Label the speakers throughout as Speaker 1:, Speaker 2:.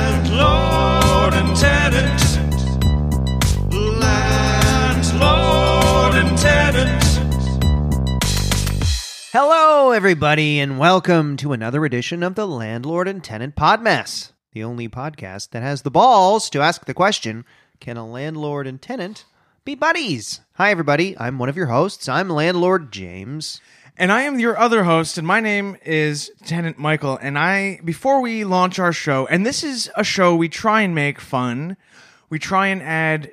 Speaker 1: Landlord and tenant. Landlord and tenant.
Speaker 2: Hello, everybody, and welcome to another edition of the Landlord and Tenant Podmess, the only podcast that has the balls to ask the question Can a landlord and tenant be buddies? Hi, everybody. I'm one of your hosts. I'm Landlord James.
Speaker 3: And I am your other host, and my name is Tenant Michael. And I, before we launch our show, and this is a show we try and make fun, we try and add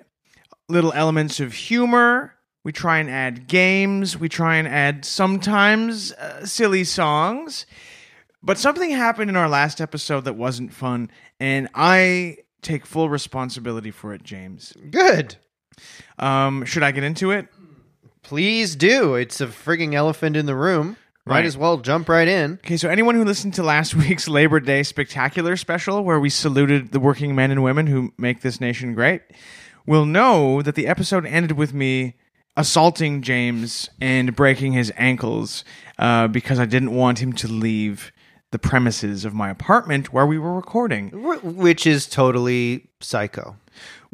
Speaker 3: little elements of humor, we try and add games, we try and add sometimes uh, silly songs. But something happened in our last episode that wasn't fun, and I take full responsibility for it, James.
Speaker 2: Good.
Speaker 3: Um, should I get into it?
Speaker 2: Please do. It's a frigging elephant in the room. Might
Speaker 3: Right.
Speaker 2: as well jump right in.
Speaker 3: Okay, so anyone who listened to last week's Labor Day Spectacular special, where we saluted the working men and women who make this nation great, will know that the episode ended with me assaulting James and breaking his ankles uh, because I didn't want him to leave the premises of my apartment where we were recording.
Speaker 2: Wh- Which is totally psycho.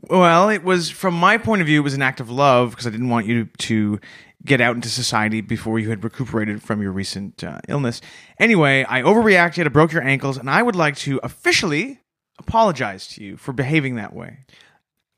Speaker 3: Well, it was, from my point of view, it was an act of love because I didn't want you to get out into society before you had recuperated from your recent uh, illness. Anyway, I overreacted, I broke your ankles, and I would like to officially apologize to you for behaving that way.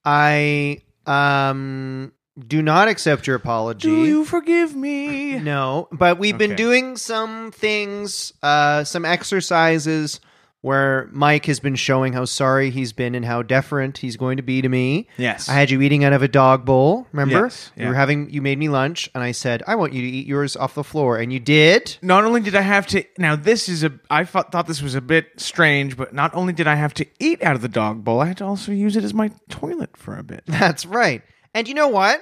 Speaker 2: I um do not accept your apology.
Speaker 3: Do you forgive me?
Speaker 2: No, but we've been
Speaker 3: Okay.
Speaker 2: doing some things, uh, some exercises where Mike has been showing how sorry he's been and how deferent he's going to be to me.
Speaker 3: Yes.
Speaker 2: I had you eating out of a dog bowl. Remember,
Speaker 3: Yes,
Speaker 2: you
Speaker 3: yeah.
Speaker 2: were having you made me lunch, and I said I want you to eat yours off the floor, and you did.
Speaker 3: not only did I have to now this is a I thought, thought this was a bit strange, but not only did I have to eat out of the dog bowl, I had to also use it as my toilet for a bit.
Speaker 2: That's right. And you know what?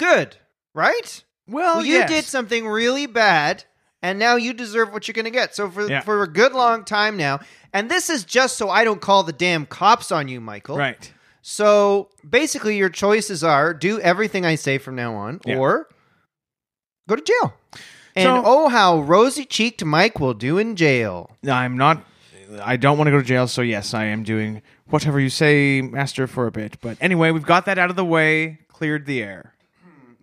Speaker 2: Good, right?
Speaker 3: Well,
Speaker 2: you
Speaker 3: yes.
Speaker 2: did something really bad and now you deserve what you're going to get so for
Speaker 3: Yeah.
Speaker 2: for a good long time now and this is just so i don't call the damn cops on you michael
Speaker 3: right.
Speaker 2: so basically your choices are do everything i say from now on
Speaker 3: Yeah.
Speaker 2: or go to jail and
Speaker 3: So-
Speaker 2: oh how rosy cheeked mike will do in jail
Speaker 3: No, I'm not. I don't want to go to jail, so yes, I am doing whatever you say, master, for a bit. But anyway, we've got that out of the way, cleared the air.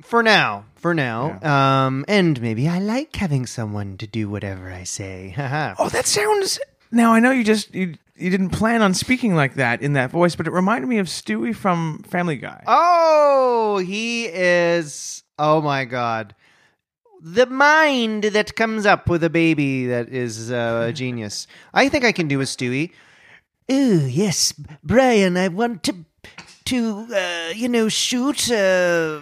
Speaker 2: for now for now um and maybe i like having someone to do whatever i say haha
Speaker 3: Oh, that sounds. Now I know you just you, you didn't plan on speaking like that in that voice, but it reminded me of Stewie from Family Guy.
Speaker 2: Oh, he is. Oh my God. The mind that comes up with a baby that is uh, a genius. I think I can do a Stewie. Ooh, yes, Brian, I want to, to uh, you know, shoot uh,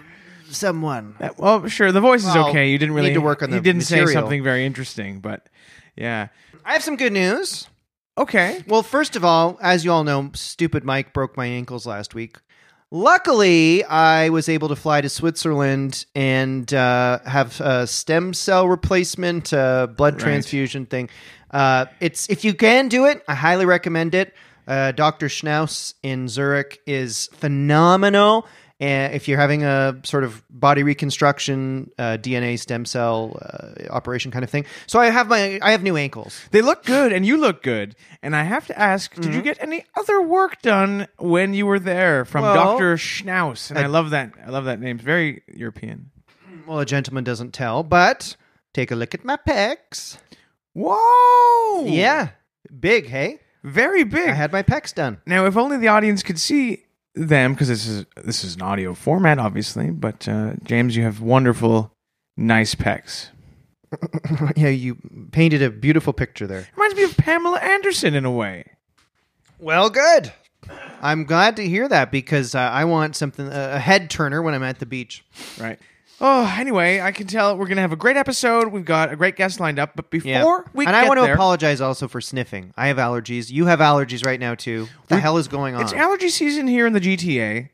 Speaker 2: someone.
Speaker 3: Uh, Well, sure, the voice is
Speaker 2: Well,
Speaker 3: okay. You didn't really
Speaker 2: need to work on the
Speaker 3: You didn't say
Speaker 2: material.
Speaker 3: something very interesting, but yeah,
Speaker 2: I have some good news.
Speaker 3: okay.
Speaker 2: Well, first of all, as you all know, stupid Mike broke my ankles last week. Luckily, I was able to fly to Switzerland and uh, have a stem cell replacement, uh, blood transfusion thing. Uh, it's if you can do it, I highly recommend it. Uh, Doctor Schnaus in Zurich is phenomenal. And if you're having a sort of body reconstruction, uh, DNA stem cell uh, operation kind of thing, so I have my I have new ankles.
Speaker 3: They look good, and you look good. And I have to ask,
Speaker 2: Mm-hmm.
Speaker 3: did you get any other work done when you were there from
Speaker 2: Well,
Speaker 3: Doctor Schnaus? And I, love that. I love that name. It's very European.
Speaker 2: Well, a gentleman doesn't tell, but take a look at my pecs.
Speaker 3: Whoa!
Speaker 2: Yeah. Big, hey?
Speaker 3: very big.
Speaker 2: I had my pecs done.
Speaker 3: now, if only the audience could see them, because this is this is an audio format, obviously. But uh, James, you have wonderful, nice pecs.
Speaker 2: yeah, you painted a beautiful picture there.
Speaker 3: Reminds me of Pamela Anderson in a way.
Speaker 2: Well, good. I'm glad to hear that because uh, I want something, uh, a head turner when I'm at the beach.
Speaker 3: Right. Oh, anyway, I can tell we're gonna have a great episode. We've got a great guest lined up, but before we
Speaker 2: and
Speaker 3: get
Speaker 2: I want to
Speaker 3: there,
Speaker 2: apologize also for sniffing. I have allergies. You have allergies right now, too. What the hell is going on?
Speaker 3: It's allergy season here in the GTA,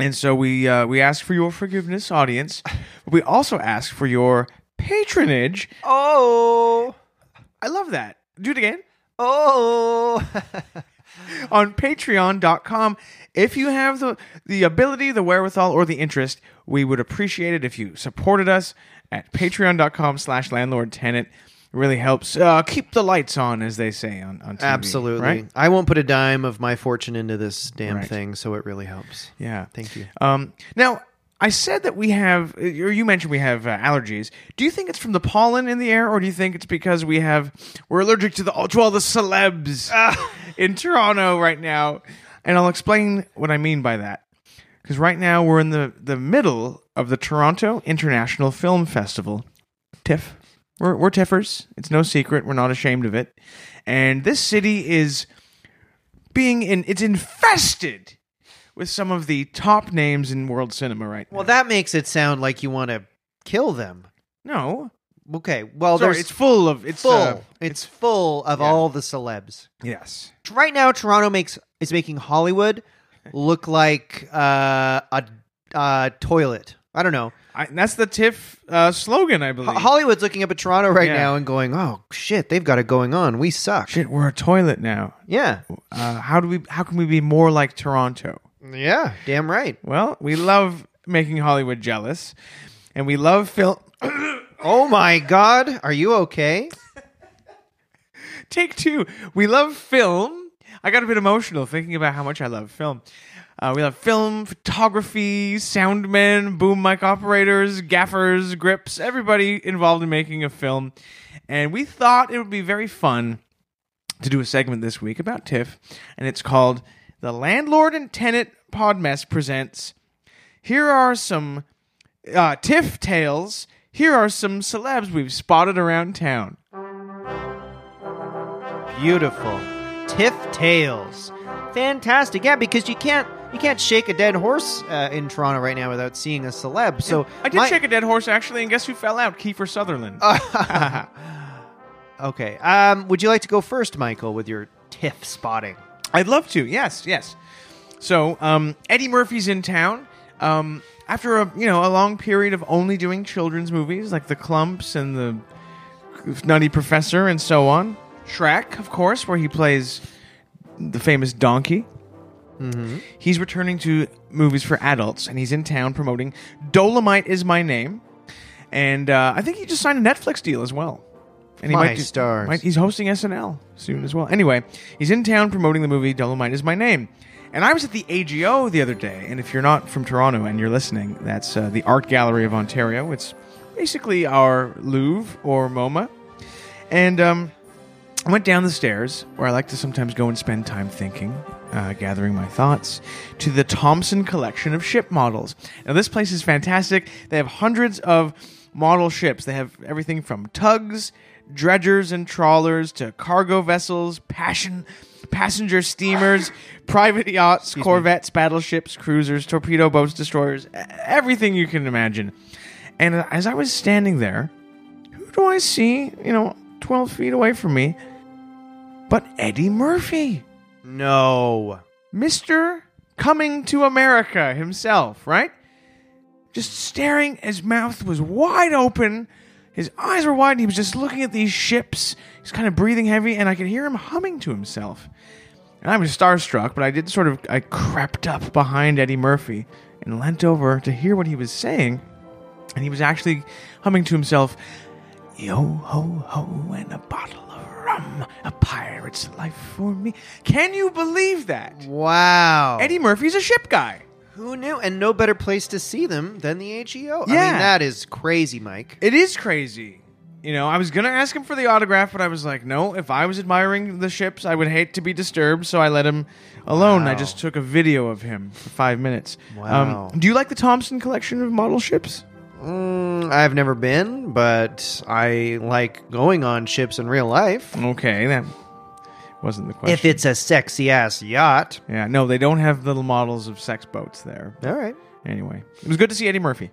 Speaker 3: and so we uh, we ask for your forgiveness, audience. But we also ask for your patronage.
Speaker 2: oh.
Speaker 3: I love that. Do it again
Speaker 2: Oh.
Speaker 3: on Patreon.com. If you have the the ability, the wherewithal, or the interest, we would appreciate it if you supported us at Patreon.com/slash Landlord Tenant. really helps uh, keep the lights on, as they say on, on TV.
Speaker 2: Absolutely.
Speaker 3: Right?
Speaker 2: I won't put a dime of my fortune into this damn
Speaker 3: Right.
Speaker 2: thing, so it really helps.
Speaker 3: Yeah.
Speaker 2: Thank you.
Speaker 3: Um, now, I said that we have, or you mentioned we have uh, allergies. Do you think it's from the pollen in the air, or do you think it's because we have we're allergic to the to all the celebs in Toronto right now? And I'll explain what I mean by that. Because right now we're in the the middle of the Toronto International Film Festival, TIFF. We're, we're TIFFers. It's no secret. We're not ashamed of it. And this city is being in. It's infested with some of the top names in world cinema right
Speaker 2: Well,
Speaker 3: now.
Speaker 2: that makes it sound like you want to kill them.
Speaker 3: no,
Speaker 2: Okay. Well,
Speaker 3: Sorry,
Speaker 2: there's
Speaker 3: it's full of it's
Speaker 2: full.
Speaker 3: uh,
Speaker 2: it's full of
Speaker 3: yeah.
Speaker 2: all the celebs.
Speaker 3: yes,
Speaker 2: Right now, Toronto makes is making Hollywood look like uh, a uh, toilet. I don't know.
Speaker 3: I, that's the TIFF uh, slogan, I believe.
Speaker 2: Ho- Hollywood's looking up at Toronto right
Speaker 3: Yeah.
Speaker 2: now and going, "Oh shit, they've got it going on. We suck."
Speaker 3: Shit, we're a toilet now.
Speaker 2: Yeah.
Speaker 3: Uh, how do we? How can we be more like Toronto?
Speaker 2: Yeah. Damn right.
Speaker 3: Well, we love making Hollywood jealous, and we love film.
Speaker 2: Oh my god, are you okay?
Speaker 3: Take two. We love film. I got a bit emotional thinking about how much I love film. Uh, we love film, photography, sound men, boom mic operators, gaffers, grips, everybody involved in making a film. And we thought it would be very fun to do a segment this week about TIFF, and it's called The Landlord and Tenant Podmess Presents. Here are some uh, TIFF tales. Here are some celebs we've spotted around town.
Speaker 2: Beautiful. Tiff tails. Fantastic. Yeah, because you can't you can't shake a dead horse uh, in Toronto right now without seeing a celeb. So
Speaker 3: I did
Speaker 2: my-
Speaker 3: shake a dead horse actually, and guess who fell out? Kiefer Sutherland.
Speaker 2: Okay. Um would you like to go first, Michael, with your tiff spotting?
Speaker 3: I'd love to. Yes, yes. So um, Eddie Murphy's in town. Um, after a you know a long period of only doing children's movies like The Clumps and the Nutty Professor and so on, Shrek, of course, where he plays the famous donkey.
Speaker 2: Mm-hmm.
Speaker 3: He's returning to movies for adults, and he's in town promoting "Dolomite Is My Name," and uh, I think he just signed a Netflix deal as well. And he
Speaker 2: My
Speaker 3: do-
Speaker 2: stars.
Speaker 3: might- he's hosting SNL soon as well. Anyway, he's in town promoting the movie "Dolomite Is My Name," and I was at the AGO the other day. And if you're not from Toronto and you're listening, that's uh, the Art Gallery of Ontario. It's basically our Louvre or MoMA, and um, I went down the stairs, where I like to sometimes go and spend time thinking, uh, gathering my thoughts, to the Thompson collection of ship models. Now, this place is fantastic. They have hundreds of model ships. They have everything from tugs, dredgers, and trawlers to cargo vessels, passion, passenger steamers, private yachts, corvettes, battleships, cruisers, torpedo boats, destroyers, e- everything you can imagine. And uh, as I was standing there, who do I see, you know, 12 feet away from me? But Eddie Murphy,
Speaker 2: No.
Speaker 3: Mr. Coming to America himself, right? Just staring, his mouth was wide open, his eyes were wide, and he was just looking at these ships. He's kind of breathing heavy, and I could hear him humming to himself. And I was starstruck, but I did sort of, I crept up behind Eddie Murphy and leant over to hear what he was saying. And he was actually humming to himself, Yo ho ho, and a bottle of rum, a pirate's life for me. Can you believe that?
Speaker 2: Wow.
Speaker 3: Eddie Murphy's a ship guy.
Speaker 2: Who knew? And no better place to see them than the AGO. I mean,
Speaker 3: Yeah.
Speaker 2: that is crazy, Mike.
Speaker 3: It is crazy. You know, I was gonna ask him for the autograph, but I was like, no. If I was admiring the ships, I would hate to be disturbed, so I let him alone. I
Speaker 2: Wow.
Speaker 3: just took a video of him for five minutes. Um,
Speaker 2: Wow.
Speaker 3: do you like the Thompson collection of model ships?
Speaker 2: Mm, I've never been, but I like going on ships in real life.
Speaker 3: Okay, that wasn't the
Speaker 2: If
Speaker 3: question.
Speaker 2: it's a sexy ass yacht.
Speaker 3: yeah, no, they don't have little models of sex boats there.
Speaker 2: All right.
Speaker 3: Anyway, it was good to see Eddie Murphy.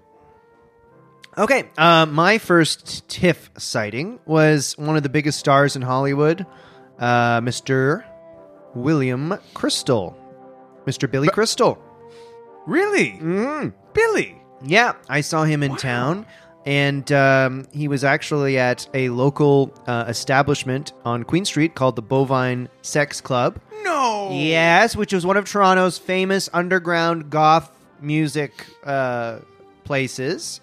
Speaker 2: Okay. Uh, my first TIFF sighting was one of the biggest stars in Hollywood, uh, Mr. William Crystal. Mr. Billy Crystal.
Speaker 3: Really?
Speaker 2: Mm.
Speaker 3: Billy?
Speaker 2: Yeah, I saw him in town, and um, he was actually at a local uh, establishment on Queen Street called the Bovine Sex Club.
Speaker 3: No.
Speaker 2: Yes, which was one of Toronto's famous underground goth music uh, places.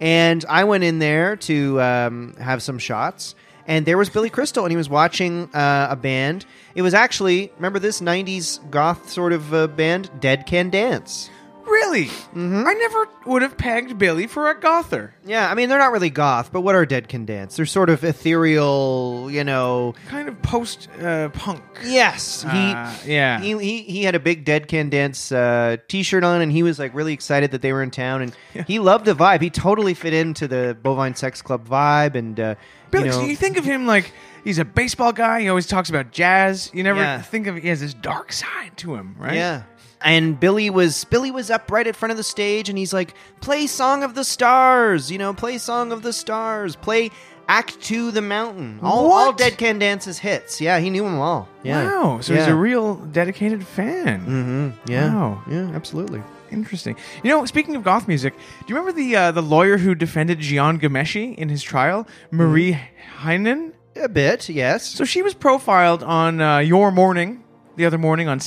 Speaker 2: And I went in there to um, have some shots. and there was Billy Crystal, and he was watching uh, a band. It was actually remember this '90s goth sort of uh, band, Dead Can Dance.
Speaker 3: Really?
Speaker 2: Mm-hmm.
Speaker 3: I never would have pegged Billy for a gother.
Speaker 2: Yeah, I mean they're not really goth, but what are Dead Can Dance? They're sort of ethereal, you know.
Speaker 3: Kind of post uh, punk.
Speaker 2: Yes, he
Speaker 3: Uh, yeah.
Speaker 2: he, he he had a big Dead Can Dance uh, T-shirt on, and he was like really excited that they were in town, and he loved the vibe. He totally fit into the Bovine Sex Club vibe, and uh,
Speaker 3: Billy,
Speaker 2: you
Speaker 3: so
Speaker 2: know,
Speaker 3: you think of him like he's a baseball guy. He always talks about jazz. You never
Speaker 2: Yeah.
Speaker 3: think of he has this dark side to him, right?
Speaker 2: yeah. And Billy was Billy was up right in front of the stage, and he's like, "Play Song of the Stars," you know, "Play Song of the Stars," play Act Two, The Mountain. All all
Speaker 3: What?
Speaker 2: Dead Can Dance's hits. Yeah, he knew them all. Yeah.
Speaker 3: Wow. So he's
Speaker 2: Yeah.
Speaker 3: a real dedicated fan.
Speaker 2: Mm-hmm. Yeah.
Speaker 3: Wow.
Speaker 2: Yeah. Absolutely.
Speaker 3: Interesting. You know, speaking of goth music, do you remember the uh, the lawyer who defended Gian Gameshi in his trial, Marie
Speaker 2: Mm-hmm.
Speaker 3: Heinen?
Speaker 2: A bit. Yes.
Speaker 3: So she was profiled on uh, Your Morning the other morning on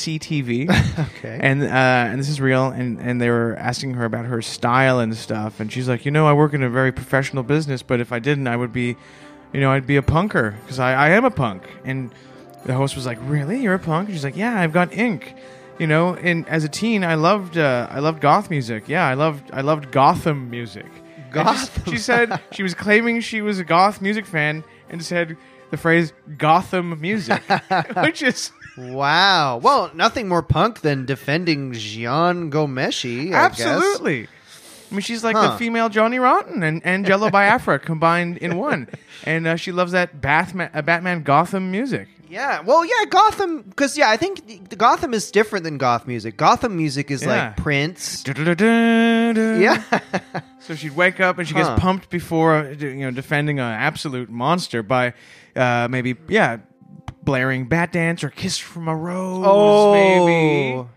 Speaker 3: CTV.
Speaker 2: Okay.
Speaker 3: and uh, and this is real and and they were asking her about her style and stuff and she's like you know i work in a very professional business but if i didn't i would be you know i'd be a punker because I, I am a punk and the host was like really you're a punk and she's like yeah i've got ink you know and as a teen i loved uh, i loved goth music yeah i loved i loved gotham music And she-
Speaker 2: Gotham.
Speaker 3: she said she was claiming she was a goth music fan and said the phrase gotham music which is
Speaker 2: Wow. Well, nothing more punk than defending Gian Gomeshi. I guess.
Speaker 3: Absolutely. I mean, she's like
Speaker 2: Huh.
Speaker 3: the female Johnny Rotten and, and Jello Biafra combined in one, and uh, she loves that Batman, uh, Batman Gotham music.
Speaker 2: Yeah. Well, yeah, Gotham. Because, yeah, I think the- the Gotham is different than goth music. Gotham music is
Speaker 3: Yeah.
Speaker 2: like Prince.
Speaker 3: Yeah.
Speaker 2: Yeah.
Speaker 3: So she'd wake up and she
Speaker 2: Huh.
Speaker 3: gets pumped before uh, d- you know defending an absolute monster by uh, maybe yeah blaring Bat Dance or Kiss from a Rose. maybe.
Speaker 2: Oh.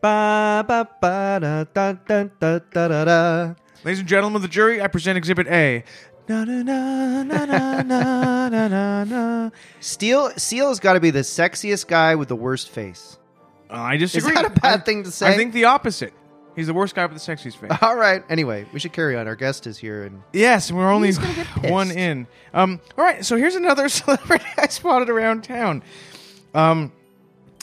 Speaker 2: Ba, ba, ba, da, da, da, da, da, da, da.
Speaker 3: Ladies and gentlemen of the jury, I present Exhibit A. Na na na na na na na na na. Uh,
Speaker 2: Steel, Seal has got to be the sexiest guy with the worst face.
Speaker 3: I disagree.
Speaker 2: that a bad
Speaker 3: I-
Speaker 2: thing to
Speaker 3: I
Speaker 2: say?
Speaker 3: think the opposite. He's the worst guy with the sexiest face.
Speaker 2: All right. Anyway, we should carry on. Our guest is here. and
Speaker 3: yes, we're only
Speaker 2: He's gonna get pissed.
Speaker 3: one in. Um, all right, so here's another celebrity I spotted around town. Um,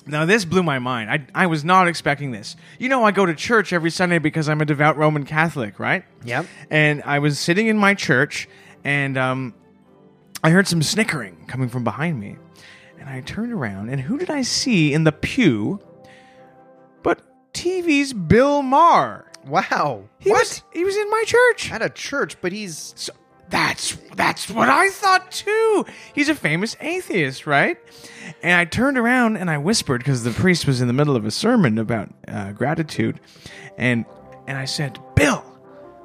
Speaker 3: now this blew my mind. I I was not expecting this. You know, I go to church every Sunday because I'm a devout Roman Catholic, right?
Speaker 2: Yep.
Speaker 3: And I was sitting in my church, and um, I heard some snickering coming from behind me, and I turned around, and who did I see in the pew? But TV's Bill Maher.
Speaker 2: Wow.
Speaker 3: He
Speaker 2: what?
Speaker 3: was he was in my church.
Speaker 2: At a church, but he's
Speaker 3: So that's that's what I thought too. He's a famous atheist, right? And I turned around and I whispered because the priest was in the middle of a sermon about uh, gratitude, and and I said, Bill,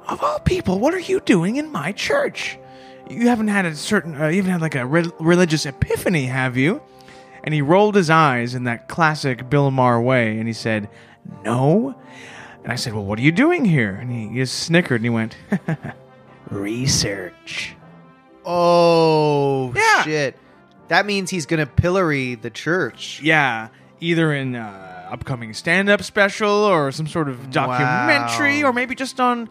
Speaker 3: of all people, what are you doing in my church? You haven't had a certain, uh, you haven't had like a re- religious epiphany, have you? And he rolled his eyes in that classic Bill Maher way, and he said, No. And I said, Well, what are you doing here? And he just snickered and he went, research.
Speaker 2: Oh
Speaker 3: Yeah.
Speaker 2: shit! That means he's gonna pillory the church.
Speaker 3: Yeah, either in uh, upcoming stand-up special or some sort of documentary,
Speaker 2: Wow.
Speaker 3: or maybe just on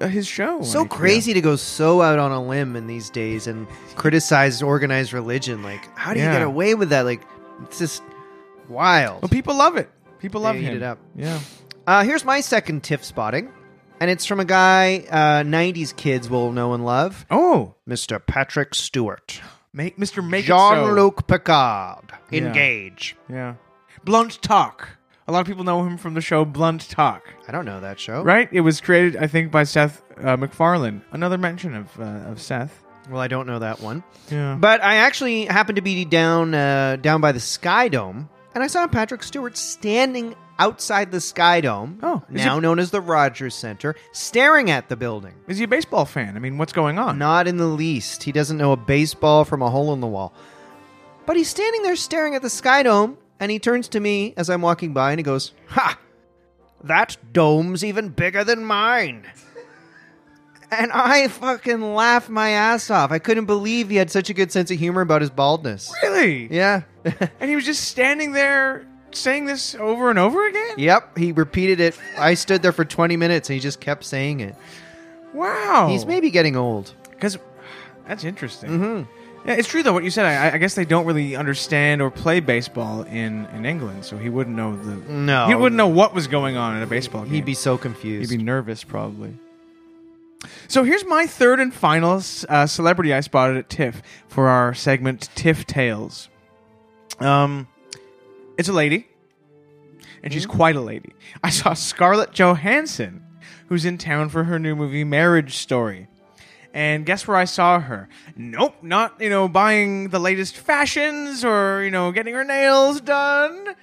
Speaker 3: uh, his show.
Speaker 2: So
Speaker 3: Like, yeah.
Speaker 2: crazy to go so out on a limb in these days and criticize organized religion. Like, how do you
Speaker 3: Yeah.
Speaker 2: get away with that? Like, it's just wild.
Speaker 3: Well, people love it. People love
Speaker 2: They eat
Speaker 3: him.
Speaker 2: it up.
Speaker 3: Yeah.
Speaker 2: Uh, here's my second TIFF spotting, and it's from a guy uh, '90s kids will know and love,
Speaker 3: Oh,
Speaker 2: Mr. Patrick Stewart,
Speaker 3: make Mr. Make It so.
Speaker 2: Jean Luc Picard,
Speaker 3: Yeah.
Speaker 2: Engage.
Speaker 3: Yeah. Blunt Talk. A lot of people know him from the show Blunt Talk.
Speaker 2: I don't know that show.
Speaker 3: Right? It was created, I think, by Seth uh, MacFarlane. Another mention of uh, of Seth.
Speaker 2: Well, I don't know that one.
Speaker 3: Yeah.
Speaker 2: But I actually happened to be down uh, down by the Sky Dome, and I saw Patrick Stewart standing outside the Sky Dome,
Speaker 3: Oh, is
Speaker 2: now known as the Rogers Center, staring at the building.
Speaker 3: Is he a baseball fan? I mean, what's going on?
Speaker 2: Not in the least. He doesn't know a baseball from a hole in the wall. But he's standing there staring at the Sky Dome, and he turns to me as I'm walking by and he goes, Ha! That dome's even bigger than mine. And I fucking laughed my ass off. I couldn't believe he had such a good sense of humor about his baldness.
Speaker 3: Really?
Speaker 2: Yeah.
Speaker 3: And he was just standing there saying this over and over again?
Speaker 2: yep, he repeated it. I stood there for 20 minutes and he just kept saying it.
Speaker 3: Wow. Oh.
Speaker 2: He's maybe getting old.
Speaker 3: Because that's interesting. Yeah, it's true though what you said. I, I guess they don't really understand or play baseball in, in England, so he wouldn't know the
Speaker 2: No.
Speaker 3: He wouldn't know what was going on in a baseball game.
Speaker 2: He'd be so confused.
Speaker 3: He'd be nervous, probably. So here's my third and final uh, celebrity I spotted at TIFF for our segment TIFF Tales. Um, it's a lady, and she's quite a lady. I saw Scarlett Johansson, who's in town for her new movie Marriage Story. And guess where I saw her? Nope, not, you know, buying the latest fashions or, you know, getting her nails done,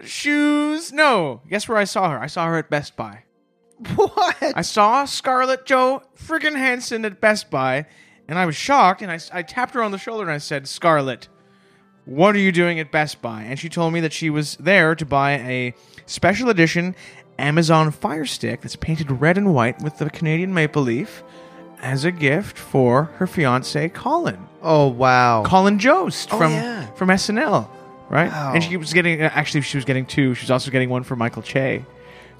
Speaker 3: shoes. No, guess where I saw her? I saw her at Best Buy.
Speaker 2: what?
Speaker 3: I saw Scarlett Joe friggin' Hansen at Best Buy, and I was shocked. And I, I tapped her on the shoulder and I said, "Scarlett, what are you doing at Best Buy?" And she told me that she was there to buy a special edition Amazon Fire Stick that's painted red and white with the Canadian maple leaf as a gift for her fiance Colin.
Speaker 2: oh wow.
Speaker 3: Colin Jost
Speaker 2: Oh,
Speaker 3: from
Speaker 2: yeah.
Speaker 3: from SNL, right?
Speaker 2: Wow.
Speaker 3: And she was getting uh, actually she was getting two. She was also getting one for Michael Che,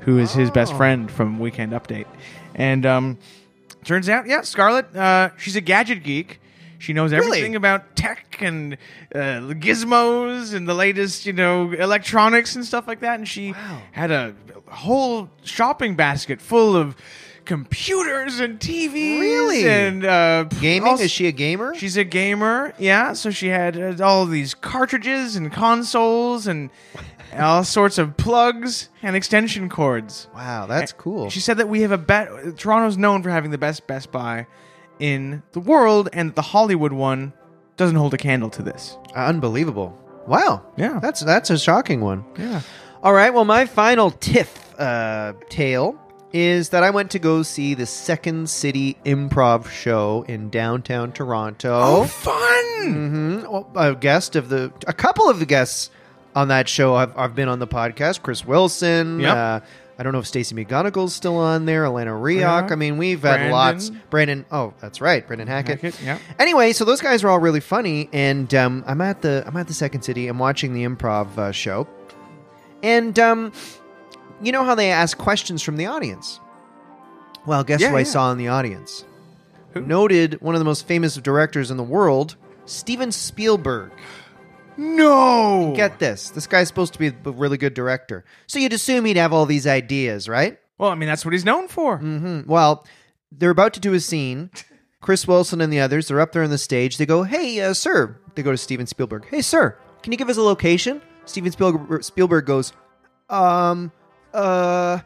Speaker 3: who is his
Speaker 2: Oh.
Speaker 3: best friend from Weekend Update. And um, turns out, yeah, Scarlett, uh, she's a gadget geek. She knows everything about tech and uh, gizmos and the latest, you know, electronics and stuff like that. And she had a whole shopping basket full of computers and TVs
Speaker 2: Really?
Speaker 3: and uh,
Speaker 2: Gaming?
Speaker 3: all-
Speaker 2: Is she a gamer?
Speaker 3: She's a gamer, yeah. So she had uh, all these cartridges and consoles and all sorts of plugs and extension cords.
Speaker 2: wow,
Speaker 3: Eh,
Speaker 2: that's cool.
Speaker 3: She said that we have a bet. Toronto's known for having the best Best Buy in the world, and the Hollywood one doesn't hold a candle to this.
Speaker 2: Unbelievable. Wow.
Speaker 3: Yeah.
Speaker 2: That's that's a shocking one.
Speaker 3: Yeah.
Speaker 2: All right. Well, my final tiff uh, tale is that I went to go see the Second City Improv show in downtown
Speaker 3: Oh,
Speaker 2: Toronto.
Speaker 3: fun!
Speaker 2: hmm Well, a guest of the, a couple of the guests on that show have, have been on the podcast. Chris Wilson.
Speaker 3: Yep.
Speaker 2: Uh, I don't know if Stacey McGonigal's still on there. Elena Rioch.
Speaker 3: Rioch.
Speaker 2: I mean, we've had
Speaker 3: Brandon.
Speaker 2: lots. Brandon. Oh, that's right. Brandon Hackett.
Speaker 3: Hackett, yeah.
Speaker 2: Anyway, so those guys are all really funny, and um, I'm at the I'm at the Second City. I'm watching the improv uh, show, and um, you know how they ask questions from the audience. Well, guess
Speaker 3: Yeah,
Speaker 2: who I
Speaker 3: yeah.
Speaker 2: saw in the audience?
Speaker 3: Who?
Speaker 2: Noted one of the most famous directors in the world, Steven Spielberg.
Speaker 3: No.
Speaker 2: Get this. This guy's supposed to be a really good director. So you'd assume he'd have all these ideas, right?
Speaker 3: well, I mean, that's what he's known for.
Speaker 2: Mm, Well, they're about to do a scene. Chris Wilson and the others, they're up there on the stage. They go, "Hey, uh, sir." They go to Steven Spielberg. "Hey, sir, can you give us a location?" Steven Spielberg, Spielberg goes, "Um, uh,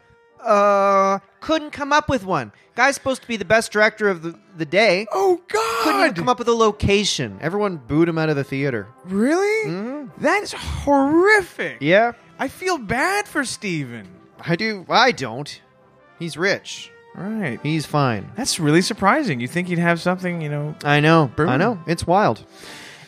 Speaker 2: uh, couldn't come up with one. Guy's supposed to be the best director of the, the day.
Speaker 3: Oh
Speaker 2: Couldn't even
Speaker 3: God!
Speaker 2: come up with a location. Everyone booed him out of the theater.
Speaker 3: Really? That is horrific.
Speaker 2: Mm. Yeah,
Speaker 3: I feel bad for Steven.
Speaker 2: I do. I don't. He's rich.
Speaker 3: Right.
Speaker 2: He's fine.
Speaker 3: That's really surprising. You think he'd have something, you know?
Speaker 2: I know.
Speaker 3: Boom.
Speaker 2: I know. It's wild.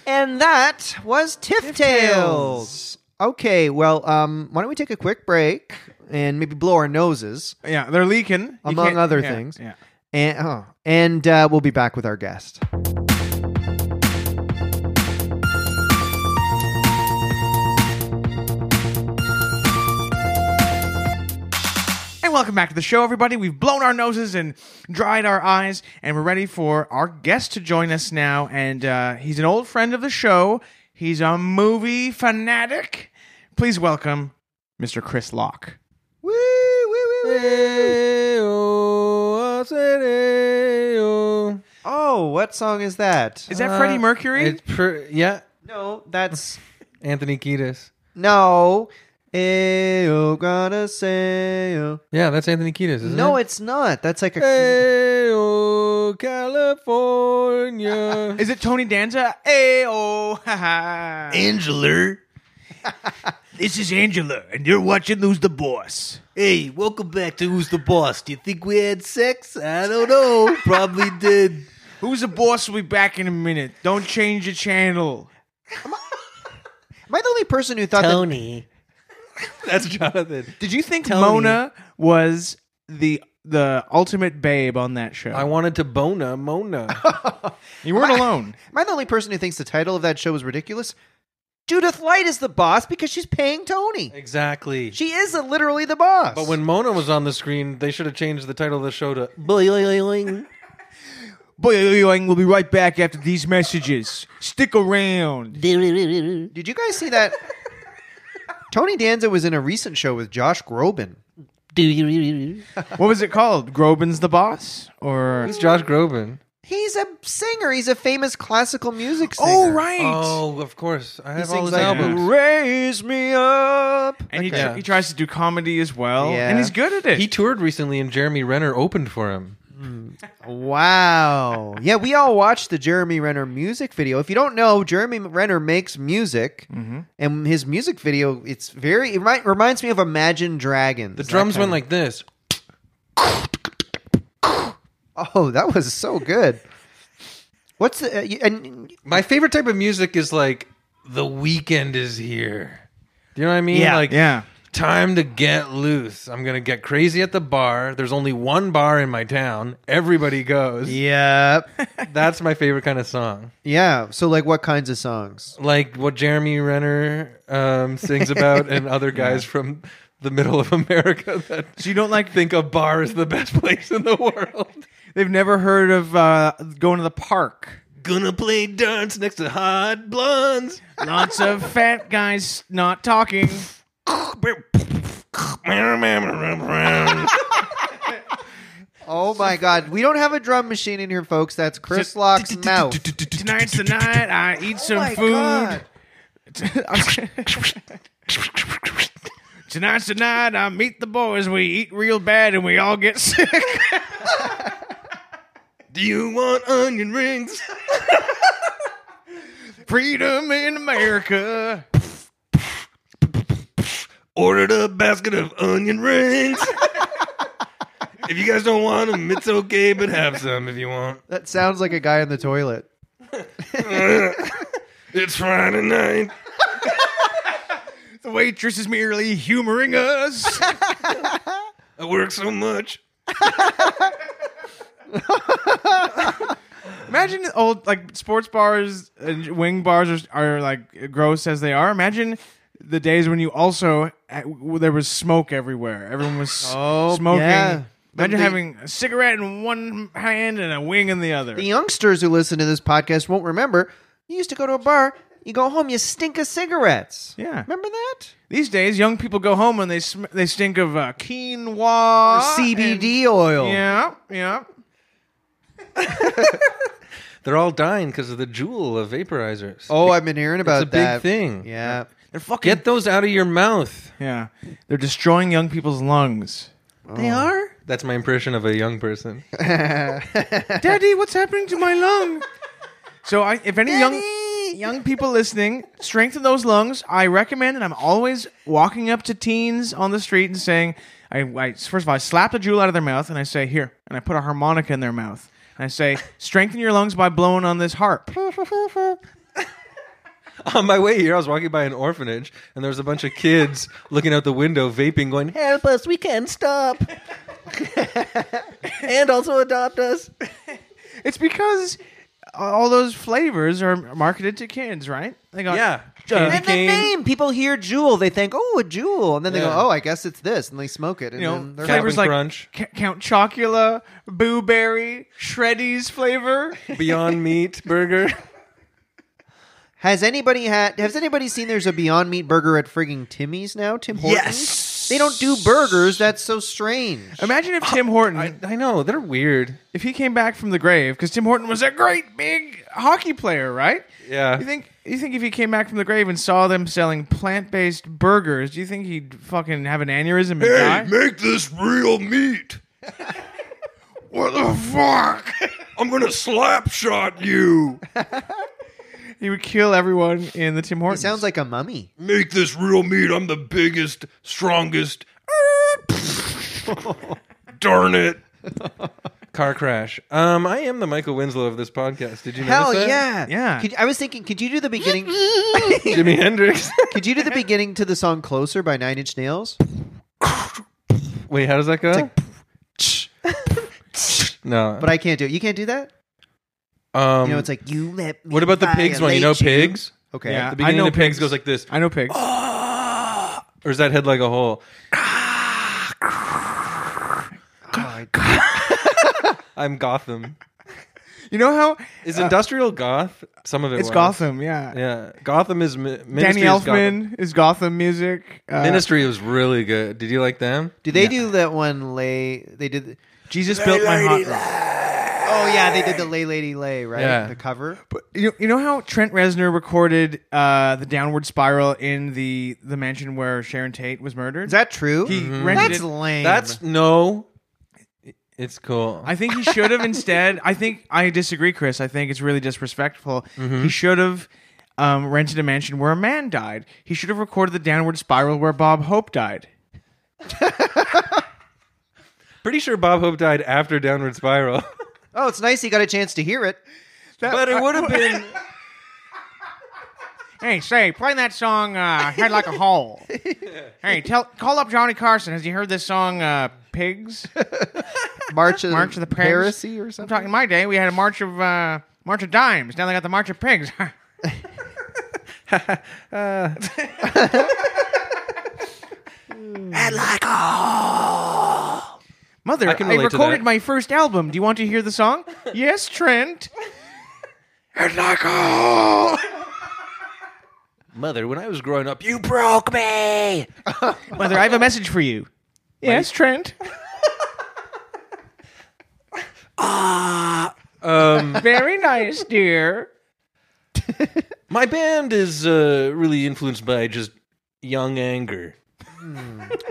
Speaker 2: And that was Tiff, Tales.
Speaker 3: Tales.
Speaker 2: Okay, well, um, why don't we take a quick break and maybe blow our noses,
Speaker 3: Yeah, they're leaking You
Speaker 2: Among
Speaker 3: can't-
Speaker 2: other
Speaker 3: yeah,
Speaker 2: things.
Speaker 3: Yeah.
Speaker 2: and oh, and uh, we'll be back with our guest.
Speaker 3: And welcome back to the show, everybody. We've blown our noses and dried our eyes, and we're ready for our guest to join us now. And uh, he's an old friend of the show. He's a movie fanatic. Please welcome Mr. Chris Locke.
Speaker 2: Woo, woo, woo, woo. Oh, what song is that?
Speaker 3: Is that Freddie Mercury?
Speaker 4: It's pr- yeah,
Speaker 2: no, that's
Speaker 4: Anthony Kiedis.
Speaker 2: no. Eh, oh, gonna say oh.
Speaker 4: Yeah, that's Anthony Kiedis, isn't
Speaker 2: No,
Speaker 4: it?
Speaker 2: it's not. That's like a
Speaker 4: Ayo, California.
Speaker 3: Is it Tony Danza? Ayo, ha Angela. this is Angela, and you're watching Who's the Boss.
Speaker 5: Hey, welcome back to Who's the Boss. Do you think we had sex? I don't know. Probably did.
Speaker 3: Who's the Boss will be back in a minute. Don't change the channel.
Speaker 2: Am I the only person who thought that
Speaker 5: Tony.
Speaker 4: that's Jonathan.
Speaker 3: Did you think
Speaker 5: Tony.
Speaker 3: Mona was the the ultimate babe on that show?
Speaker 4: I wanted to bona Mona.
Speaker 3: you weren't alone.
Speaker 2: Am I the only person who thinks the title of that show is ridiculous? Judith Light is the boss because she's paying Tony.
Speaker 4: exactly.
Speaker 2: She is a, literally the boss.
Speaker 4: But when Mona was on the screen, they should have changed the title of the show to
Speaker 5: Boing, boing, boing.
Speaker 3: Boing, we'll be right back after these messages. Stick around.
Speaker 2: Did you guys see that? Tony Danza was in a recent show with Josh Groban.
Speaker 3: What was it called? Groban's the boss, or
Speaker 4: Who's Josh Groban?
Speaker 2: He's a singer. He's a famous classical music singer.
Speaker 3: oh right,
Speaker 4: Oh, of course. I have all
Speaker 2: sings
Speaker 4: his
Speaker 2: like-
Speaker 4: albums.
Speaker 2: Raise me up.
Speaker 3: and he,
Speaker 2: Okay.
Speaker 3: tr- he tries to do comedy as well,
Speaker 2: Yeah.
Speaker 3: and he's good at it.
Speaker 4: He toured recently, and Jeremy Renner opened for him.
Speaker 2: Wow. Yeah, we all watched the Jeremy Renner music video. If you don't know, Jeremy Renner makes music,
Speaker 3: Mm-hmm.
Speaker 2: and his music video it's very it remi- reminds me of Imagine Dragons.
Speaker 4: The drums went like this.
Speaker 2: oh, that was so good. What's the uh, you- and
Speaker 4: My favorite type of music is like the weekend is here. Do you know what I mean?
Speaker 2: Yeah.
Speaker 4: like
Speaker 3: yeah,
Speaker 4: time to get loose. I'm gonna get crazy at the bar. There's only one bar in my town. Everybody goes.
Speaker 2: yeah,
Speaker 4: That's my favorite kind of song.
Speaker 2: yeah. So like, what kinds of songs?
Speaker 4: Like what Jeremy Renner um, sings about, and other guys from the middle of America that
Speaker 3: so you don't like
Speaker 4: think a bar is the best place in the world.
Speaker 3: They've never heard of uh, going to the park.
Speaker 4: Gonna play darts next to hot blondes.
Speaker 3: Lots of fat guys not talking.
Speaker 2: Oh my God, we don't have a drum machine in here, folks. That's Chris Lock's mouth.
Speaker 3: Tonight's the night I eat some
Speaker 2: Oh my God.
Speaker 3: food. Tonight's the night I meet the boys. We eat real bad and we all get sick.
Speaker 4: Do you want onion rings?
Speaker 3: Freedom in America.
Speaker 4: Ordered a basket of onion rings. if you guys don't want them, it's okay, but have some if you want.
Speaker 2: That sounds like a guy in the toilet.
Speaker 4: It's Friday night.
Speaker 3: The waitress is merely humoring us.
Speaker 4: I work so much.
Speaker 3: Imagine old like sports bars and wing bars are, are like gross as they are. Imagine the days when you also uh, there was smoke everywhere. Everyone was
Speaker 2: Oh,
Speaker 3: smoking.
Speaker 2: yeah.
Speaker 3: Imagine
Speaker 2: The-
Speaker 3: having a cigarette in one hand and a wing in the other.
Speaker 2: The youngsters who listen to this podcast won't remember. You used to go to a bar, you go home, you stink of cigarettes.
Speaker 3: Yeah.
Speaker 2: Remember that?
Speaker 3: These days, young people go home and they sm- they stink of uh, quinoa,
Speaker 2: CBD oil.
Speaker 3: Ah, and- yeah, yeah.
Speaker 4: They're all dying because of the jewel of vaporizers.
Speaker 2: Oh, I've been hearing about
Speaker 4: a big
Speaker 2: that.
Speaker 4: thing.
Speaker 2: Yeah.
Speaker 3: They're fucking
Speaker 4: Get those out of your mouth.
Speaker 3: yeah. They're destroying young people's lungs.
Speaker 2: They are?
Speaker 4: That's my impression of a young person.
Speaker 3: Daddy, what's happening to my lung? So, I, if any young young people listening, strengthen those lungs. I recommend, and I'm always walking up to teens on the street and saying, I, I first of all, I slap the jewel out of their mouth, and I say, "Here," and I put a harmonica in their mouth, and I say, "Strengthen your lungs by blowing on this harp."
Speaker 4: On my way here, I was walking by an orphanage, and there was a bunch of kids looking out the window, vaping, going, "Hey,
Speaker 5: Help us, we can't stop. and also adopt us.
Speaker 3: It's because all those flavors are marketed to kids, right? They got
Speaker 4: yeah."
Speaker 3: Uh,
Speaker 2: And the name. People hear Jewel. They think, oh, a Jewel. And then they
Speaker 4: Yeah.
Speaker 2: go, oh, I guess it's this. And they smoke it. And
Speaker 3: you know
Speaker 2: then they're
Speaker 3: flavors
Speaker 4: Cap'n
Speaker 3: like
Speaker 4: Crunch.
Speaker 3: C- Count Chocula, Boo Berry, Shreddies flavor.
Speaker 4: Beyond Meat burger.
Speaker 2: Has anybody had? Has anybody seen? There's a Beyond Meat burger at frigging Timmy's now. Tim Hortons.
Speaker 3: Yes.
Speaker 2: They don't do burgers. That's so strange.
Speaker 3: Imagine if Tim Horton,
Speaker 4: Oh, I, I know they're weird.
Speaker 3: if he came back from the grave, because Tim Horton was a great big hockey player, right?
Speaker 4: Yeah.
Speaker 3: You think you think if he came back from the grave and saw them selling plant based burgers, do you think he'd fucking have an aneurysm and die?
Speaker 4: make this real meat. what the fuck? I'm gonna slap shot you.
Speaker 3: He would kill everyone in the Tim
Speaker 2: It
Speaker 3: Horton.
Speaker 2: sounds like a mummy.
Speaker 4: Make this real meat. I'm the biggest, strongest. Darn it. Car crash. Um, I am the Michael Winslow of this podcast. Did you
Speaker 2: Hell
Speaker 4: notice that?
Speaker 2: yeah,
Speaker 3: Yeah.
Speaker 2: Could, I was thinking, could you do the beginning?
Speaker 4: Jimi Hendrix.
Speaker 2: could you do the beginning to the song "Closer" by Nine Inch Nails?
Speaker 4: Wait, how does that go? no.
Speaker 2: But I can't do it. You can't do that.
Speaker 4: um,
Speaker 2: you know, it's like you let. Me
Speaker 4: what about the pigs one? You know,
Speaker 2: violate you."
Speaker 4: pigs.
Speaker 2: Okay.
Speaker 3: Yeah.
Speaker 4: The beginning
Speaker 3: I know
Speaker 4: of pigs
Speaker 3: pigs.
Speaker 4: goes like this.
Speaker 3: I know pigs.
Speaker 4: Oh. Or is that head like a hole?
Speaker 2: God.
Speaker 4: I'm Gotham.
Speaker 3: You know how
Speaker 4: Is
Speaker 2: Uh,
Speaker 4: industrial goth? Some of it.
Speaker 3: it's
Speaker 4: was.
Speaker 3: Gotham? Yeah.
Speaker 4: Yeah, Gotham is mi- Ministry
Speaker 3: Danny
Speaker 4: is Gotham.
Speaker 3: Elfman is Gotham, music. Uh,
Speaker 4: Ministry was really good. Did you like them?
Speaker 2: Do they do that one lay? They did.
Speaker 3: Jesus built my hot rod.
Speaker 2: Oh yeah, they did the Lay Lady Lay right.
Speaker 4: Yeah.
Speaker 2: The cover.
Speaker 3: But you, you know how Trent Reznor recorded uh, the Downward Spiral in the the mansion where Sharon Tate was murdered.
Speaker 2: Is that true?
Speaker 3: He rented
Speaker 2: That's
Speaker 3: it-
Speaker 2: lame.
Speaker 4: That's no. It's cool.
Speaker 3: I think he should have instead. I think I disagree, Chris. I think it's really disrespectful.
Speaker 2: Mm-hmm.
Speaker 3: He should have um, rented a mansion where a man died. He should have recorded the downward spiral where Bob Hope died.
Speaker 4: Pretty sure Bob Hope died after Downward Spiral.
Speaker 2: oh, it's nice he got a chance to hear it.
Speaker 4: but it would have been.
Speaker 3: Hey, say, play that song uh, "Head Like a Hole." hey, tell, call up Johnny Carson. Has he heard this song uh, "Pigs"?
Speaker 2: March of
Speaker 3: March of the Pigs.
Speaker 2: Piracy or
Speaker 3: I'm
Speaker 2: something.
Speaker 3: talking my day. We had a march of uh, march of dimes. Now they got the march of pigs. Uh, Mother, I,
Speaker 4: I can relate to
Speaker 3: recorded
Speaker 4: that.
Speaker 3: my first album. Do you want to hear the song? yes, Trent. And like a
Speaker 4: Mother, when I was growing up, you broke me.
Speaker 3: Mother, I have a message for you. Yes, Trent.
Speaker 4: Um,
Speaker 3: Very nice, dear.
Speaker 4: my band is uh, really influenced by just young anger.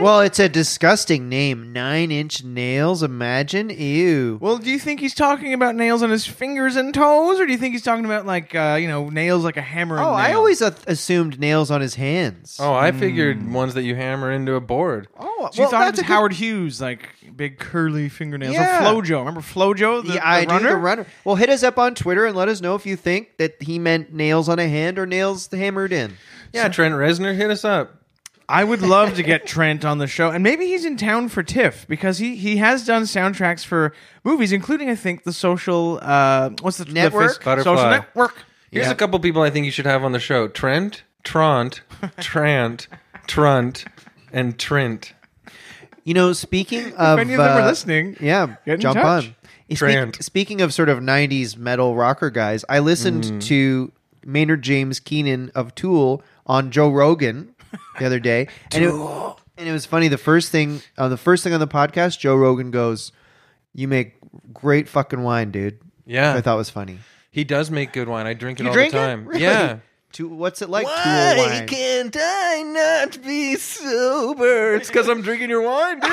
Speaker 2: Well, it's a disgusting name. Nine Inch Nails. Imagine. Ew.
Speaker 3: Well, do you think he's talking about nails on his fingers and toes, or do you think he's talking about like uh, you know nails like a hammer? and
Speaker 2: Oh, I
Speaker 3: nail?
Speaker 2: always a- assumed nails on his hands.
Speaker 4: Oh, I figured ones that you hammer into a board.
Speaker 2: oh
Speaker 3: She thought it was
Speaker 2: a good-
Speaker 3: Howard Hughes, like big curly fingernails.
Speaker 2: Yeah.
Speaker 3: Or Flojo. Remember Flojo, the,
Speaker 2: yeah, I
Speaker 3: the runner?
Speaker 2: do the runner. Well, hit us up on Twitter and let us know if you think that he meant nails on a hand or nails hammered in.
Speaker 4: Yeah, Trent Reznor hit us up.
Speaker 3: I would love to get Trent on the show, and maybe he's in town for TIFF because he he has done soundtracks for movies, including I think the social uh, what's the the
Speaker 2: Network?
Speaker 3: fis- social
Speaker 4: Butterfly.
Speaker 3: network.
Speaker 4: Here's a couple people I think you should have on the show: Trent, Trant, Trant, Trunt, and Trent.
Speaker 2: You know, speaking of
Speaker 3: any of them are
Speaker 2: uh,
Speaker 3: listening,
Speaker 2: yeah,
Speaker 3: get in
Speaker 2: jump
Speaker 3: touch.
Speaker 2: on. Speak-
Speaker 4: Trant.
Speaker 2: speaking of sort of '90s metal rocker guys, I listened
Speaker 3: Mm.
Speaker 2: to Maynard James Keenan of Tool on Joe Rogan the other day, and it, and it was funny. The first thing, uh, the first thing on the podcast, Joe Rogan goes, "You make great fucking wine, dude."
Speaker 4: Yeah.
Speaker 2: I thought was funny.
Speaker 4: He does make good wine. I drink it all
Speaker 2: drink it?
Speaker 4: the time.
Speaker 2: Really?
Speaker 4: Yeah.
Speaker 2: To, what's it like? Tool
Speaker 5: Why
Speaker 2: wine.
Speaker 5: can't I not be sober?
Speaker 4: It's because I'm drinking your wine, dude.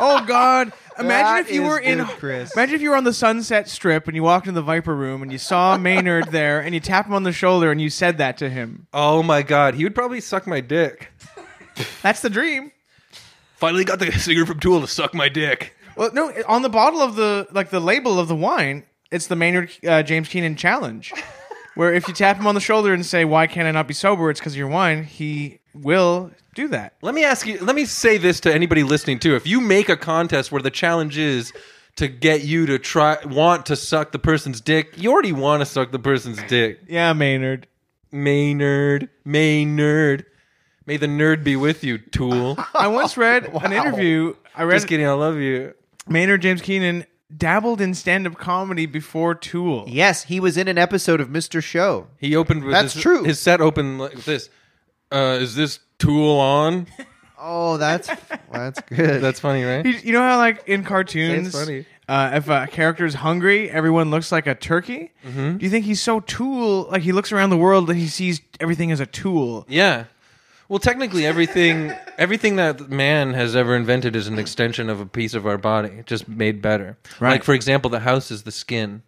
Speaker 3: Oh God!
Speaker 2: That
Speaker 3: Imagine if you
Speaker 2: is
Speaker 3: were in.
Speaker 2: good, Chris.
Speaker 3: Imagine if you were on the Sunset Strip and you walked in the Viper Room and you saw Maynard there and you tap him on the shoulder and you said that to him.
Speaker 4: oh my god, he would probably suck my dick.
Speaker 3: That's the dream.
Speaker 4: Finally got the singer from Tool to suck my dick.
Speaker 3: Well, no, on the bottle of the like the label of the wine, it's the Maynard uh, James Keenan challenge, where if you tap him on the shoulder and say, "Why can't I not be sober? It's because of your wine," he will do that.
Speaker 4: Let me ask you. Let me say this to anybody listening too. If you make a contest where the challenge is to get you to try want to suck the person's dick, you already want to suck the person's dick.
Speaker 3: Yeah, Maynard.
Speaker 4: Maynard, Maynard, may the nerd be with you, Tool.
Speaker 3: I once read an interview. I read
Speaker 4: Just kidding. I love you.
Speaker 3: Maynard James Keenan dabbled in stand-up comedy before Tool.
Speaker 2: Yes, he was in an episode of Mr. Show.
Speaker 4: He opened with
Speaker 2: That's
Speaker 4: his,
Speaker 2: true.
Speaker 4: His set opened like this. Uh, is this Tool on?
Speaker 2: Oh, that's that's good.
Speaker 4: That's funny, right?
Speaker 3: You, you know how, like in cartoons,
Speaker 4: It's funny.
Speaker 3: Uh, if a character is hungry, everyone looks like a turkey.
Speaker 4: Mm-hmm.
Speaker 3: Do you think he's so tool? Like he looks around the world and he sees everything as a tool.
Speaker 4: Yeah. Well, technically, everything everything that man has ever invented is an extension of a piece of our body, just made better.
Speaker 3: Right.
Speaker 4: Like, for example, the house is the skin,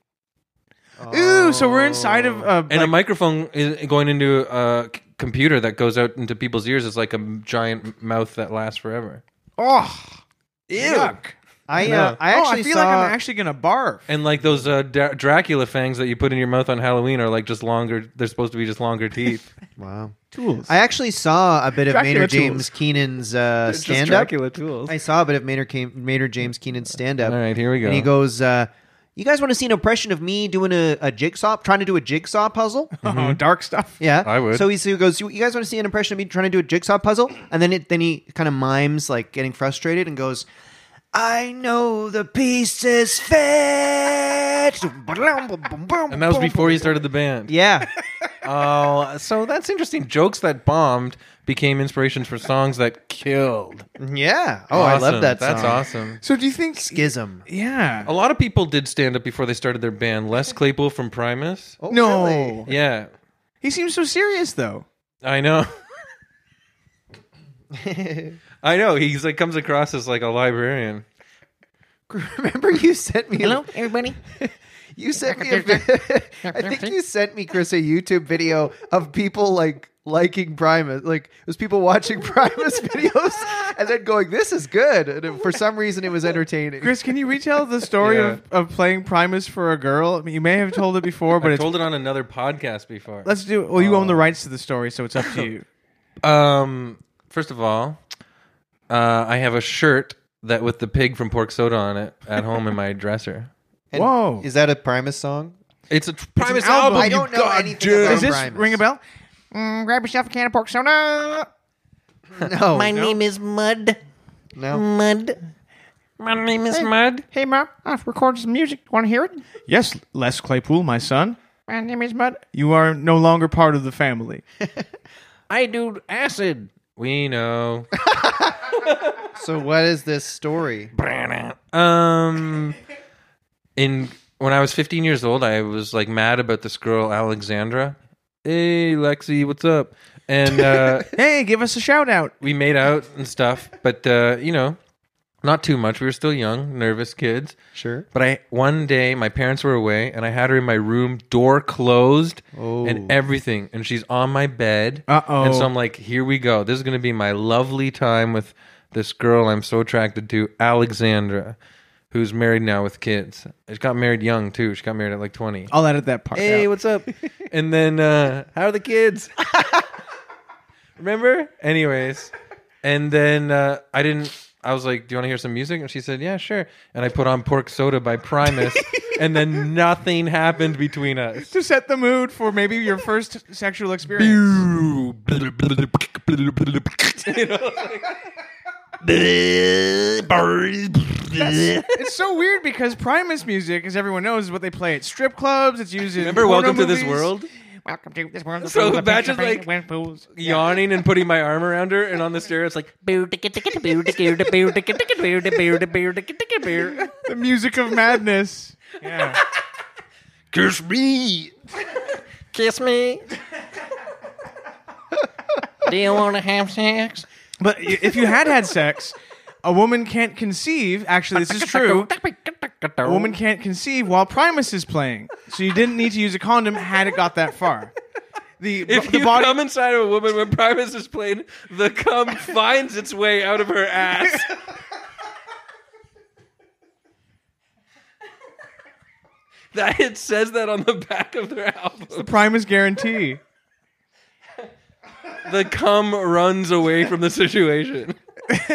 Speaker 3: Ooh, so we're inside of uh,
Speaker 4: and
Speaker 3: like-
Speaker 4: a microphone is going into a c- computer that goes out into people's ears is like a m- giant mouth that lasts forever.
Speaker 3: oh,
Speaker 4: Yuck.
Speaker 2: I
Speaker 4: No.
Speaker 2: uh, I
Speaker 3: Oh,
Speaker 2: actually
Speaker 3: I feel
Speaker 2: saw,
Speaker 3: like I'm actually gonna barf.
Speaker 4: And like those uh, Dra- Dracula fangs that you put in your mouth on Halloween are like just longer. They're supposed to be just longer teeth.
Speaker 2: wow.
Speaker 3: Tools.
Speaker 2: I actually saw a bit of
Speaker 3: Dracula
Speaker 2: Maynard
Speaker 3: tools.
Speaker 2: James Keenan's uh,
Speaker 4: Just
Speaker 2: stand up.
Speaker 4: tools.
Speaker 2: I saw a bit of Maynard, Cam- Maynard James Keenan's stand up.
Speaker 4: All right, here we go.
Speaker 2: And he goes, uh, "You guys want to see an impression of me doing a, a jigsaw, trying to do a jigsaw puzzle?"
Speaker 3: Oh, dark stuff.
Speaker 2: Mm-hmm. Yeah,
Speaker 4: I would.
Speaker 2: So he, so he goes, "You you guys want to see an impression of me trying to do a jigsaw puzzle?" And then it, then he kind of mimes like getting frustrated and goes, "I know the pieces fit." bitch.
Speaker 4: And that was before he started the band.
Speaker 2: Yeah.
Speaker 4: Oh, so that's interesting. Jokes that bombed became inspirations for songs that killed.
Speaker 2: Yeah. Oh, I love
Speaker 4: Awesome.
Speaker 2: that song.
Speaker 4: That's awesome.
Speaker 3: So do you think?
Speaker 2: Schism.
Speaker 3: Yeah.
Speaker 2: Oh,
Speaker 4: A lot of people did stand up before they started their band. Les Claypool from Primus.
Speaker 2: Oh,
Speaker 3: no.
Speaker 2: really?
Speaker 4: Yeah,
Speaker 3: He seems so serious though.
Speaker 4: I know. I know. He's like comes across as like a librarian.
Speaker 2: Remember you sent me
Speaker 6: Hello, everybody.
Speaker 2: You sent me. A vi- I think you sent me, Chris, a YouTube video of people like liking Primus. Like it was people watching Primus videos and then going, "This is good." And it- for some reason, it was entertaining.
Speaker 3: Chris, can you retell the story
Speaker 4: Yeah.
Speaker 3: of, of playing Primus for a girl? I mean, you may have told it before, but
Speaker 4: I
Speaker 3: it's,
Speaker 4: told it on another podcast before.
Speaker 3: let's do. Well, you own
Speaker 2: Oh.
Speaker 3: the rights to the story, so it's up to you.
Speaker 4: Um, first of all, uh, I have a shirt that with the pig from Pork Soda on it at home in my dresser.
Speaker 2: And
Speaker 3: Whoa.
Speaker 2: Is that a Primus song?
Speaker 4: It's a Primus
Speaker 3: album.
Speaker 4: album.
Speaker 3: I
Speaker 4: you
Speaker 2: don't know
Speaker 4: god
Speaker 2: anything
Speaker 4: dude.
Speaker 2: about
Speaker 3: Does this
Speaker 2: Primus.
Speaker 3: ring a bell? Mm, grab yourself a can of pork soda.
Speaker 2: No,
Speaker 6: My name is Mud.
Speaker 2: no.
Speaker 6: Mud.
Speaker 4: My name is Mud.
Speaker 6: Hey, Mom, I've recorded some music. Want to hear it?
Speaker 3: Yes, Les Claypool, my son.
Speaker 6: My name is Mud.
Speaker 3: You are no longer part of the family.
Speaker 6: I do acid.
Speaker 4: We know.
Speaker 2: So what is this story?
Speaker 4: Um, in when I was 15 years old, I was like mad about this girl Alexandra. Hey, Lexi, what's up? And uh,
Speaker 3: Hey, give us a shout out.
Speaker 4: we made out and stuff, but uh, you know, not too much. We were still young, nervous kids.
Speaker 2: Sure.
Speaker 4: But I one day my parents were away and I had her in my room, door closed
Speaker 2: Oh.
Speaker 4: and everything. And she's on my bed.
Speaker 3: Uh-oh.
Speaker 4: And so I'm like, here we go. This is gonna be my lovely time with this girl I'm so attracted to, Alexandra, who's married now with kids. She got married young too. She got married at like twenty.
Speaker 3: I'll edit that part.
Speaker 4: Hey,
Speaker 3: out.
Speaker 4: what's up? and then uh how are the kids? Remember? Anyways. And then uh I didn't I was like, Do you want to hear some music? And she said, Yeah, sure. And I put on pork soda by Primus and then nothing happened between us.
Speaker 3: To set the mood for maybe your first sexual experience. it's so weird because Primus music, as everyone knows, is what they play at strip clubs. It's used in
Speaker 4: Remember
Speaker 3: porno
Speaker 4: Welcome to This
Speaker 3: movies.
Speaker 4: World?
Speaker 6: Welcome to this world. of
Speaker 4: So
Speaker 6: fools, a
Speaker 4: imagine,
Speaker 6: picture painted
Speaker 4: like-
Speaker 6: with fools.
Speaker 4: Yawning and putting my arm around her and on the stair it's like
Speaker 6: Boo, ticka, ticka, boo, ticka, ticka, boo, ticka, ticka, boo, ticka, boo, ticka, boo, ticka, ticka, boo.
Speaker 3: The music of madness. Yeah.
Speaker 4: Kiss me.
Speaker 6: Kiss me. Do you want to have sex?
Speaker 3: But i- if you had had sex, a woman can't conceive. Actually, this is true. A woman can't conceive while Primus is playing. So you didn't need to use a condom had it got that far. The,
Speaker 4: If
Speaker 3: the
Speaker 4: you
Speaker 3: body
Speaker 4: come inside of a woman when Primus is playing, the cum finds its way out of her ass. that it says that on the back of their album.
Speaker 3: Primus guarantee.
Speaker 4: The cum runs away from the situation. a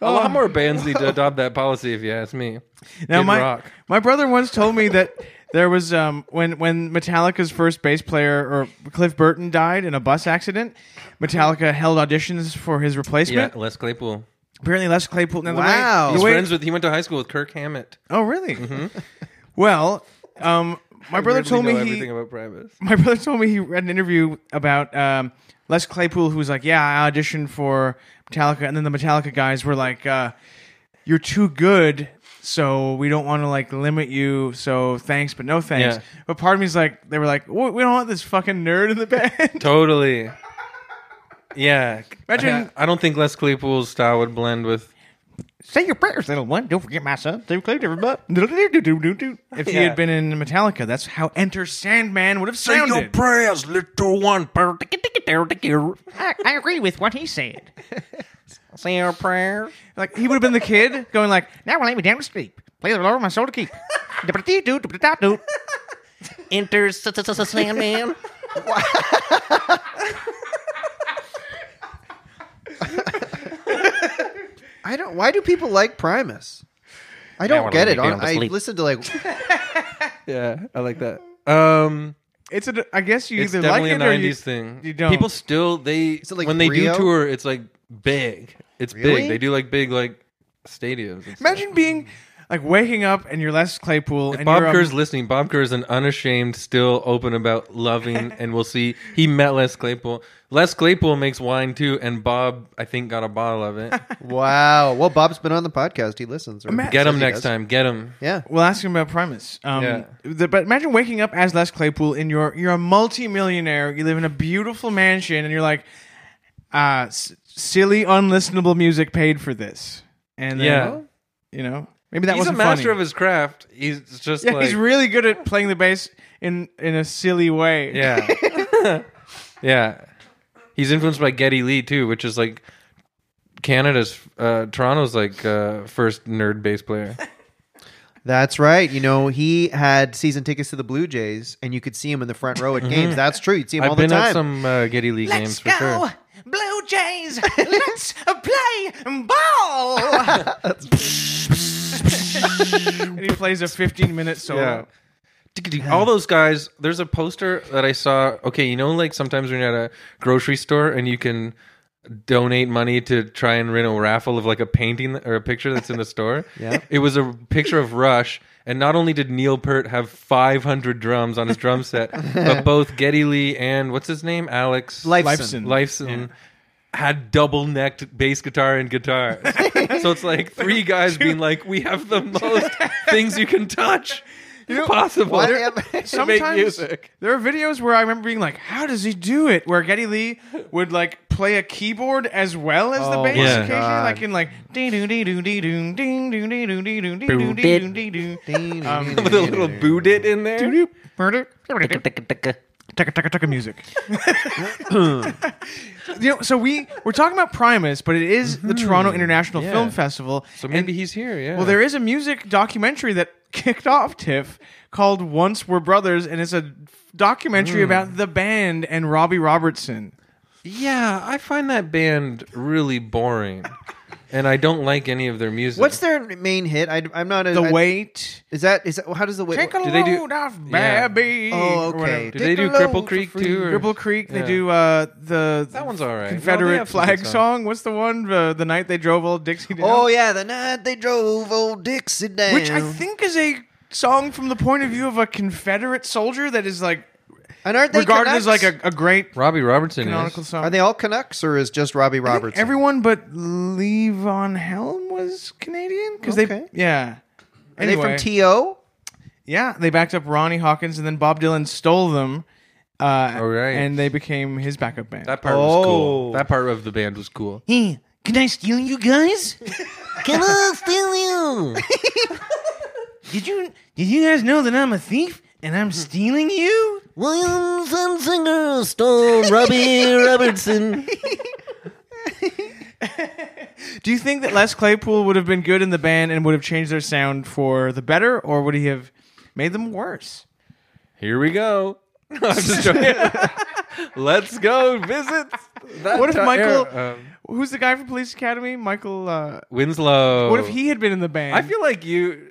Speaker 4: lot more bands need to adopt that policy, if you ask me.
Speaker 3: Um, Now
Speaker 4: Kid
Speaker 3: my
Speaker 4: Rock.
Speaker 3: my brother once told me that there was um when when Metallica's first bass player or Cliff Burton died in a bus accident, Metallica held auditions for his
Speaker 4: Yeah,
Speaker 3: replacement.
Speaker 4: Les Claypool.
Speaker 3: Apparently, Les Claypool. Now, the way-
Speaker 2: Wow.
Speaker 3: the
Speaker 4: He's
Speaker 3: way-
Speaker 4: friends with. He went to high school with Kirk Hammett.
Speaker 3: oh, really? Well, um, my brother
Speaker 4: Weirdly
Speaker 3: told me
Speaker 4: know
Speaker 3: he
Speaker 4: everything about Primus.
Speaker 3: my brother told me he read an interview about um, Les Claypool, who was like, "Yeah, I auditioned for Metallica," and then the Metallica guys were like, uh, "You're too good, so we don't want to like limit you. So thanks, but no thanks."
Speaker 4: Yeah.
Speaker 3: But part of me's like, they were like, "We we don't want this fucking nerd in the band."
Speaker 4: Totally. Yeah.
Speaker 3: Imagine-
Speaker 4: I, I don't think Les Claypool's style would blend with.
Speaker 6: Say your prayers, little one. Don't forget my son. They've cleared every butt.
Speaker 3: if he
Speaker 4: Yeah.
Speaker 3: had been in Metallica, that's how Enter Sandman would have sounded.
Speaker 4: prayers, little one.
Speaker 6: I, I agree with what he said. Say your prayer.
Speaker 3: like he would have been the kid going like,
Speaker 6: Now will lay me down to sleep. Play the Lord of my soul to keep. Enter S- S- S- Sandman.
Speaker 2: I don't. Why do people like Primus? I don't
Speaker 6: wanna
Speaker 2: get
Speaker 6: lay
Speaker 2: it.
Speaker 6: down
Speaker 2: hon-
Speaker 6: to
Speaker 2: I
Speaker 6: sleep.
Speaker 2: listened to like
Speaker 4: Yeah, I like that. Um,
Speaker 3: "It's a." I guess you
Speaker 4: it's
Speaker 3: either like
Speaker 4: definitely
Speaker 3: it
Speaker 4: a
Speaker 3: or
Speaker 4: '90s
Speaker 3: you,
Speaker 4: thing.
Speaker 3: you don't.
Speaker 4: People still they
Speaker 2: it like
Speaker 4: when they
Speaker 2: Rio?
Speaker 4: do tour, it's like big. It's
Speaker 2: Really?
Speaker 4: big. They do like big like stadiums. and stuff.
Speaker 3: Imagine being like waking up and you're Les Claypool and
Speaker 4: Bob
Speaker 3: you're um,
Speaker 4: Kerr's listening. Bob Kerr is an unashamed, still open about loving, and we'll see. He met Les Claypool. Les Claypool makes wine too, and Bob, I think, got a bottle of it.
Speaker 2: Wow. Well, Bob's been on the podcast. He listens. Right?
Speaker 3: Ima-
Speaker 4: Get
Speaker 2: Says
Speaker 4: him
Speaker 2: he
Speaker 4: next
Speaker 2: does.
Speaker 4: time. Get him.
Speaker 2: Yeah.
Speaker 3: We'll ask him about Primus. Um,
Speaker 4: Yeah.
Speaker 3: the- but imagine waking up as Les Claypool and you're you're a multimillionaire. You live in a beautiful mansion, and you're like, uh, s- silly, unlistenable music paid for this. And then,
Speaker 4: Yeah.
Speaker 3: you know, maybe that
Speaker 4: he's a
Speaker 3: wasn't
Speaker 4: master
Speaker 3: funny.
Speaker 4: of his craft. He's just
Speaker 3: yeah,
Speaker 4: like
Speaker 3: he's really good at playing the bass in in a silly way.
Speaker 4: yeah, yeah. He's influenced by Getty Lee too, which is like Canada's uh, Toronto's like uh, first nerd bass player.
Speaker 2: That's right. You know, he had season tickets to the Blue Jays, and you could see him in the front row at games. That's true. You'd see him all
Speaker 4: Mm-hmm. I've been
Speaker 2: the
Speaker 4: at
Speaker 2: time.
Speaker 4: some uh, Getty Lee games for sure.
Speaker 3: Blue Jays. Let's play ball. and he plays a 15 minute solo.
Speaker 4: Yeah. All those guys. There's a poster that I saw. Okay, you know, like sometimes when you're at a grocery store and you can donate money to try and win a raffle of like a painting or a picture that's in the store. yeah, it was a picture of Rush, and not only did Neil Peart have 500 drums on his drum set, but both Geddy Lee and what's his name, Alex
Speaker 2: Lifeson.
Speaker 3: Lifeson.
Speaker 4: Lifeson had double necked bass guitar and guitar. so it's like three guys being like, we have the most things you can touch possible.
Speaker 2: Why
Speaker 4: to
Speaker 2: am-
Speaker 4: make
Speaker 3: Sometimes
Speaker 4: music.
Speaker 3: there are videos where I remember being like, "How does he do it?" Where Getty Lee would like play a keyboard as well as the
Speaker 2: Oh
Speaker 3: bass
Speaker 4: my
Speaker 3: occasionally,
Speaker 2: God.
Speaker 3: like in like ding doo dee doo dee doo ding doo dee doo dee doo dee doo dee doo dee doo. Um,
Speaker 4: With a little boot it in there.
Speaker 3: Murder. Tucka tucka tucka music. you know, so we we're talking about Primus, but it is the Toronto International
Speaker 4: Mm-hmm. Yeah.
Speaker 3: Film Festival.
Speaker 4: So maybe he's here, yeah.
Speaker 3: Well, there is a music documentary that kicked off TIFF called Once We're Brothers, and it's a
Speaker 4: Mm.
Speaker 3: documentary about the band and Robbie Robertson.
Speaker 4: Yeah, I find that band really boring. and I don't like any of their music.
Speaker 2: What's their main hit? I, am not a,
Speaker 3: The
Speaker 2: I-
Speaker 3: Weight.
Speaker 2: Is that is that how does the wait?
Speaker 3: Take a
Speaker 4: do they do-
Speaker 3: load off,
Speaker 4: Yeah.
Speaker 3: baby.
Speaker 2: Oh,
Speaker 3: or
Speaker 2: okay.
Speaker 3: whatever.
Speaker 4: do they do
Speaker 2: Take a
Speaker 4: Cripple
Speaker 2: load
Speaker 4: Creek
Speaker 2: for
Speaker 4: too? Or
Speaker 3: Cripple Creek. They
Speaker 4: Yeah.
Speaker 3: do uh, the
Speaker 4: That one's all right. No, they
Speaker 3: Confederate
Speaker 4: have some good
Speaker 3: flag
Speaker 4: songs.
Speaker 3: song. What's the one? Uh, the night they drove old Dixie down.
Speaker 2: Oh yeah, the night they drove old Dixie down.
Speaker 3: which I think is a song from the point of view of a Confederate soldier that is like
Speaker 2: and aren't they
Speaker 3: regarded as like
Speaker 2: Canucks?
Speaker 3: a, a great
Speaker 4: Robbie Robertson
Speaker 3: canonical
Speaker 4: is.
Speaker 3: song.
Speaker 2: Are they all Canucks or is just Robbie
Speaker 3: I think
Speaker 2: Robertson?
Speaker 3: Everyone but Levon Helm was Canadian because
Speaker 2: Okay.
Speaker 3: they yeah.
Speaker 2: Are
Speaker 3: anyway,
Speaker 2: they from T.O.?
Speaker 3: yeah, they backed up Ronnie Hawkins and then Bob Dylan stole them. Uh,
Speaker 4: All right.
Speaker 3: and they became his backup band.
Speaker 4: That part was
Speaker 2: Oh.
Speaker 4: cool. That part of the band was cool.
Speaker 5: Hey, can I steal you guys? can I steal you?
Speaker 3: Did you did you guys know that I'm a thief and I'm stealing you?
Speaker 5: William Sunsinger stole Robbie Robertson.
Speaker 3: Do you think that Les Claypool would have been good in the band and would have changed their sound for the better, or would he have made them worse?
Speaker 4: Here we go. I'm just joking. Let's go visit. That
Speaker 3: What if
Speaker 4: ti-
Speaker 3: Michael-
Speaker 4: era, um,
Speaker 3: Who's the guy from Police Academy? Michael. Uh,
Speaker 4: Winslow?
Speaker 3: What if he had been in the band?
Speaker 4: I feel like you.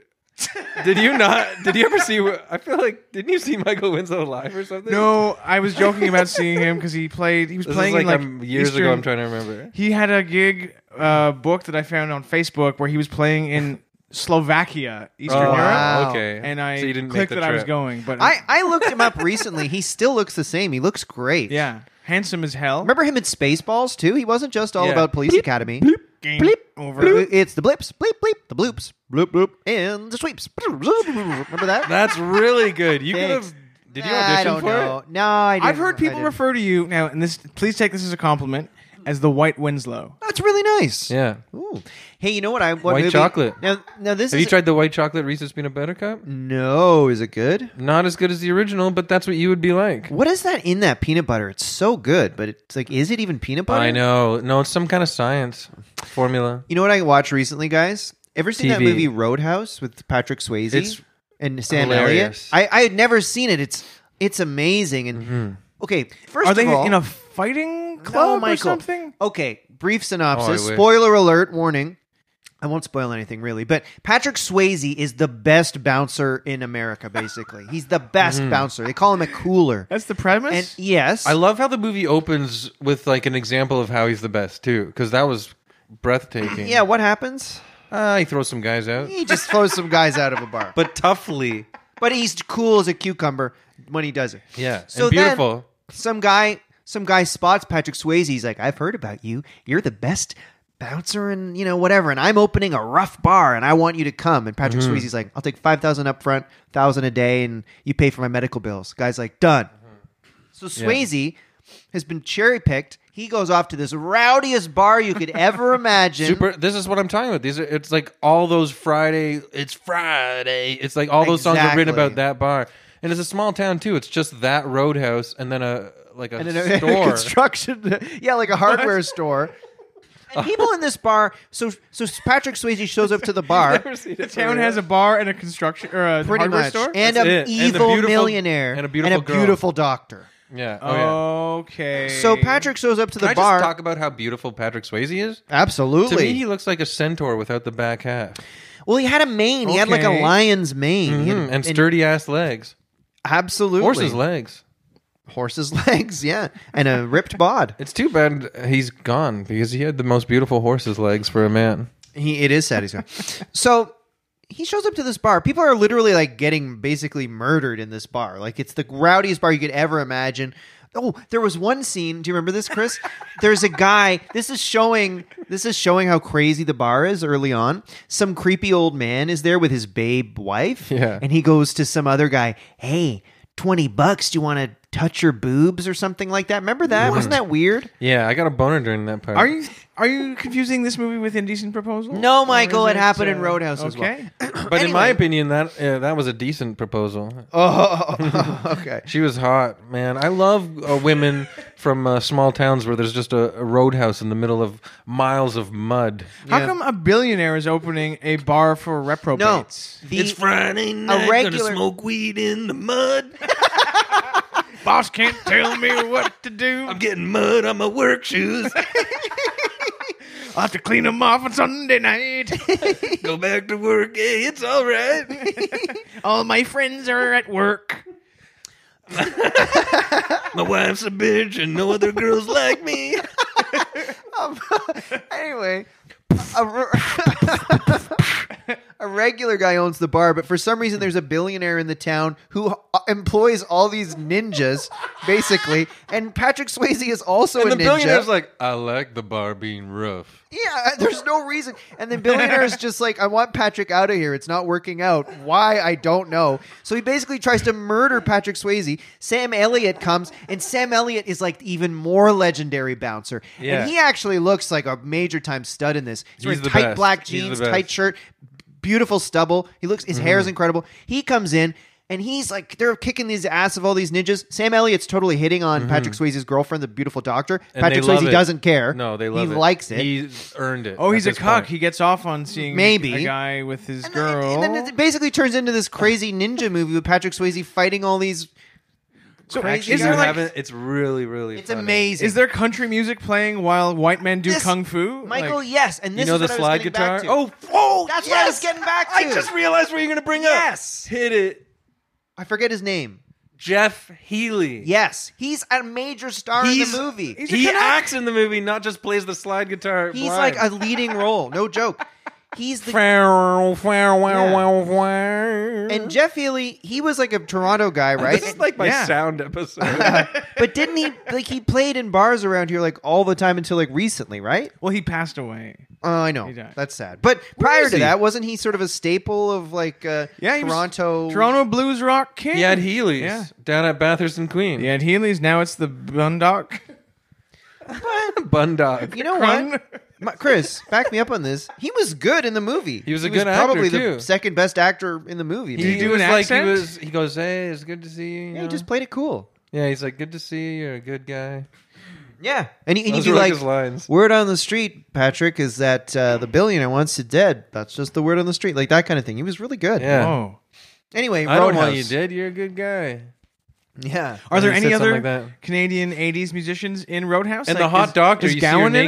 Speaker 4: Did you not? Did you ever see? I feel like didn't you see Michael Winslow live or something?
Speaker 3: No, I was joking about seeing him because he played. He was
Speaker 4: this
Speaker 3: playing
Speaker 4: is
Speaker 3: in,
Speaker 4: like,
Speaker 3: like
Speaker 4: um, years
Speaker 3: Eastern-
Speaker 4: ago. I'm trying to remember.
Speaker 3: He had a gig uh, book that I found on Facebook where he was playing in Slovakia, Eastern
Speaker 4: Oh,
Speaker 3: Europe,
Speaker 2: wow.
Speaker 4: okay.
Speaker 3: and I
Speaker 4: So you didn't make
Speaker 3: clicked
Speaker 4: the
Speaker 3: that I was
Speaker 4: trip.
Speaker 3: going. But
Speaker 2: I, I looked him up recently. He still looks the same. He looks great.
Speaker 3: yeah, handsome as hell.
Speaker 2: Remember him in Spaceballs too? He wasn't just all
Speaker 4: Yeah.
Speaker 2: about Police Academy.
Speaker 3: Game over.
Speaker 2: It's the blips, bleep, bleep, the bloops, bloop, bloop, and the sweeps. Remember that?
Speaker 4: That's really good. You could
Speaker 2: Thanks.
Speaker 4: have. Did you audition
Speaker 2: I don't
Speaker 4: for
Speaker 2: know.
Speaker 4: it?
Speaker 2: No, I didn't.
Speaker 3: I've heard people
Speaker 2: I didn't.
Speaker 3: refer to you now, and this please take this as a compliment as the White Winslow.
Speaker 2: That's really nice.
Speaker 4: Yeah.
Speaker 2: Ooh. Hey, you know what I what
Speaker 4: White
Speaker 2: movie-
Speaker 4: chocolate.
Speaker 2: Now, now this
Speaker 4: Have
Speaker 2: is
Speaker 4: you tried the white chocolate Reese's peanut butter cup?
Speaker 2: No, is it good?
Speaker 4: Not as good as the original, but that's what you would be like.
Speaker 2: What is that in that peanut butter? It's so good, but it's like, is it even peanut butter?
Speaker 4: I know. No, it's some kind of science formula.
Speaker 2: You know what I watched recently, guys? Ever seen that
Speaker 4: TV.
Speaker 2: movie Roadhouse with Patrick Swayze
Speaker 4: It's
Speaker 2: and Sam
Speaker 4: hilarious.
Speaker 2: Elliott? I, I had never seen it. It's it's amazing. And
Speaker 4: Mm-hmm.
Speaker 2: okay, first
Speaker 3: Are they
Speaker 2: of all,
Speaker 3: in a fighting
Speaker 2: No,
Speaker 3: club or
Speaker 2: Michael.
Speaker 3: something?
Speaker 2: Okay, brief synopsis.
Speaker 4: Oh, I wish.
Speaker 2: Spoiler alert, warning. I won't spoil anything really, but Patrick Swayze is the best bouncer in America, basically. He's the best bouncer. They call him a cooler.
Speaker 3: That's the premise.
Speaker 2: And yes.
Speaker 4: Mm-hmm. I love how the movie opens with like an example of how he's the best too, because that was breathtaking.
Speaker 2: yeah, what happens?
Speaker 4: Uh, he throws some guys out,
Speaker 2: He just throws some guys out of a bar. But,
Speaker 4: but toughly.
Speaker 2: but he's cool as a cucumber when he does it.
Speaker 4: Yeah,
Speaker 2: So
Speaker 4: and
Speaker 2: then-
Speaker 4: beautiful.
Speaker 2: Some guy, some guy spots Patrick Swayze. He's like, "I've heard about you. You're the best bouncer, and you know whatever. And I'm opening a rough bar, and I want you to come." And Patrick
Speaker 4: Mm-hmm.
Speaker 2: Swayze's like, "I'll take five thousand up front, thousand a day, and you pay for my medical bills." Guy's like, "Done."
Speaker 4: Mm-hmm.
Speaker 2: So Swayze has been cherry picked. He goes off to this rowdiest bar you could ever imagine.
Speaker 4: Super. This is what I'm talking about. These are. It's like all those Friday. It's Friday. It's like all those songs are written
Speaker 2: Exactly.
Speaker 4: about that bar, and it's a small town too. It's just that roadhouse, and then a like a
Speaker 2: and in a,
Speaker 4: store.
Speaker 2: construction, yeah, like a hardware store. And people in this bar. So so Patrick Swayze shows up to the bar.
Speaker 3: The town has a bar and a construction or a
Speaker 2: pretty
Speaker 3: hardware
Speaker 2: much,
Speaker 3: store.
Speaker 2: and an
Speaker 4: That's it. And the
Speaker 2: evil
Speaker 4: beautiful-
Speaker 2: millionaire
Speaker 4: and a beautiful girl.
Speaker 2: beautiful doctor.
Speaker 4: yeah. Oh, yeah.
Speaker 3: okay.
Speaker 2: So Patrick shows up to the
Speaker 4: Can I
Speaker 2: bar.
Speaker 4: just talk about how beautiful Patrick Swayze is? To
Speaker 2: Absolutely.
Speaker 4: me, he looks like a centaur without the back half
Speaker 2: well, he had a mane. He had like a
Speaker 3: Okay.
Speaker 2: lion's mane He had-
Speaker 4: Mhm. and sturdy ass legs,
Speaker 2: Absolutely,
Speaker 4: horse's legs.
Speaker 2: Horse's legs. Yeah, and a ripped bod.
Speaker 4: It's too bad he's gone because he had the most beautiful horse's legs for a man.
Speaker 2: He, it is sad he's gone. so he shows up to this bar. People are literally like getting basically murdered in this bar. Like it's the rowdiest bar you could ever imagine. Oh, there was one scene. Do you remember this, Chris? There's a guy. This is showing. This is showing how crazy the bar is early on. Some creepy old man is there with his babe wife.
Speaker 4: Yeah.
Speaker 2: and he goes to some other guy. Hey, twenty bucks. Do you want to touch your boobs or something like that? Remember that? Wasn't that weird?
Speaker 4: Yeah, I got a boner during that part.
Speaker 3: are you are you confusing this movie with Indecent Proposal?
Speaker 2: No,
Speaker 3: Or
Speaker 2: Michael,
Speaker 3: is
Speaker 2: it happened in
Speaker 3: uh,
Speaker 2: Roadhouse as well.
Speaker 3: Okay.
Speaker 4: But in my
Speaker 2: Anyway.
Speaker 4: opinion, that uh, that was a decent proposal.
Speaker 2: Oh, okay.
Speaker 4: She was hot, man. I love uh, women from uh, small towns where there's just a, a roadhouse in the middle of miles of mud.
Speaker 3: How come a billionaire is opening a bar for
Speaker 2: No,
Speaker 3: reprobates?
Speaker 2: the-
Speaker 5: It's Friday night.
Speaker 2: regular-
Speaker 5: Gonna smoke weed in the mud.
Speaker 3: Boss can't tell me what to do.
Speaker 5: I'm getting mud on my work shoes.
Speaker 3: I'll have to clean them off on Sunday night.
Speaker 5: Go back to work. Hey, it's all right.
Speaker 3: All my friends are at work.
Speaker 5: My wife's a bitch, and no other girls like me.
Speaker 2: anyway, a, re- a regular guy owns the bar, but for some reason there's a billionaire in the town who uh, employs all these ninjas, basically. And Patrick Swayze is also
Speaker 4: And
Speaker 2: a
Speaker 4: the
Speaker 2: ninja.
Speaker 4: billionaire's like, I like the bar being rough.
Speaker 2: yeah, there's no reason. And the billionaire is just like, I want Patrick out of here. It's not working out. Why I don't know. So he basically tries to murder Patrick Swayze. Sam Elliott comes, and Sam Elliott is like even more legendary bouncer.
Speaker 4: Yeah.
Speaker 2: And he actually looks like a major time stud in this. He's,
Speaker 4: He's
Speaker 2: wearing
Speaker 4: the
Speaker 2: tight
Speaker 4: best.
Speaker 2: black
Speaker 4: He's the
Speaker 2: jeans,
Speaker 4: best. Mm-hmm.
Speaker 2: tight shirt, beautiful stubble. He looks his hair is incredible. He comes in and he's like they're kicking these ass of all these ninjas. Sam Elliott's totally hitting on Patrick Swayze's girlfriend, the beautiful doctor.
Speaker 4: Mm-hmm. And
Speaker 2: Patrick
Speaker 4: they love
Speaker 2: Swayze
Speaker 4: it.
Speaker 2: doesn't care.
Speaker 4: No, they love
Speaker 2: he
Speaker 4: it.
Speaker 2: likes it.
Speaker 4: He's earned it.
Speaker 3: Oh,
Speaker 4: at
Speaker 3: he's a
Speaker 4: this
Speaker 3: cuck.
Speaker 4: point.
Speaker 3: He gets off on seeing
Speaker 2: Maybe.
Speaker 3: a guy with his
Speaker 2: and, then-
Speaker 3: girl.
Speaker 2: and then it basically turns into this crazy ninja movie with Patrick Swayze fighting all these.
Speaker 3: so,
Speaker 2: crazy
Speaker 3: is
Speaker 4: You
Speaker 3: there like
Speaker 4: haven't- it's really, really.
Speaker 2: It's
Speaker 4: funny.
Speaker 2: amazing.
Speaker 3: is there country music playing while white men do
Speaker 2: This-
Speaker 3: kung fu?
Speaker 2: Michael?
Speaker 3: Like,
Speaker 2: yes, and
Speaker 4: You
Speaker 2: this
Speaker 4: know
Speaker 2: is
Speaker 4: the
Speaker 2: what I was
Speaker 4: slide
Speaker 2: getting
Speaker 4: guitar?
Speaker 2: back to.
Speaker 4: Oh, whoa!
Speaker 2: that's what I was getting back to.
Speaker 4: I just realized what you're going to bring
Speaker 2: Yes.
Speaker 4: up. Hit it.
Speaker 2: I forget his name.
Speaker 4: Jeff Healy.
Speaker 2: Yes, he's a major star in
Speaker 4: He's-
Speaker 2: the movie.
Speaker 3: he's a
Speaker 4: He
Speaker 3: Canuck.
Speaker 4: acts in the movie, not just plays the slide guitar.
Speaker 2: He's
Speaker 4: blind.
Speaker 2: like a leading role, no joke. He's the
Speaker 4: Farewell, farewell,
Speaker 2: Yeah.
Speaker 4: farewell.
Speaker 2: and Jeff Healy. He was like a Toronto guy, right?
Speaker 4: This is like my
Speaker 3: Yeah.
Speaker 4: sound episode.
Speaker 2: but didn't he like he played in bars around here like all the time until like recently, right?
Speaker 3: Well, he passed away.
Speaker 2: Oh, I know
Speaker 3: He died.
Speaker 2: that's sad. But prior
Speaker 4: is
Speaker 2: to
Speaker 4: he?
Speaker 2: that, wasn't he sort of a staple of like uh,
Speaker 3: Yeah, he was
Speaker 2: Toronto?
Speaker 3: Toronto blues rock king.
Speaker 4: he had Healy's
Speaker 3: Yeah.
Speaker 4: down at Bathurst and Queen.
Speaker 3: Yeah, at Healy's now it's the Bundock.
Speaker 4: Bundog.
Speaker 2: You know
Speaker 3: Crun.
Speaker 2: what, My- Chris, back me up on this. He was good in the movie.
Speaker 4: He was a good actor,
Speaker 2: probably the
Speaker 4: too.
Speaker 2: second best actor in the movie.
Speaker 4: he
Speaker 2: man.
Speaker 3: you do
Speaker 4: was
Speaker 3: an
Speaker 4: like
Speaker 3: accent?
Speaker 4: he was. He goes, "Hey, it's good to see you." you
Speaker 2: Yeah,
Speaker 4: know?
Speaker 2: he just played it cool.
Speaker 4: yeah, he's like, "Good to see you. You're a good guy."
Speaker 2: Yeah, and, he, and he'd
Speaker 4: Those
Speaker 2: be
Speaker 4: were like
Speaker 2: like,
Speaker 4: his lines.
Speaker 2: "Word on the street, Patrick, is that uh, the billionaire wants you dead. That's just the word on the street, like that kind of thing." He was really good.
Speaker 4: Yeah.
Speaker 3: Oh.
Speaker 2: Anyway,
Speaker 4: I don't want you
Speaker 2: Roadhouse.
Speaker 4: dead. You're a good guy.
Speaker 2: Yeah.
Speaker 3: Are there
Speaker 4: He said
Speaker 3: any other
Speaker 4: something like that.
Speaker 3: Canadian '80s musicians in Roadhouse?
Speaker 4: And
Speaker 3: Like,
Speaker 4: the hot
Speaker 3: is-
Speaker 4: doctor,
Speaker 3: is
Speaker 4: you
Speaker 3: Gowan
Speaker 4: see her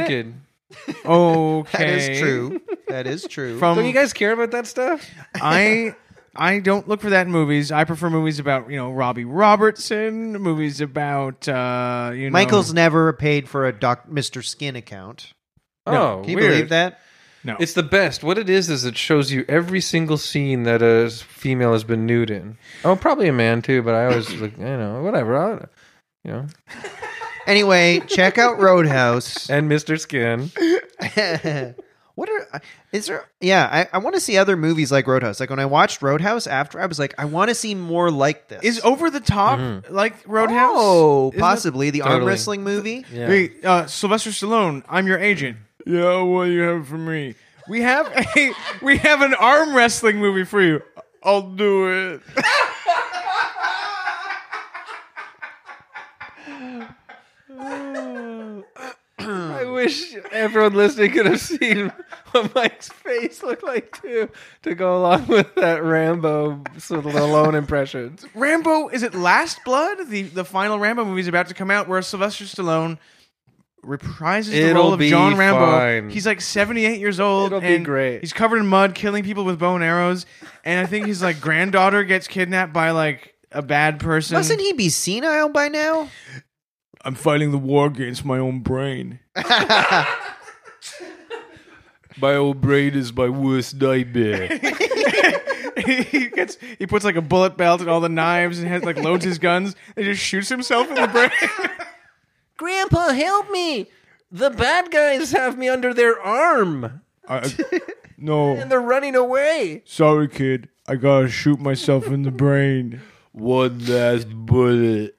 Speaker 3: in it?
Speaker 4: naked.
Speaker 3: Okay,
Speaker 2: That is true. That is true.
Speaker 3: From
Speaker 4: Don't you guys care about that stuff?
Speaker 3: I I don't look for that in movies. I prefer movies about you know Robbie Robertson, movies about uh, you know
Speaker 2: Michael's never paid for a doc Mr. Skin account.
Speaker 4: oh,
Speaker 2: Can you
Speaker 4: weird.
Speaker 2: believe that?
Speaker 3: No.
Speaker 4: It's the best. What it is is it shows you every single scene that a s- female has been nude in. Oh, probably a man too, but I always look, you know, whatever. I'll, you know,
Speaker 2: Anyway, check out Roadhouse.
Speaker 4: and Mr. Skin.
Speaker 2: what are is there? Yeah, I, I want to see other movies like Roadhouse. Like when I watched Roadhouse after, I was like, I want to see more like this.
Speaker 3: Is over the top like Roadhouse?
Speaker 2: Oh,
Speaker 3: Isn't it-
Speaker 2: possibly the arm
Speaker 4: Totally.
Speaker 2: wrestling movie.
Speaker 4: Yeah.
Speaker 3: Hey, uh, Sylvester Stallone, I'm your agent. Yeah, what do you have for me? We have a we have an arm wrestling movie for you. I'll do it.
Speaker 4: I wish everyone listening could have seen what Mike's face looked like too, to go along with that Rambo Stallone impression.
Speaker 3: Rambo is it Last Blood? The the final Rambo movie is about to come out where Sylvester Stallone reprises the
Speaker 4: It'll
Speaker 3: role of
Speaker 4: be
Speaker 3: John Rambo.
Speaker 4: fine.
Speaker 3: He's like 78 years old
Speaker 4: It'll be
Speaker 3: and
Speaker 4: great.
Speaker 3: He's covered in mud, killing people with bow and arrows, and I think his like granddaughter gets kidnapped by like a bad person.
Speaker 2: Mustn't he be senile by now?
Speaker 3: I'm fighting the war against my own brain.
Speaker 4: My old brain is my worst nightmare.
Speaker 3: he gets he puts like a bullet belt and all the knives and has like loads his guns and just shoots himself in the brain.
Speaker 4: Grandpa, help me! The bad guys have me under their arm,
Speaker 3: no,
Speaker 4: and they're running away.
Speaker 3: sorry, kid. I gotta shoot myself in the brain.
Speaker 5: One last bullet.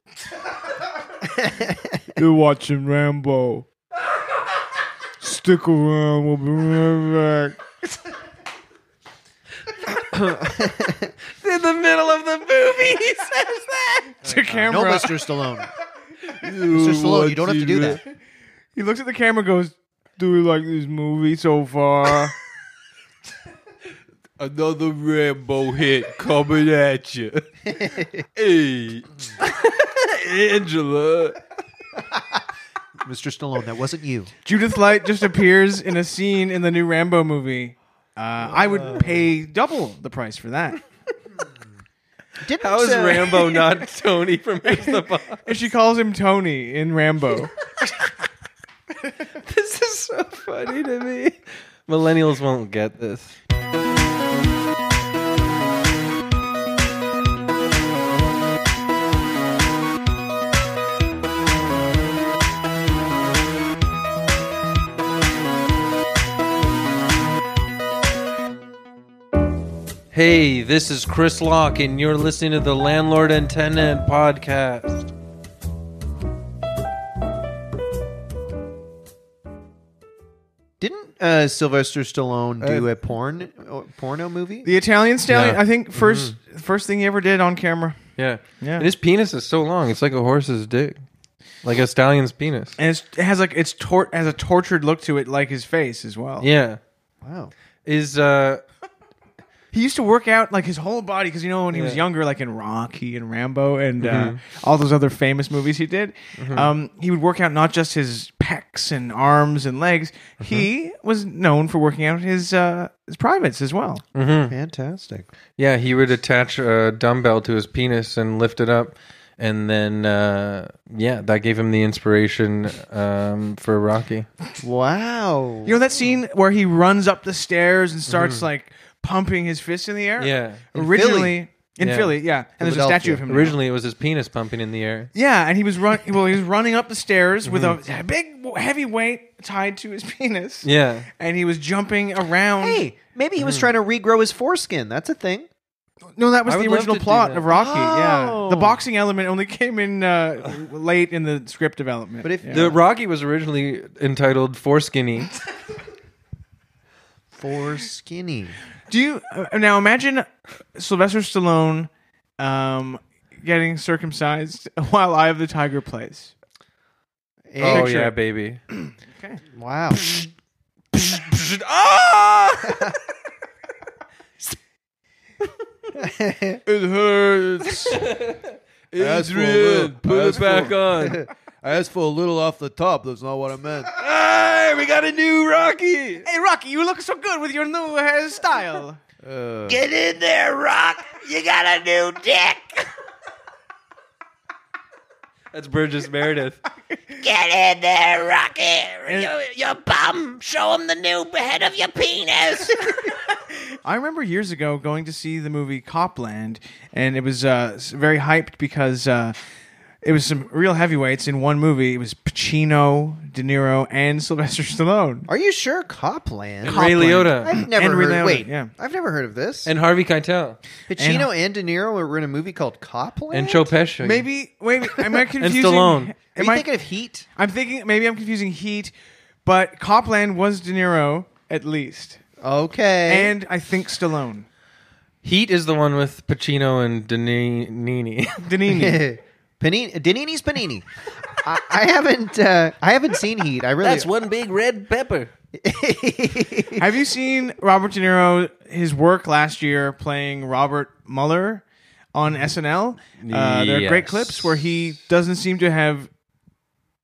Speaker 3: You're watching Rambo. Stick around. We'll be right back.
Speaker 4: In the middle of the movie, he says that.
Speaker 3: To camera,
Speaker 2: No, Mr. Stallone. Mr. Stallone, you don't have to do that.
Speaker 3: he looks at the camera, and goes, "Do we like this movie so far?"
Speaker 5: Another Rambo hit coming at you. hey, Angela.
Speaker 2: Mr. Stallone, that wasn't you.
Speaker 3: Judith Light just appears in a scene in the new Rambo movie. Uh, I would pay double the price for that.
Speaker 2: Didn't
Speaker 4: How is
Speaker 2: uh,
Speaker 4: Rambo not Tony from Ace the Boss?
Speaker 3: And she calls him Tony in Rambo.
Speaker 4: This is so funny to me. Millennials won't get this. Hey, this is Chris Locke, and you're listening to the Landlord and Tenant podcast.
Speaker 2: Didn't uh, Sylvester Stallone
Speaker 4: Uh,
Speaker 2: do a porn or porno movie?
Speaker 3: The Italian stallion,
Speaker 4: Yeah.
Speaker 3: I think 1st first thing he ever did on camera.
Speaker 4: Yeah.
Speaker 3: Yeah.
Speaker 4: And his penis is so long. It's like a horse's dick. Like a stallion's penis.
Speaker 3: And it's, it has like it's tor- has a tortured look to it like his face as well.
Speaker 4: Yeah.
Speaker 2: Wow.
Speaker 4: Is uh
Speaker 3: He used to work out like his whole body because you know when he was
Speaker 4: Yeah. Mm-hmm.
Speaker 3: younger, like in Rocky and Rambo and uh, all those other famous movies he did, um, he would work out not just his pecs and arms and legs.
Speaker 4: Mm-hmm.
Speaker 3: He was known for working out his uh, his privates as well.
Speaker 4: Hmm.
Speaker 2: Fantastic.
Speaker 4: yeah, he would attach a dumbbell to his penis and lift it up and then uh yeah, that gave him the inspiration um for Rocky.
Speaker 2: Wow.
Speaker 3: You know
Speaker 4: Mm-hmm.
Speaker 3: that scene where he runs up the stairs and starts like pumping his fist in the air?
Speaker 4: Yeah.
Speaker 2: In
Speaker 3: Originally in
Speaker 4: Yeah.
Speaker 3: Philly, yeah. And there's a statue of him. now.
Speaker 4: Originally it was his penis pumping in the air.
Speaker 3: Yeah, and he was run well, he was running up the stairs with a,
Speaker 4: Mm-hmm.
Speaker 3: a big heavy weight tied to his penis.
Speaker 4: Yeah.
Speaker 3: And he was jumping around.
Speaker 2: hey, maybe he was trying to regrow his foreskin. That's a thing.
Speaker 3: No, that was
Speaker 4: I
Speaker 3: the
Speaker 4: would love
Speaker 3: original
Speaker 4: to do
Speaker 3: plot
Speaker 4: that.
Speaker 3: of Rocky. Yeah.
Speaker 2: Oh.
Speaker 3: The boxing element only came in uh, late in the script development.
Speaker 2: But if-
Speaker 3: yeah.
Speaker 4: The Rocky was originally entitled Foreskinny.
Speaker 2: Foreskinny.
Speaker 3: Do you uh, now imagine Sylvester Stallone um, getting circumcised while Eye of the Tiger plays?
Speaker 4: oh
Speaker 3: Picture
Speaker 4: yeah,
Speaker 3: it.
Speaker 4: baby.
Speaker 2: Wow.
Speaker 4: Ah!
Speaker 5: It hurts.
Speaker 4: Adrian, put it back on.
Speaker 5: I asked for a little off the top. That's not what I meant.
Speaker 4: hey, we got a new Rocky.
Speaker 3: Hey, Rocky, you look so good with your new hairstyle.
Speaker 5: Get in there, Rock. You got a new dick.
Speaker 4: That's Burgess Meredith.
Speaker 7: Get in there, Rocky. Your, your bum. Show him the new head of your penis.
Speaker 3: I remember years ago going to see the movie Copland, and it was uh, s- very hyped because uh, it was some real heavyweights in one movie. It was Pacino, De Niro, and Sylvester Stallone.
Speaker 2: Are you sure Copland?
Speaker 4: Ray Liotta
Speaker 2: I've never
Speaker 3: And
Speaker 2: heard.
Speaker 3: Leona,
Speaker 2: wait,
Speaker 3: yeah.
Speaker 2: I've never heard of this.
Speaker 4: and Harvey Keitel
Speaker 2: Pacino and, De Niro were in a movie called Copland.
Speaker 4: and Joe Pesci.
Speaker 3: Maybe, wait, am I confusing?
Speaker 4: Stallone.
Speaker 2: Are
Speaker 3: Am
Speaker 2: you
Speaker 3: I,
Speaker 2: thinking of Heat?
Speaker 3: I'm thinking maybe I'm confusing Heat, but Copland was De Niro at least,
Speaker 2: Okay.
Speaker 3: and I think Stallone.
Speaker 4: Heat is the one with Pacino and Danini.
Speaker 3: Danini.
Speaker 2: Panini, Danini's Panini. I, I haven't. Uh, I haven't seen Heat. I really.
Speaker 5: That's one big red pepper.
Speaker 3: Have you seen Robert De Niro his work last year playing Robert Mueller on SNL? Uh, there are great
Speaker 4: Mm-hmm. Yes.
Speaker 3: clips where he doesn't seem to have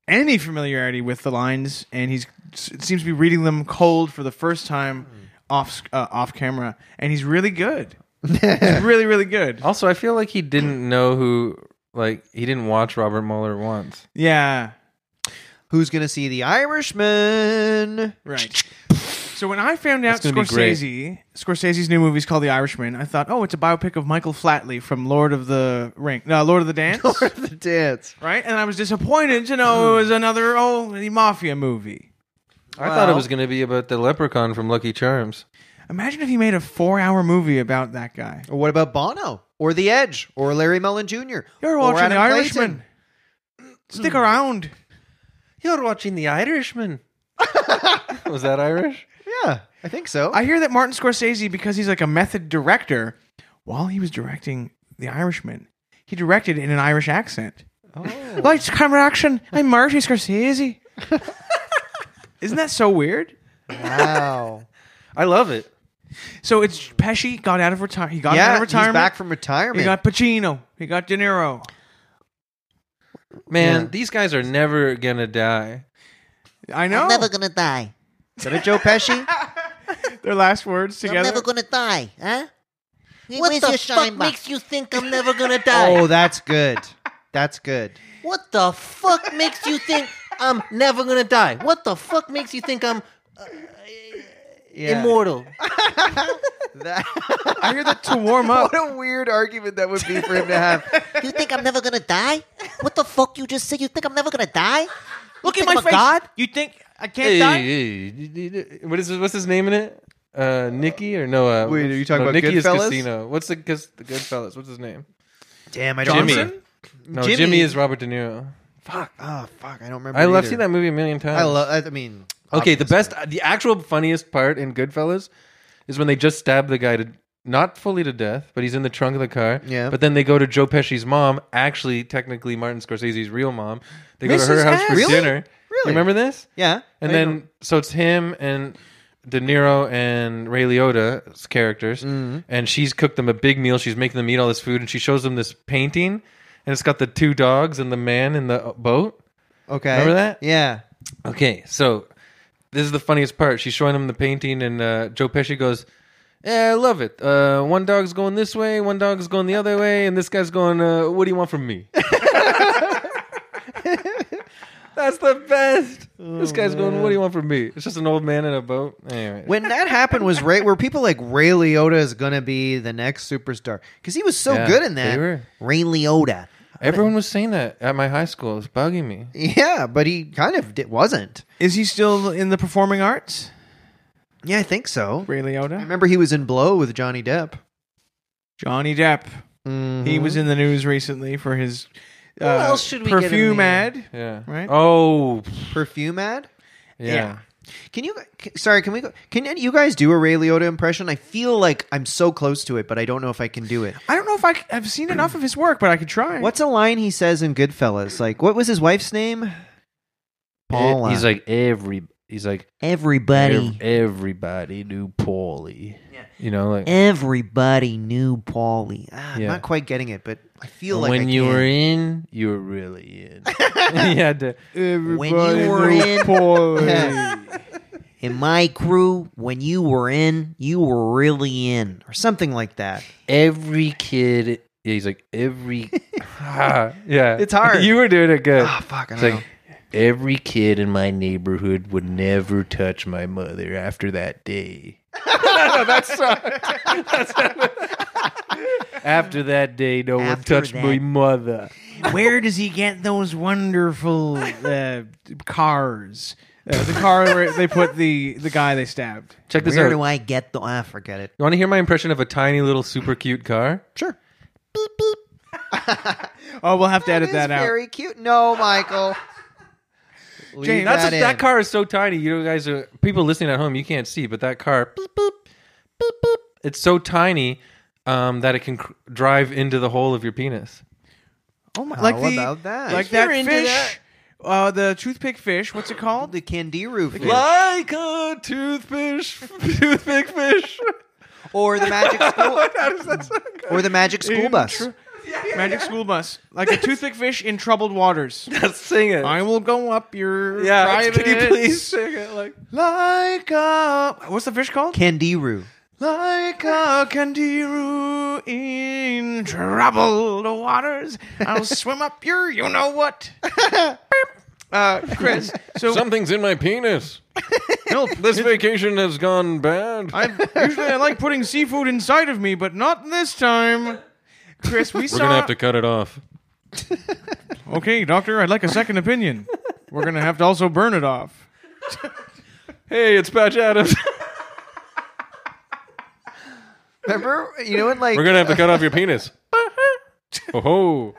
Speaker 3: any familiarity with the lines, and he seems to be reading them cold for the first time
Speaker 4: Mm.
Speaker 3: off sc- uh, off camera, and he's really good. he's really really good.
Speaker 4: also, I feel like he didn't know who. Like he didn't watch Robert Mueller once.
Speaker 3: Yeah,
Speaker 2: Who's gonna see The Irishman?
Speaker 3: right. So when I found out
Speaker 4: gonna be great.
Speaker 3: Scorsese, Scorsese's new movie is called The Irishman, I thought, oh, it's a biopic of Michael Flatley from Lord of the Ring, no, Lord of the Dance.
Speaker 2: the dance.
Speaker 3: right? And I was disappointed to know it was another old mafia movie.
Speaker 4: I thought it was going to be about the leprechaun from Lucky Charms.
Speaker 3: Imagine if he made a four-hour movie about that guy.
Speaker 2: Or what about Bono? Or The Edge? Or Larry Mullen Jr.
Speaker 3: You're
Speaker 2: or
Speaker 3: watching The
Speaker 2: Adam Clayton?
Speaker 3: Irishman. Stick around.
Speaker 4: You're watching The Irishman. was that Irish?
Speaker 2: Yeah, I think so.
Speaker 3: I hear that Martin Scorsese, because he's like a method director, while he was directing The Irishman, he directed in an Irish accent.
Speaker 2: Oh.
Speaker 3: Lights, camera, action! I'm Marty Scorsese. Isn't that so weird?
Speaker 2: wow.
Speaker 4: I love it.
Speaker 3: So it's Pesci got out of retirement. He got out
Speaker 2: yeah,
Speaker 3: of
Speaker 2: he's
Speaker 3: retirement.
Speaker 2: back from
Speaker 3: he
Speaker 2: retirement.
Speaker 3: got Pacino. He got De Niro.
Speaker 4: Man,
Speaker 2: Yeah.
Speaker 4: these guys are never going to die.
Speaker 3: I know.
Speaker 7: never gonna die.
Speaker 2: Is that a Joe Pesci?
Speaker 3: Their last words together.
Speaker 7: I'm never gonna die, huh?
Speaker 6: What
Speaker 7: Where's
Speaker 6: the
Speaker 7: your
Speaker 6: fuck
Speaker 7: shine box?
Speaker 6: makes you think I'm never gonna die?
Speaker 2: oh, that's good. That's good.
Speaker 7: What the fuck makes you think I'm never gonna die? What the fuck makes you think I'm uh,
Speaker 2: Yeah.
Speaker 7: immortal?
Speaker 2: That-
Speaker 3: I hear that to warm up.
Speaker 2: what a weird argument that would be for him to have.
Speaker 7: You think I'm never gonna die? What the fuck you just said? You think I'm never gonna die? Look
Speaker 3: Look at my face. You think I can't die?
Speaker 4: What is what's his name in it? Uh, Nikki or Noah?
Speaker 2: Wait, are you talking
Speaker 4: no,
Speaker 2: about
Speaker 4: Nikki is
Speaker 2: Goodfellas?
Speaker 4: Casino? What's the cause the Goodfellas? What's his name?
Speaker 2: Damn, I don't
Speaker 4: Jimmy.
Speaker 2: remember.
Speaker 4: No,
Speaker 2: Jimmy.
Speaker 4: Jimmy. is Robert De Niro.
Speaker 2: Oh, fuck. I don't remember.
Speaker 4: I love
Speaker 2: either.
Speaker 4: seen that movie a million times.
Speaker 2: I love. I mean,
Speaker 4: Okay, the
Speaker 2: obviously.
Speaker 4: best, the actual funniest part in Goodfellas is when they just stab the guy to not fully to death, but he's in the trunk of the car.
Speaker 2: Yeah.
Speaker 4: But then they go to Joe Pesci's mom, actually technically Martin Scorsese's real mom. They go to her
Speaker 2: Mrs.
Speaker 4: house for
Speaker 2: Really?
Speaker 4: dinner.
Speaker 2: Really?
Speaker 4: You remember this?
Speaker 2: Yeah.
Speaker 4: And then so it's him and De Niro and Ray Liotta's characters,
Speaker 2: Mm-hmm.
Speaker 4: and she's cooked them a big meal. She's making them eat all this food, and she shows them this painting, and it's got the two dogs and the man in the boat.
Speaker 2: Okay.
Speaker 4: Remember that?
Speaker 2: Yeah.
Speaker 4: Okay, so this is the funniest part. She's showing him the painting, and uh, Joe Pesci goes, "Yeah, I love it. Uh, one dog's going this way, one dog's going the other way, and this guy's going, uh, what do you want from me?" That's the best. this guy's going, "What do you want from me?" It's just an old man in a boat. Anyway,
Speaker 2: When that happened was Ray. Were people like Ray Liotta is gonna be the next superstar because he was so
Speaker 4: Yeah,
Speaker 2: good in
Speaker 4: they
Speaker 2: that.
Speaker 4: were.
Speaker 2: Ray Liotta.
Speaker 4: everyone was saying that at my high school. It was bugging me.
Speaker 2: Yeah, but he kind of di wasn't.
Speaker 3: Is he still in the performing arts?
Speaker 2: Yeah, I think so.
Speaker 3: Ray
Speaker 2: I
Speaker 3: Liotta,
Speaker 2: remember he was in Blow with Johnny Depp.
Speaker 3: Johnny Depp. He
Speaker 2: Mhm.
Speaker 3: was in the news recently for his uh,
Speaker 7: else should we get in
Speaker 3: perfume
Speaker 7: there?
Speaker 3: ad.
Speaker 4: Yeah.
Speaker 3: Right?
Speaker 4: Oh,
Speaker 2: Perfume ad.
Speaker 4: yeah.
Speaker 2: Can you? c- Sorry, can we go? Can you guys do a Ray Liotta impression? I feel like I'm so close to it, but I don't know if I can do it.
Speaker 3: I don't know if I, have seen enough of his work, but I could try.
Speaker 2: What's a line he says in Goodfellas? Like, what was his wife's name? Paula.
Speaker 4: He's like every. He's like
Speaker 7: Everybody,
Speaker 4: "Ev- everybody knew Paulie. Yeah. You know, like
Speaker 7: everybody knew Paulie.
Speaker 2: Ah, I'm
Speaker 4: Yeah.
Speaker 2: not quite getting it, but I feel like
Speaker 4: when
Speaker 2: I
Speaker 4: you
Speaker 2: can.
Speaker 4: were in, you were really in. you had to.
Speaker 3: Everybody
Speaker 7: When you were
Speaker 3: knew
Speaker 7: in-
Speaker 3: Paulie.
Speaker 7: In my crew, when you were in, you were really in.
Speaker 2: or something like that.
Speaker 4: Every kid. Yeah, he's like every. Ah, yeah,
Speaker 2: It's hard.
Speaker 4: You were doing it good.
Speaker 2: Ah, fuck, I
Speaker 4: It's
Speaker 2: don't
Speaker 4: like,
Speaker 5: Every kid in my neighborhood would never touch my mother after that day. after that day, no one
Speaker 6: After
Speaker 5: touched my
Speaker 6: that-
Speaker 5: mother.
Speaker 3: Where does he get those wonderful uh, cars? Uh, the car where they put the the guy they stabbed.
Speaker 4: check this
Speaker 6: Where
Speaker 4: out.
Speaker 6: do I get the? Ah, forget it.
Speaker 4: you want to hear my impression of a tiny little super cute car?
Speaker 2: Sure.
Speaker 3: Oh, we'll have to edit that
Speaker 2: It's
Speaker 3: out.
Speaker 2: very cute. No, Michael. Leave
Speaker 3: James,
Speaker 4: That's
Speaker 2: that,
Speaker 4: a, that
Speaker 2: in.
Speaker 4: car is so tiny. You guys are people listening at home. You can't see, but that car, beep, beep, beep, beep, it's so tiny um, that it can cr- drive into the hole of your penis.
Speaker 3: Oh my!
Speaker 2: How
Speaker 3: like the,
Speaker 2: about that?
Speaker 3: Like
Speaker 2: If
Speaker 3: that
Speaker 2: you're into
Speaker 3: fish.
Speaker 2: that-
Speaker 3: Uh, the toothpick fish. What's it called?
Speaker 2: The Candiru fish.
Speaker 4: Like a toothfish, toothpick fish.
Speaker 2: or the magic school or the magic school bus.
Speaker 3: Magic school bus. Like a toothpick fish in troubled waters.
Speaker 4: Let's sing it.
Speaker 3: I will go up your
Speaker 4: yeah,
Speaker 3: private.
Speaker 4: can you please sing it? Like
Speaker 3: Like a what's the fish called?
Speaker 2: Candiru.
Speaker 3: Like a kangaroo in troubled waters, I'll swim up your you know what. uh, Chris, so
Speaker 4: something's in my penis.
Speaker 3: no,
Speaker 4: This vacation has gone bad.
Speaker 3: I usually I like putting seafood inside of me, but not this time. Chris, we
Speaker 4: We're
Speaker 3: saw.
Speaker 4: gonna have to cut it off.
Speaker 3: Okay, doctor, I'd like a second opinion. We're gonna have to also burn it off.
Speaker 4: Hey, it's Patch Adams.
Speaker 2: Remember, you know, in like
Speaker 4: We're gonna have to cut off your penis. Oh ho!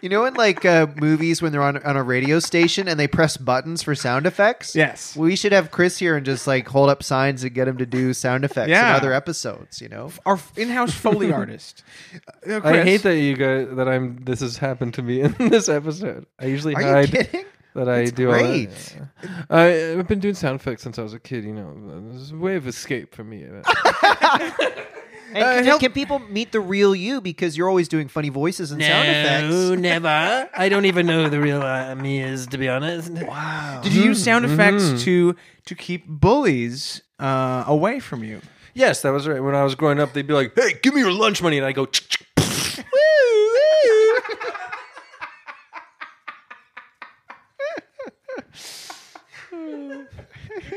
Speaker 2: you know, in like uh, movies when they're on on a radio station and they press buttons for sound effects.
Speaker 3: Yes.
Speaker 2: we should have Chris here and just like hold up signs and get him to do sound effects
Speaker 3: Yeah.
Speaker 2: in other episodes. You know,
Speaker 3: Our in-house foley artist. Uh,
Speaker 4: I
Speaker 3: Chris,
Speaker 4: hate that you guys that I'm. This has happened to me in this episode. I usually
Speaker 2: are you
Speaker 4: hide
Speaker 2: kidding?
Speaker 4: that I do. all that.
Speaker 2: Great.
Speaker 4: I, I've been doing sound effects since I was a kid. You know, it's a way of escape for me.
Speaker 2: And
Speaker 4: Uh,
Speaker 2: can, can people meet the real you because you're always doing funny voices and sound
Speaker 5: Oh,
Speaker 2: effects?
Speaker 7: never. I don't even know who the real uh, me is, to be honest.
Speaker 3: Did you use sound effects to to keep bullies uh, away from you?
Speaker 4: yes, that was right. When I was growing up, they'd be like, "Hey, give me your lunch money," and I go.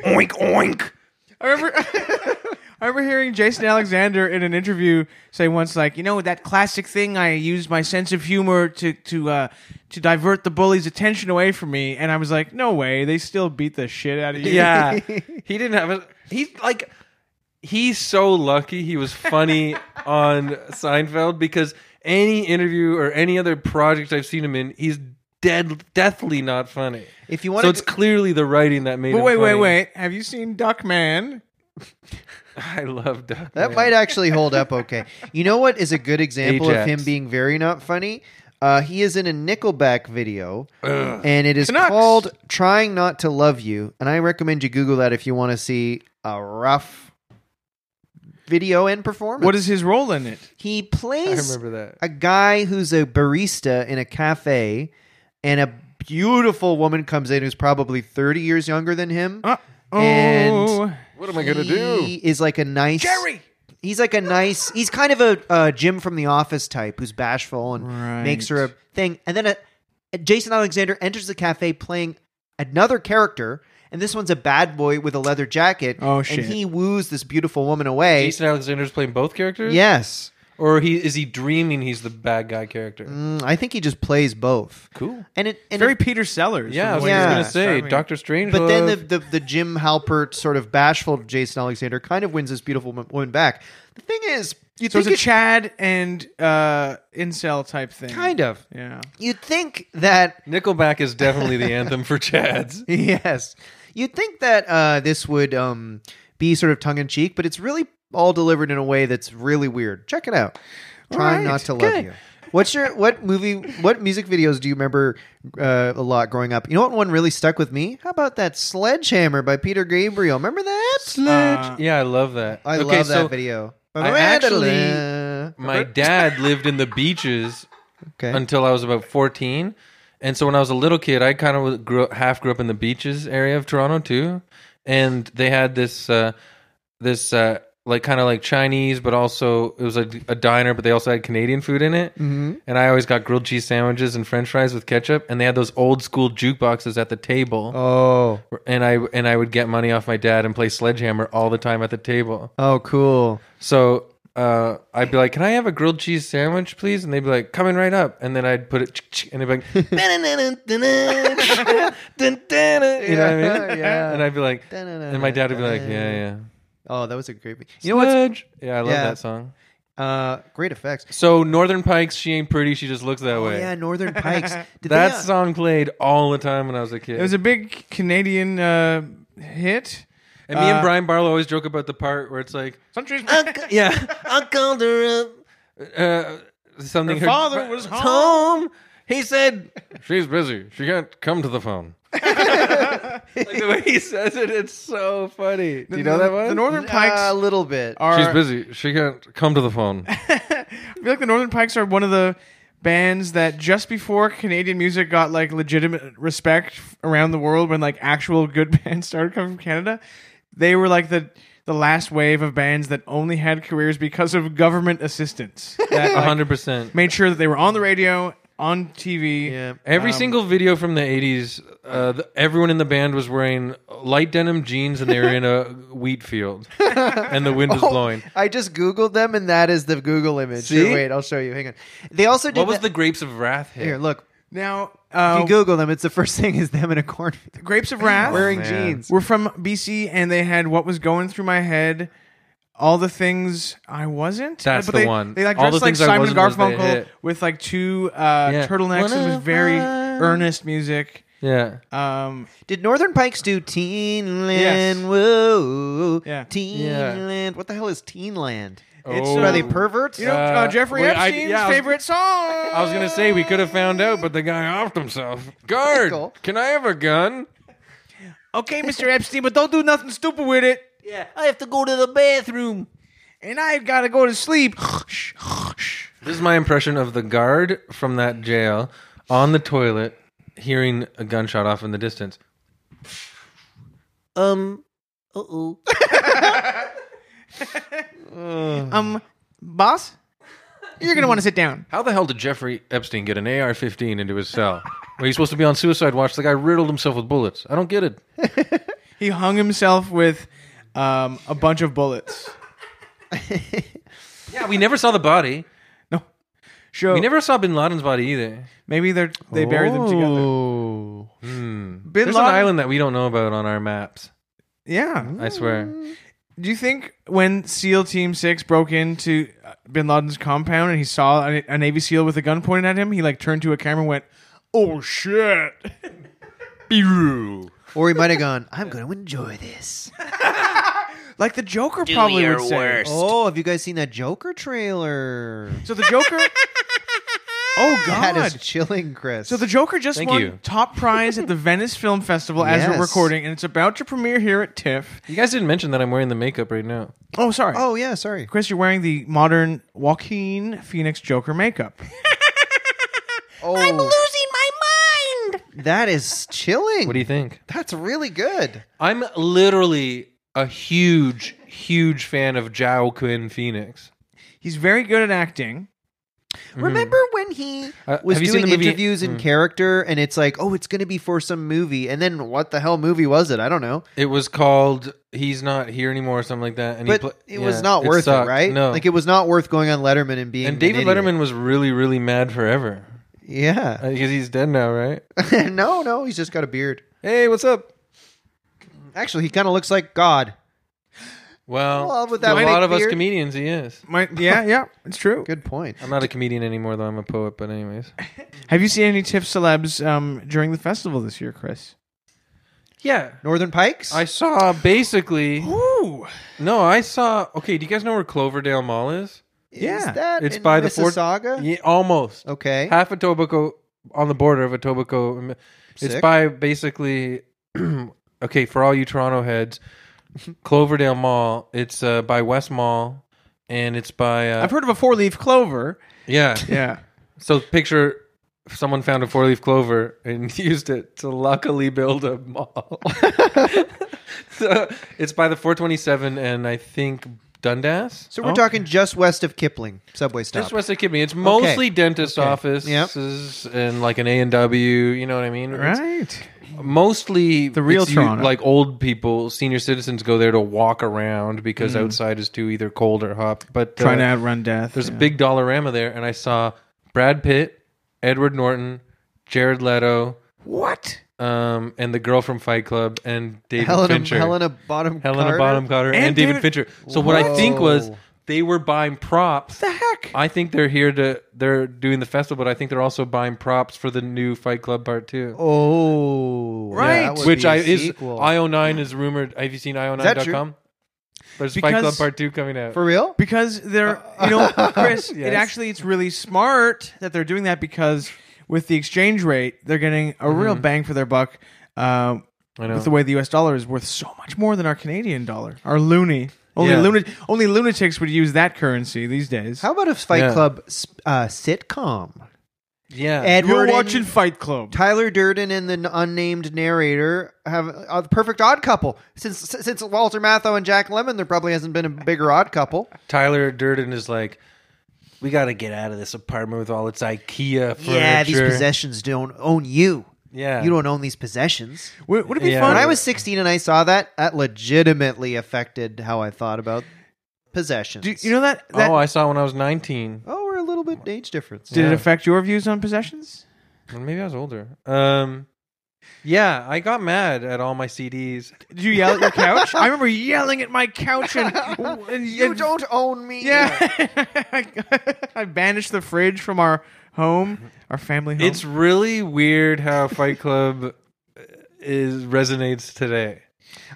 Speaker 7: Oink, oink.
Speaker 3: I remember, I remember hearing Jason Alexander in an interview say once, like, you know, that classic thing. I used my sense of humor to to uh, to divert the bully's attention away from me, and I was like, no way, they still beat the shit out of you.
Speaker 4: Yeah, he didn't have a. He like. He's so lucky he was funny on Seinfeld because any interview or any other project I've seen him in, he's dead, deathly not funny.
Speaker 2: If you want
Speaker 4: so
Speaker 2: to,
Speaker 4: it's clearly the writing that made.
Speaker 3: But
Speaker 4: him
Speaker 3: wait, wait,
Speaker 4: funny.
Speaker 3: wait. Have you seen Duckman?
Speaker 4: I love Duck.
Speaker 2: That might actually hold up okay. You know what is a good example
Speaker 4: Ajax.
Speaker 2: of him being very not funny? Uh, he is in a Nickelback video, and it is
Speaker 3: Canucks.
Speaker 2: called "Trying Not to Love You." And I recommend you Google that if you want to see a rough video and performance.
Speaker 3: What is his role in it?
Speaker 2: he
Speaker 4: I
Speaker 2: plays?
Speaker 4: remember that.
Speaker 2: a guy who's a barista in a cafe, and a beautiful woman comes in who's probably thirty years younger than him.
Speaker 3: Uh,
Speaker 2: And-
Speaker 4: What am I gonna
Speaker 2: He
Speaker 4: do?
Speaker 2: is like a nice Jerry. He's like a nice. He's kind of a uh, Jim from the Office type who's bashful and
Speaker 3: Right.
Speaker 2: makes her a thing. And then a, a Jason Alexander enters the cafe playing another character, and this one's a bad boy with a leather jacket.
Speaker 3: Oh, shit.
Speaker 2: And he woos this beautiful woman away.
Speaker 4: Jason Alexander's playing both characters.
Speaker 2: Yes,
Speaker 4: Or he is he dreaming he's the bad guy character?
Speaker 2: Mm, I think he just plays both.
Speaker 4: Cool.
Speaker 2: And it and
Speaker 3: very
Speaker 2: it-
Speaker 3: Peter Sellers.
Speaker 4: Yeah, I was
Speaker 2: what
Speaker 4: just
Speaker 2: you're
Speaker 4: gonna say
Speaker 3: describing.
Speaker 4: Doctor Strange.
Speaker 2: but then the, the the Jim Halpert sort of bashful Jason Alexander kind of wins this beautiful mo- woman back. The thing is, you
Speaker 3: So
Speaker 2: think
Speaker 3: it's a
Speaker 2: it-
Speaker 3: Chad and uh, incel type thing.
Speaker 2: kind of
Speaker 3: Yeah.
Speaker 2: you'd think that
Speaker 4: Nickelback is definitely the anthem for Chads.
Speaker 2: yes. You'd think that uh, this would um, be sort of tongue in cheek, but it's really all delivered in a way that's really weird. Check it out. Trying
Speaker 3: right,
Speaker 2: not to love you. What's your what movie what music videos do you remember uh, a lot growing up? You know what one really stuck with me? How about that Sledgehammer by Peter Gabriel? Remember that?
Speaker 3: Uh,
Speaker 4: Yeah, I love that.
Speaker 2: I
Speaker 4: Okay,
Speaker 2: love
Speaker 4: so
Speaker 2: that video.
Speaker 4: I actually- My dad lived in the beaches
Speaker 2: okay.
Speaker 4: until I was about 14. And so when I was a little kid, I kind of grew up, half grew up in the beaches area of Toronto too. And they had this uh, this uh, like kind of like Chinese, but also it was a, a diner, but they also had Canadian food in it. Mm-hmm. And I always got grilled cheese sandwiches and French fries with ketchup. And they had those old school jukeboxes at the table.
Speaker 2: Oh,
Speaker 4: And I and I would get money off my dad and play sledgehammer all the time at the table.
Speaker 2: oh, cool.
Speaker 4: So uh, I'd be like, "Can I have a grilled cheese sandwich, please?" And they'd be like, "Coming right up." And then I'd put it, and they'd be like, "You know what I mean?"
Speaker 2: Yeah.
Speaker 4: And I'd be like, and my dad would be like, "Yeah, yeah."
Speaker 2: Oh, that was a great. You know what's
Speaker 4: Sledge. Yeah, I love
Speaker 2: Yeah.
Speaker 4: that song.
Speaker 2: uh, great effects.
Speaker 4: So Northern Pikes, she ain't pretty. She just looks that
Speaker 2: Oh,
Speaker 4: way.
Speaker 2: yeah, Northern Pikes. Did
Speaker 4: that
Speaker 2: they, uh,
Speaker 4: song played all the time when I was a kid.
Speaker 3: It was a big Canadian uh, hit.
Speaker 4: and me and
Speaker 3: uh,
Speaker 4: Brian Barlow always joke about the part where it's like,
Speaker 3: Some trees.
Speaker 4: yeah, I called her up. Uh, something.
Speaker 3: Her father was home.
Speaker 4: He said, "She's busy. She can't come to the phone." like the way he says it, it's so funny. Do you know that one?
Speaker 3: The Northern Pikes
Speaker 2: uh, a little bit.
Speaker 3: are.
Speaker 4: She's busy. She can't come to the phone.
Speaker 3: I feel like the Northern Pikes are one of the bands that just before Canadian music got like legitimate respect around the world when like actual good bands started coming from Canada, they were like the the last wave of bands that only had careers because of government assistance that like,
Speaker 4: hundred percent.
Speaker 3: made sure that they were on the radio, on TV.
Speaker 2: yeah.
Speaker 4: Every
Speaker 3: Um,
Speaker 4: single video from the '80s, uh, th- everyone in the band was wearing light denim jeans, and they were in a wheat field, and the wind was
Speaker 3: Oh.
Speaker 4: blowing.
Speaker 2: I just googled them, and that is the Google image.
Speaker 4: See?
Speaker 2: Here, wait, I'll show you. Hang on. They also did.
Speaker 4: What was
Speaker 2: that-
Speaker 4: the Grapes of Wrath hit?
Speaker 2: here? Look,
Speaker 3: Now,
Speaker 2: if
Speaker 3: uh,
Speaker 2: you Google them. It's the first thing is them in a cornfield
Speaker 3: Grapes of Wrath
Speaker 2: wearing
Speaker 4: man.
Speaker 2: jeans.
Speaker 3: Oh, were from BC, and they had what was going through my head. All the things I wasn't.
Speaker 4: That's
Speaker 3: but
Speaker 4: the
Speaker 3: they,
Speaker 4: one.
Speaker 3: They like
Speaker 4: All
Speaker 3: dressed
Speaker 4: the
Speaker 3: like
Speaker 4: things I
Speaker 3: Simon
Speaker 4: wasn't was the
Speaker 3: Garfunkel
Speaker 4: hit.
Speaker 3: with like two uh,
Speaker 4: Yeah.
Speaker 3: turtlenecks. It was very earnest music.
Speaker 4: Yeah.
Speaker 3: Um,
Speaker 2: Did Northern Pikes do Teenland?
Speaker 3: Yes.
Speaker 2: Whoa,
Speaker 3: Yeah.
Speaker 2: Teenland. What the hell is Teenland?
Speaker 3: It's,
Speaker 4: Oh.
Speaker 2: Are they perverts?
Speaker 3: you know, uh,
Speaker 4: Uh,
Speaker 3: Jeffrey
Speaker 4: wait, I-
Speaker 3: Epstein's
Speaker 4: yeah, I was-
Speaker 3: favorite song.
Speaker 4: I was gonna say we could have found out, but the guy offed himself. Guard,
Speaker 2: Michael.
Speaker 4: can I have a gun?
Speaker 3: okay, Mr. Epstein, but don't do nothing stupid with it.
Speaker 5: Yeah, I have to go to the bathroom.
Speaker 3: And I've got to go to sleep.
Speaker 4: This is my impression of the guard from that jail on the toilet, hearing a gunshot off in the distance.
Speaker 5: Um, uh oh.
Speaker 3: um, boss, you're gonna want to sit down.
Speaker 4: How the hell did Jeffrey Epstein get an AR-15 into his cell? Well, he's supposed to be on suicide watch. The guy riddled himself with bullets. I don't get it.
Speaker 3: He hung himself with um, a bunch of bullets.
Speaker 4: Yeah, we never saw the body.
Speaker 3: Sure.
Speaker 4: We never saw Bin Laden's body either.
Speaker 3: Maybe they they buried them together.
Speaker 2: Oh.
Speaker 3: Bin
Speaker 4: There's an
Speaker 3: Laden-
Speaker 4: island that we don't know about on our maps.
Speaker 3: Yeah.
Speaker 4: I swear.
Speaker 3: Do you think when SEAL Team Six broke into uh, Bin Laden's compound and he saw a, a Navy SEAL with a gun pointed at him, he like turned to a camera and went, "Oh shit!"
Speaker 2: Or he might have gone, I'm going to enjoy this.
Speaker 3: like the Joker
Speaker 7: Do
Speaker 3: probably
Speaker 7: your
Speaker 3: would say.
Speaker 7: worst.
Speaker 2: Oh, have you guys seen that Joker trailer?
Speaker 3: So the Joker. oh God.
Speaker 2: That is chilling, Chris.
Speaker 3: so the Joker just
Speaker 4: Thank
Speaker 3: won
Speaker 4: you.
Speaker 3: top prize at the Venice Film Festival as
Speaker 2: Yes.
Speaker 3: we're recording, and it's about to premiere here at TIFF.
Speaker 4: You guys didn't mention that I'm wearing the makeup right now.
Speaker 3: Oh, sorry.
Speaker 2: oh, yeah, sorry.
Speaker 3: Chris, you're wearing the modern Joaquin Phoenix Joker makeup.
Speaker 2: Oh,
Speaker 7: Losing my mind.
Speaker 2: that is chilling.
Speaker 4: What do you think?
Speaker 2: That's really good.
Speaker 4: I'm literally a huge, huge fan of Jao Quinn Phoenix.
Speaker 3: He's very good at acting.
Speaker 2: Remember when he
Speaker 4: Uh,
Speaker 2: was
Speaker 4: Mm-hmm. have you seen
Speaker 2: doing
Speaker 4: the movie- Mm.
Speaker 2: interviews in character and it's like, oh, it's going to be for some movie. And then what the hell movie was it? I don't know.
Speaker 4: It was called "He's Not Here Anymore" or something like that. And he
Speaker 2: But
Speaker 4: pla-
Speaker 2: it was
Speaker 4: yeah,
Speaker 2: not worth it,
Speaker 4: sucked.
Speaker 2: right?
Speaker 4: No,
Speaker 2: Like, it was not worth going on Letterman and being.
Speaker 4: and
Speaker 2: an
Speaker 4: David
Speaker 2: idiot.
Speaker 4: Letterman was really, really mad forever
Speaker 2: Yeah.
Speaker 4: because he's dead now, right?
Speaker 2: no, no, he's just got a beard.
Speaker 4: hey, what's up?
Speaker 2: Actually, he kind of looks like God.
Speaker 4: Well,
Speaker 2: Well, with
Speaker 4: to a
Speaker 2: that
Speaker 4: lot
Speaker 2: big
Speaker 4: of us
Speaker 2: beard.
Speaker 4: comedians, he is.
Speaker 3: My, yeah, yeah, it's true.
Speaker 2: Good point.
Speaker 4: I'm not a comedian anymore, though. I'm a poet. But anyways,
Speaker 3: Have you seen any TIFF celebs um, during the festival this year, Chris?
Speaker 4: yeah.
Speaker 2: Northern Pikes?
Speaker 4: I saw basically
Speaker 3: Ooh,
Speaker 4: no. I saw okay. Do you guys know where Cloverdale Mall is?
Speaker 3: yeah.
Speaker 2: Is that
Speaker 4: It's
Speaker 2: in
Speaker 4: by the Fort-
Speaker 2: Mississauga?
Speaker 4: Yeah, almost.
Speaker 2: Okay.
Speaker 4: half of Tobico on the border of Etobicoke. It's
Speaker 2: Sick.
Speaker 4: by basically okay for all you Toronto heads, Cloverdale Mall. It's uh, by West Mall, and it's by uh,
Speaker 3: I've heard of a four-leaf clover.
Speaker 4: yeah.
Speaker 3: Yeah,
Speaker 4: So picture someone found a four leaf clover and used it to luckily build a mall. so it's by the 427 and I think Dundas.
Speaker 2: So we're talking just west of Kipling subway stop.
Speaker 4: Oh. Just west of Kidney. It's mostly dentist
Speaker 2: Yep.
Speaker 4: offices and like an A and W. You know what I mean? It's
Speaker 3: Right.
Speaker 4: mostly the
Speaker 3: real Toronto.
Speaker 4: like old people, senior citizens go there to walk around because outside is too either cold or hot. But uh,
Speaker 3: Mm. Trying to outrun death.
Speaker 4: there's
Speaker 3: yeah.
Speaker 4: a big Dollarama there, and I saw Brad Pitt, Edward Norton, Jared Leto,
Speaker 3: What?
Speaker 4: um, and the girl from Fight Club, and David
Speaker 2: Helena,
Speaker 4: Fincher.
Speaker 2: Helena Bottom
Speaker 4: Helena
Speaker 2: Carter?
Speaker 4: Bonham Carter and,
Speaker 3: And
Speaker 4: David,
Speaker 3: David-
Speaker 4: Fincher. So what I think was
Speaker 2: Whoa.
Speaker 4: they were buying props.
Speaker 3: The heck?
Speaker 4: I think they're here to they're doing the festival, but I think they're also buying props for the new Fight Club Part Two.
Speaker 2: Oh,
Speaker 3: Right.
Speaker 2: that would
Speaker 4: which
Speaker 2: be a
Speaker 4: I is
Speaker 2: sequel.
Speaker 4: IO9 is rumored. Have you seen
Speaker 2: that true?
Speaker 4: IO9.com? There's Fight
Speaker 3: Because-
Speaker 4: Club Part Two coming out.
Speaker 2: for real.
Speaker 3: because they're you know chris
Speaker 4: Yes.
Speaker 3: it actually it's really smart that they're doing that because with the exchange rate they're getting a real
Speaker 2: Mm-hmm.
Speaker 3: bang for their buck uh,
Speaker 4: I know.
Speaker 3: with the way the us dollar is worth so much more than our canadian dollar our loony only,
Speaker 4: Yeah.
Speaker 3: luna- only lunatics would use that currency these days
Speaker 2: How about a Fight
Speaker 4: Yeah.
Speaker 2: Club sp- uh, sitcom?
Speaker 4: yeah,
Speaker 2: Edward
Speaker 3: you're
Speaker 2: and
Speaker 3: watching fight club
Speaker 2: Tyler Durden and the n- unnamed narrator have a the perfect odd couple. Since since Walter Matthau and Jack Lemon, there probably hasn't been a bigger odd couple.
Speaker 4: Tyler Durden is like, we got to get out of this apartment with all its IKEA furniture.
Speaker 2: Yeah, these possessions don't own you.
Speaker 4: Yeah.
Speaker 2: You don't own these possessions.
Speaker 3: would, would it be
Speaker 4: Yeah.
Speaker 3: fun
Speaker 2: When I was 16 and I saw that, that legitimately affected how I thought about possessions.
Speaker 3: do you know that, that
Speaker 4: oh, I saw it when I was 19.
Speaker 2: Oh, we're a little bit age difference.
Speaker 3: did
Speaker 4: Yeah.
Speaker 3: it affect your views on possessions
Speaker 4: Well, Maybe I was older. Um, yeah, I got mad at all my CDs.
Speaker 3: did you yell at your couch i remember yelling at my couch and, and
Speaker 2: You
Speaker 3: and-
Speaker 2: don't own me.
Speaker 3: Yeah. I banished the fridge from our home, our family home.
Speaker 4: It's really weird how Fight Club uh, is resonates today.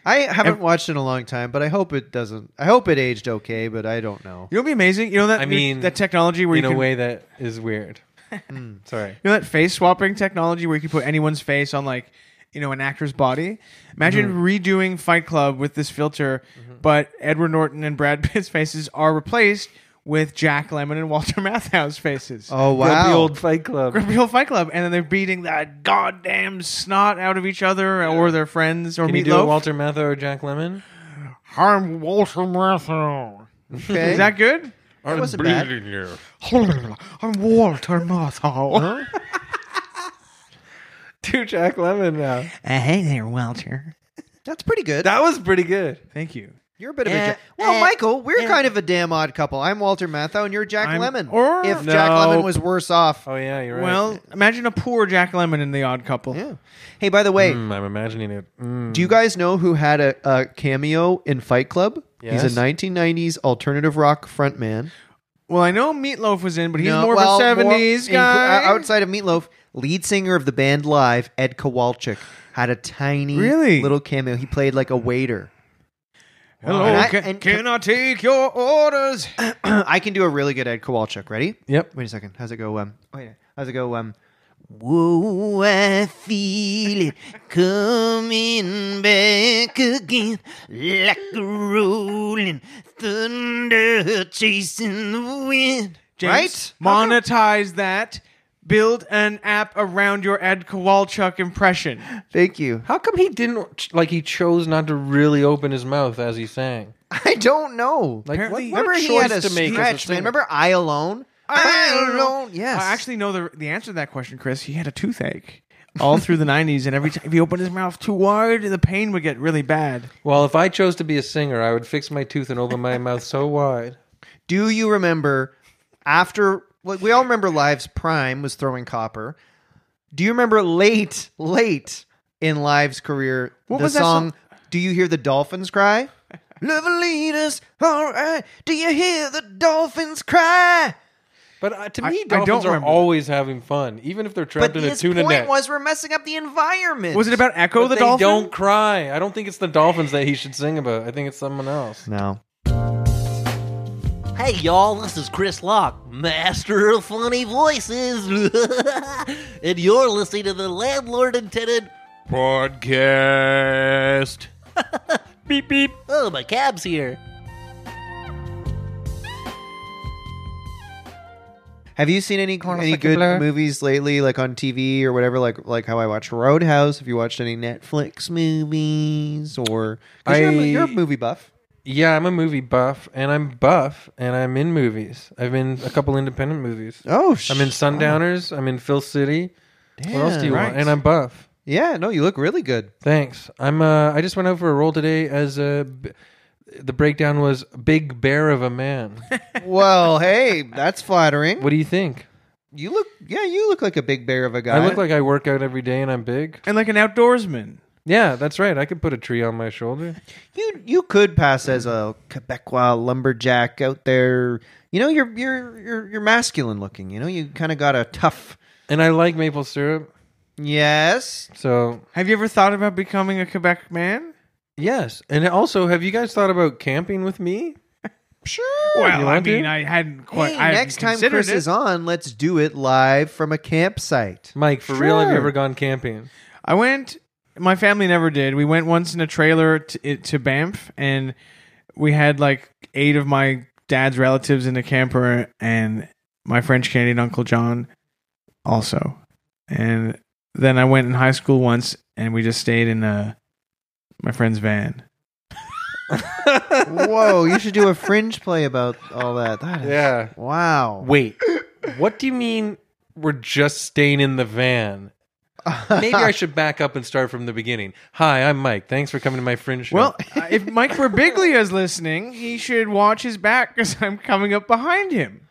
Speaker 2: I haven't watched in a long time, but I hope it doesn't. I hope it aged okay, but I don't know.
Speaker 3: you know, what'd be amazing. You know that
Speaker 4: I mean,
Speaker 3: that technology where you
Speaker 4: in a
Speaker 3: can,
Speaker 4: way that is weird. Hmm. Sorry.
Speaker 3: you know that face swapping technology where you can put anyone's face on like you know an actor's body. Imagine
Speaker 4: Mm-hmm.
Speaker 3: redoing Fight Club with this filter, but Edward Norton and Brad Pitt's faces are replaced with Jack Lemmon and Walter Matthau's faces.
Speaker 2: Oh
Speaker 4: Grumpy
Speaker 2: wow!
Speaker 4: old Fight Club.
Speaker 3: Grumpy Old Fight Club, and then they're beating that goddamn snot out of each other or their friends or
Speaker 4: Can
Speaker 3: meatloaf.
Speaker 4: you do a Walter Matthau or Jack Lemon?
Speaker 3: I'm Walter Matthau.
Speaker 2: okay.
Speaker 3: Is that good?
Speaker 2: That wasn't bad.
Speaker 3: I'm Walter Matthau.
Speaker 4: Do Jack Lemon now.
Speaker 6: hey there, Walter.
Speaker 2: That's pretty good.
Speaker 4: That Eh, was pretty good.
Speaker 3: Thank you.
Speaker 2: You're a bit
Speaker 6: Yeah,
Speaker 2: of a ja- well,
Speaker 6: uh,
Speaker 2: Michael. We're
Speaker 4: eh.
Speaker 6: yeah.
Speaker 2: kind of a damn odd couple. I'm Walter Matthau, and you're Jack
Speaker 3: I'm-
Speaker 2: Lemon.
Speaker 3: or-
Speaker 2: if Jack Lemon
Speaker 4: Nope.
Speaker 2: was worse off.
Speaker 4: Oh yeah, you're right.
Speaker 3: Well, imagine a poor Jack Lemon in The Odd Couple.
Speaker 2: Yeah. Hey, by the way,
Speaker 4: Mm, I'm imagining it. Mm.
Speaker 2: do you guys know who had a, a cameo in Fight Club? He's
Speaker 4: Yes.
Speaker 2: a 1990s alternative rock frontman.
Speaker 3: Well, I know Meatloaf was in, but he's
Speaker 2: No,
Speaker 3: more
Speaker 2: well,
Speaker 3: of a
Speaker 2: more-
Speaker 3: seventies
Speaker 2: inclu-
Speaker 3: guy.
Speaker 2: uh, outside of Meatloaf, lead singer of the band Live, Ed Kowalczyk, had a tiny
Speaker 3: Really?
Speaker 2: little cameo. He played like a waiter.
Speaker 3: Hello,
Speaker 2: And I-
Speaker 3: can,
Speaker 2: and- Uh,
Speaker 3: can I take your orders?
Speaker 2: I can do a really good Ed Kowalczyk. Ready?
Speaker 4: Yep.
Speaker 2: Wait a second. How's it go? Um, wait. How's it go? Um, whoa, I feel it coming back again like a rolling thunder chasing the wind.
Speaker 3: James,
Speaker 2: right?
Speaker 3: Monetize that. Build an app around your Ed Kowalchuk impression.
Speaker 2: Thank you.
Speaker 4: How come he didn't ch- like he chose not to really open his mouth as he sang?
Speaker 2: I don't know.
Speaker 4: Like
Speaker 3: Apparently-
Speaker 4: what,
Speaker 2: Remember
Speaker 4: what
Speaker 2: he
Speaker 4: choice
Speaker 2: had a
Speaker 4: to make
Speaker 2: stretch,
Speaker 4: as a
Speaker 2: man.
Speaker 4: singer?
Speaker 2: Remember I alone? I alone. Yes.
Speaker 3: I actually know the the answer to that question, Chris. He had a toothache all through the '90s, and every time if he opened his mouth too wide, the pain would get really bad.
Speaker 4: Well, if I chose to be a singer, I would fix my tooth and open my mouth so wide.
Speaker 2: Do you remember after like, we all remember Live's prime was throwing copper? Do you remember late, late in Live's career
Speaker 3: What
Speaker 2: the
Speaker 3: was that
Speaker 2: song, Do You Hear the Dolphins Cry? Lovelitas, all right. Do you hear the dolphins cry?
Speaker 4: But uh, to
Speaker 3: I-
Speaker 4: me,
Speaker 3: I don't
Speaker 4: dolphins are
Speaker 3: remember
Speaker 4: always having fun, even if they're trapped
Speaker 2: But
Speaker 4: in a
Speaker 2: his
Speaker 4: tuna
Speaker 2: point
Speaker 4: net.
Speaker 2: was we're messing up the environment.
Speaker 3: Was it about Echo
Speaker 4: But
Speaker 3: the
Speaker 4: they
Speaker 3: Dolphin?
Speaker 4: don't cry. I don't think it's the dolphins that he should sing about. I think it's someone else.
Speaker 2: No.
Speaker 5: Hey y'all, this is Chris Locke, master of funny voices, and you're listening to the Landlord and Tenant podcast. beep beep. Oh, my cab's here.
Speaker 2: Have you seen any any good movies lately, like on TV or whatever? Like like how I watch Roadhouse. Have you watched any Netflix movies or? 'cause you're, a, mo-
Speaker 4: I-
Speaker 2: you're a movie buff.
Speaker 4: yeah, I'm a movie buff, and I'm buff, and I'm in movies. I've been a couple independent movies.
Speaker 2: Oh, sh-
Speaker 4: I'm in Sundowners. I'm in Phil City. what else do you
Speaker 3: right.
Speaker 4: want? And I'm buff.
Speaker 2: yeah, no, you look really good.
Speaker 4: Thanks. I'm. Uh, I just went out for a roll today as a. b- The breakdown was big bear of a man.
Speaker 2: well, hey, that's flattering.
Speaker 4: what do you think?
Speaker 2: You look, yeah, you look like a big bear of a guy.
Speaker 4: I look like I work out every day and I'm big.
Speaker 3: and like an outdoorsman.
Speaker 4: Yeah, that's right. I could put a tree on my shoulder.
Speaker 2: you. You could pass as a Quebecois lumberjack out there. You know, you're you're you're, you're masculine looking. You know, you kind of got a tough.
Speaker 4: And I like maple syrup.
Speaker 2: Yes,
Speaker 4: So,
Speaker 3: Have you ever thought about becoming a Quebec man?
Speaker 4: yes. And also, have you guys thought about camping with me?
Speaker 2: sure.
Speaker 3: Well,
Speaker 4: You
Speaker 3: I
Speaker 4: want to?
Speaker 3: mean, I hadn't quite.
Speaker 2: Hey,
Speaker 3: I
Speaker 2: next time
Speaker 3: hadn't
Speaker 2: Chris
Speaker 3: considered it.
Speaker 2: is on, let's do it live from a campsite.
Speaker 4: Mike, for real, have you
Speaker 2: Sure.
Speaker 4: ever gone camping?
Speaker 3: I went. My family never did. We went once in a trailer to, it- to Banff, and we had like eight of my dad's relatives in a camper, and my French Canadian uncle John also. And then I went in high school once, and we just stayed in uh my friend's van.
Speaker 2: Whoa, you should do a fringe play about all that. That is,
Speaker 4: Yeah.
Speaker 2: Wow.
Speaker 4: Wait, what do you mean we're just staying in the van? Maybe I should back up and start from the beginning. Hi, I'm Mike. Thanks for coming to my fringe show.
Speaker 3: Well, uh, if Mike Birbiglia is listening, he should watch his back because I'm coming up behind him.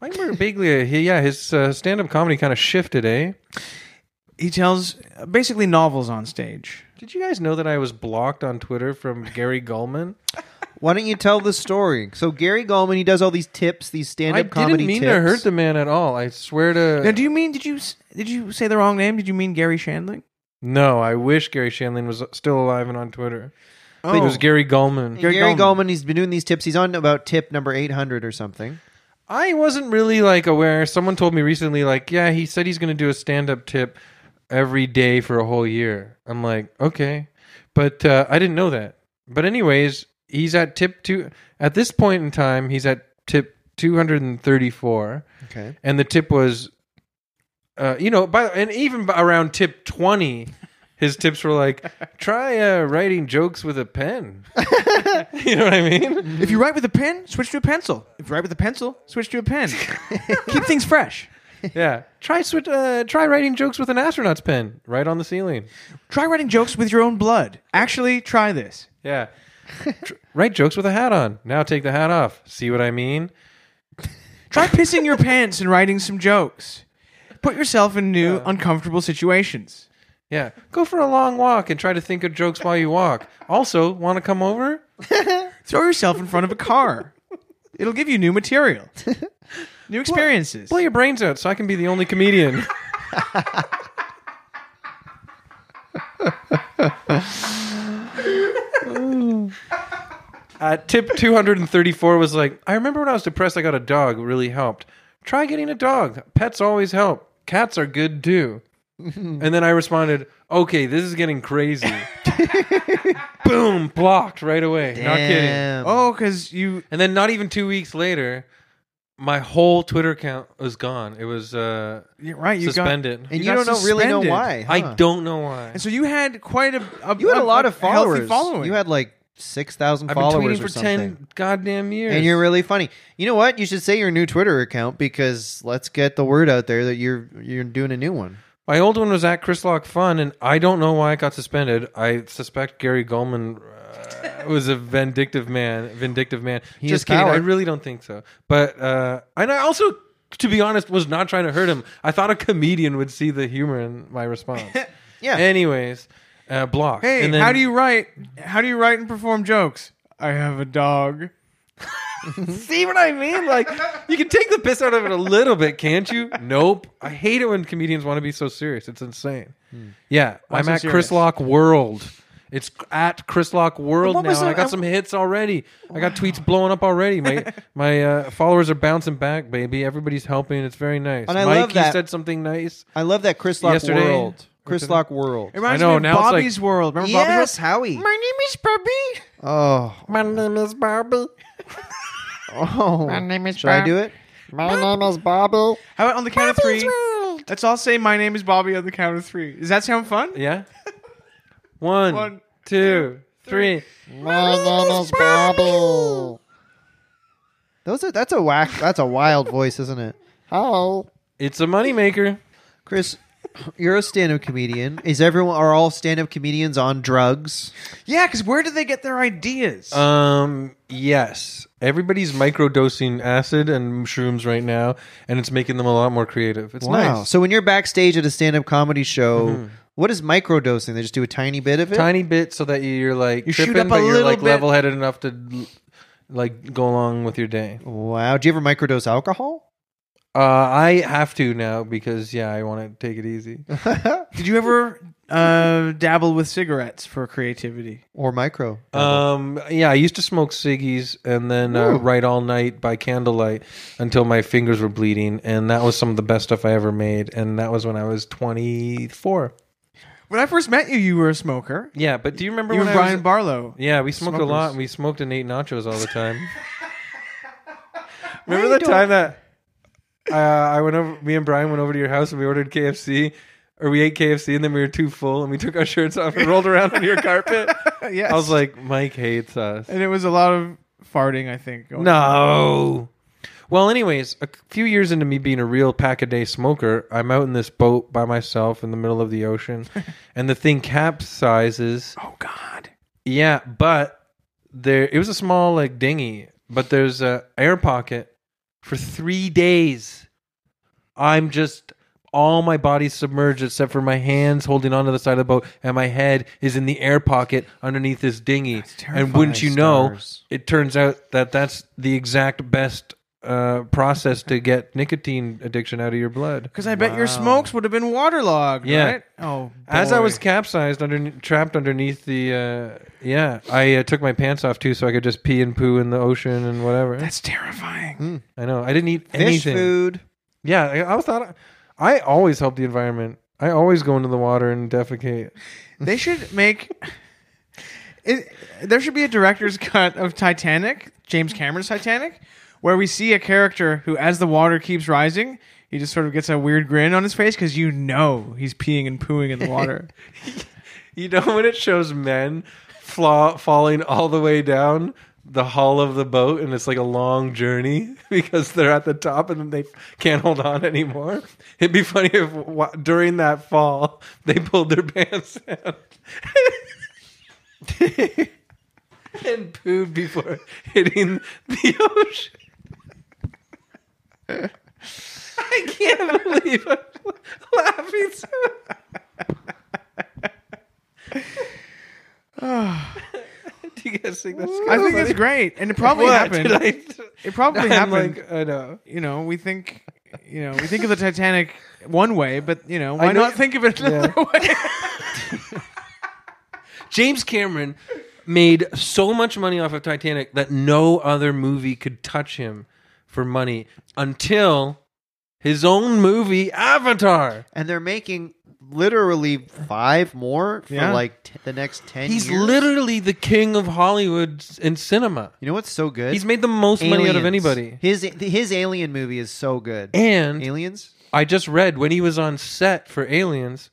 Speaker 4: Mike Birbiglia, he, yeah, his uh, stand-up comedy kind of shifted, eh?
Speaker 3: He tells uh, basically novels on stage.
Speaker 4: Did you guys know that I was blocked on Twitter from Gary Gulman?
Speaker 2: Why don't you tell the story? So Gary Goldman, he does all these tips, these
Speaker 4: I
Speaker 2: stand-up comedy
Speaker 4: didn't mean
Speaker 2: tips.
Speaker 4: to hurt the man at all. I swear to.
Speaker 3: Now, do you mean did you s- did you say the wrong name? Did you mean Gary Shandling?
Speaker 4: no, I wish Gary Shanlin was still alive and on Twitter.
Speaker 3: Oh,
Speaker 4: It was Gary Gulman.
Speaker 2: Gary,
Speaker 3: Gary Goldman.
Speaker 2: Goldman. he's been doing these tips. He's on about tip number 800 or something.
Speaker 4: I wasn't really like aware. Someone told me recently, like, yeah, he said he's going to do a stand up tip every day for a whole year. I'm like, okay, but uh, I didn't know that. But anyways, he's at tip two. At this point in time, he's at tip 234,
Speaker 2: Okay.
Speaker 4: and the tip was, uh, you know, by and even by around tip 20. His tips were like, try uh, writing jokes with a pen. you know what I mean?
Speaker 3: If you write with a pen, switch to a pencil. If you write with a pencil, switch to a pen. Keep things fresh.
Speaker 4: Yeah. Try swi- uh, try writing jokes with an astronaut's pen right on the ceiling.
Speaker 3: Try writing jokes with your own blood. Actually, try this.
Speaker 4: Yeah. Tr- write jokes with a hat on. Now take the hat off. See what I mean?
Speaker 3: Try pissing your pants and writing some jokes. Put yourself in new, uncomfortable situations.
Speaker 4: Yeah. Go for a long walk and try to think of jokes while you walk. Also, want to come over?
Speaker 3: Throw yourself in front of a car. It'll give you new material, new experiences.
Speaker 4: Blow your brains out so I can be the only comedian. uh, tip 234 was like, I remember when I was depressed, I got a dog. It really helped. Try getting a dog. Pets always help. Cats are good too. and then I responded, okay, this is getting crazy. Boom, blocked right away. Not kidding.
Speaker 2: Damn.
Speaker 3: oh, because you
Speaker 4: And then not even two weeks later, my whole Twitter account was gone. It was uh,
Speaker 3: you're right. You got-
Speaker 4: suspended.
Speaker 2: and
Speaker 3: you
Speaker 2: you,
Speaker 3: got
Speaker 2: don't know, really know
Speaker 3: suspended.
Speaker 2: why. huh?
Speaker 4: I don't know why.
Speaker 3: And so you had quite a. a
Speaker 2: You had a lot of
Speaker 3: healthy
Speaker 2: followers.
Speaker 3: Following.
Speaker 2: You had like 6,000
Speaker 4: I've been
Speaker 2: followers
Speaker 4: tweeting
Speaker 2: or
Speaker 4: for
Speaker 2: something.
Speaker 4: ten goddamn years.
Speaker 2: And you're really funny. You know what? You should say your new Twitter account because let's get the word out there that you're you're doing a new one.
Speaker 4: my old one was at Chris Lock Fun, and I don't know why I got suspended. I suspect Gary Goldman uh, was a vindictive man. Vindictive man.
Speaker 2: He
Speaker 4: Just
Speaker 2: is
Speaker 4: kidding.
Speaker 2: power.
Speaker 4: I really don't think so. But uh, and I also, to be honest, was not trying to hurt him. I thought a comedian would see the humor in my response.
Speaker 2: Yeah.
Speaker 4: Anyways, uh, block.
Speaker 3: Hey, how do you write? How do you write and perform jokes? I have a dog.
Speaker 4: See what I mean? Like you can take the piss out of it a little bit, can't you? Nope. I hate it when comedians want to be so serious. It's insane. Yeah, I'm
Speaker 3: so
Speaker 4: at
Speaker 3: serious?
Speaker 4: Chris Lock World. It's at Chris Lock World
Speaker 3: What
Speaker 4: now.
Speaker 3: was
Speaker 4: and I
Speaker 3: the-
Speaker 4: got some hits already. I got tweets blowing up already. My my uh, followers are bouncing back, baby. Everybody's helping. It's very nice.
Speaker 2: And I
Speaker 4: Mikey
Speaker 2: love that.
Speaker 4: said something nice.
Speaker 2: I love that Chris Lock
Speaker 4: Yesterday-
Speaker 2: world. Chris
Speaker 4: yesterday-
Speaker 2: Lock world.
Speaker 3: It reminds
Speaker 4: I know,
Speaker 3: me of
Speaker 4: now it's like-
Speaker 3: Bobby's World. Remember
Speaker 2: Yes,
Speaker 3: Bobby's World?
Speaker 2: Howie.
Speaker 6: My name is Bobby.
Speaker 2: Oh,
Speaker 5: My name is Barbie.
Speaker 2: oh.
Speaker 6: My name is
Speaker 2: Should I
Speaker 6: Bob.
Speaker 2: do it?
Speaker 5: My name is Bobby.
Speaker 3: How about on the count of three?
Speaker 5: World.
Speaker 3: Let's all say my name is Bobby on the count of three. Does that sound fun?
Speaker 4: Yeah. One,
Speaker 3: One,
Speaker 4: two, three.
Speaker 3: three.
Speaker 8: My name is Bobby.
Speaker 2: Those are that's a whack. That's a wild voice, isn't it?
Speaker 8: Hello.
Speaker 4: It's a moneymaker.
Speaker 2: Chris, you're a stand-up comedian. Is everyone are all stand-up comedians on drugs?
Speaker 3: Yeah, because where did they get their ideas?
Speaker 4: Um, yes. Everybody's microdosing acid and shrooms right now, and it's making them a lot more creative. It's nice.
Speaker 2: So when you're backstage at a stand-up comedy show, what is microdosing? They just do a Mm-hmm. tiny bit of it.
Speaker 4: Tiny bit so that you're like
Speaker 3: You shoot
Speaker 4: tripping,
Speaker 3: up a
Speaker 4: but you're
Speaker 3: little
Speaker 4: like
Speaker 3: bit.
Speaker 4: level headed enough to l- like go along with your day.
Speaker 2: wow. Do you ever microdose alcohol?
Speaker 4: Uh, I have to now because yeah, I want to take it easy.
Speaker 3: did you ever uh, dabble with cigarettes for creativity?
Speaker 2: Or micro?
Speaker 4: Um, yeah, I used to smoke ciggies and then uh, write all night by candlelight until my fingers were bleeding, and that was some of the best stuff I ever made. And that was when I was twenty four.
Speaker 3: When I first met you, you were a smoker.
Speaker 4: Yeah, but do you remember
Speaker 3: You were
Speaker 4: when I
Speaker 3: Brian
Speaker 4: was,
Speaker 3: Barlow.
Speaker 4: Yeah, we smoked a
Speaker 3: Smokers.
Speaker 4: lot. and We smoked and ate nachos all the time.
Speaker 2: Why
Speaker 4: Remember the
Speaker 2: don't-
Speaker 4: time that uh, I went over, me and Brian went over to your house and we ordered KFC, or we ate KFC and then we were too full and we took our shirts off and rolled around on your carpet.
Speaker 3: yes.
Speaker 4: I was like, Mike hates us.
Speaker 3: and it was a lot of farting. I think. going-
Speaker 4: No. Well, anyways, a few years into me being a real pack a day smoker, I'm out in this boat by myself in the middle of the ocean, and the thing capsizes.
Speaker 3: Oh God.
Speaker 4: Yeah, but there it was a small like dinghy, but there's a air pocket for 3 days. I'm just all my body's submerged except for my hands holding onto the side of the boat and my head is in the air pocket underneath this dinghy. And wouldn't you know,
Speaker 2: Stars.
Speaker 4: it turns out that that's the exact best uh, process to get nicotine addiction out of your blood.
Speaker 3: Because I bet your smokes would have been waterlogged.
Speaker 4: Yeah.
Speaker 3: Right? Oh.
Speaker 4: As I
Speaker 3: boy.
Speaker 4: was capsized, under trapped underneath the, uh, yeah, I uh, took my pants off too, so I could just pee and poo in the ocean and whatever.
Speaker 3: That's terrifying.
Speaker 4: I know. I didn't eat
Speaker 2: Fish
Speaker 4: anything.
Speaker 2: food.
Speaker 4: Yeah, I, I thought I always help the environment. I always go into the water and defecate.
Speaker 3: They should make. It, there should be a director's cut of Titanic, James Cameron's Titanic, where we see a character who, as the water keeps rising, he just sort of gets a weird grin on his face because you know he's peeing and pooing in the water.
Speaker 4: You know when it shows men flaw, falling all the way down the hull of the boat and it's like a long journey because they're at the top and they can't hold on anymore. It'd be funny if wa- during that fall they pulled their pants down and pooed before hitting the ocean. I can't believe I'm laughing so Do you guys think that's good?
Speaker 3: I think it's great, and it probably happened. It probably
Speaker 4: I'm
Speaker 3: happened.
Speaker 4: like, I know.
Speaker 3: you know, we think, you know, we think of the Titanic one way, but you know, why
Speaker 4: know-
Speaker 3: not think of it another way?
Speaker 4: James Cameron made so much money off of Titanic that no other movie could touch him for money until his own movie Avatar.
Speaker 2: And they're making literally five more for
Speaker 3: Yeah.
Speaker 2: like t- the next ten.
Speaker 4: He's
Speaker 2: years.
Speaker 4: literally the king of Hollywood and cinema.
Speaker 2: You know what's so good?
Speaker 4: He's made the most money out of
Speaker 2: Aliens.
Speaker 4: anybody.
Speaker 2: His his Alien movie is so good.
Speaker 4: And
Speaker 2: Aliens.
Speaker 4: I just read when he was on set for Aliens,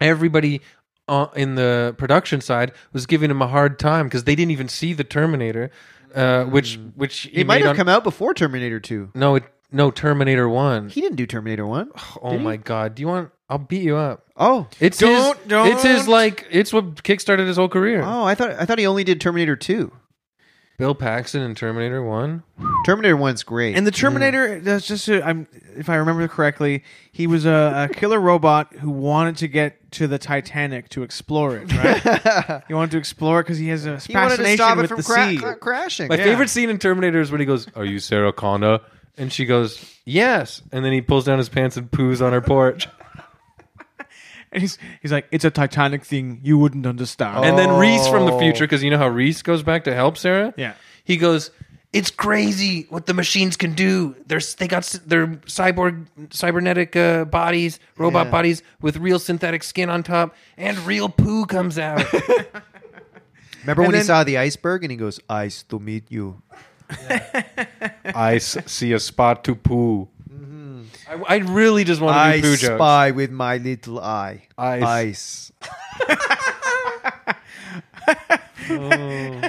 Speaker 4: everybody uh, in the production side was giving him a hard time because they didn't even see the Terminator, uh, which which he
Speaker 2: It Mm. might
Speaker 4: made
Speaker 2: have
Speaker 4: on-
Speaker 2: come out before Terminator Two.
Speaker 4: No, it, no Terminator One.
Speaker 2: He didn't do Terminator One.
Speaker 4: oh my God! Do you want? I'll beat you up.
Speaker 2: Oh,
Speaker 4: It's
Speaker 3: Don't-
Speaker 4: his,
Speaker 3: don't.
Speaker 4: It's his like. It's what kickstarted his whole career.
Speaker 2: oh, I thought I thought he only did Terminator Two.
Speaker 4: Bill Paxton and Terminator One.
Speaker 2: Terminator One's great.
Speaker 3: And the Terminator, that's just i I'm, if I remember correctly, he was a, a killer robot who wanted to get to the Titanic to explore it. Right? he wanted to explore it because he has a
Speaker 2: he wanted to
Speaker 3: fascination
Speaker 2: stop it
Speaker 3: with
Speaker 2: from
Speaker 3: the
Speaker 2: cra-
Speaker 3: sea.
Speaker 2: cra- crashing.
Speaker 4: My favorite scene in Terminator is when he goes, "Are you Sarah Connor?" And she goes, "Yes." And then he pulls down his pants and poos on her porch.
Speaker 3: And he's, he's like, it's a Titanic thing you wouldn't understand.
Speaker 4: And then Reese from the
Speaker 2: Oh.
Speaker 4: future, because you know how Reese goes back to help Sarah.
Speaker 3: Yeah.
Speaker 4: he goes. It's crazy what the machines can do. They're, s- they got s- their cyborg, cybernetic uh, bodies, robot
Speaker 2: Yeah.
Speaker 4: bodies with real synthetic skin on top, and real poo comes out.
Speaker 2: Remember when he
Speaker 3: then-
Speaker 2: saw the iceberg and he goes, "Ice to meet you."
Speaker 4: I see a spot to poo. I, I really just want to
Speaker 2: I
Speaker 4: do poo jokes.
Speaker 2: spy with my little eye.
Speaker 4: Ice.
Speaker 2: Ice. Oh.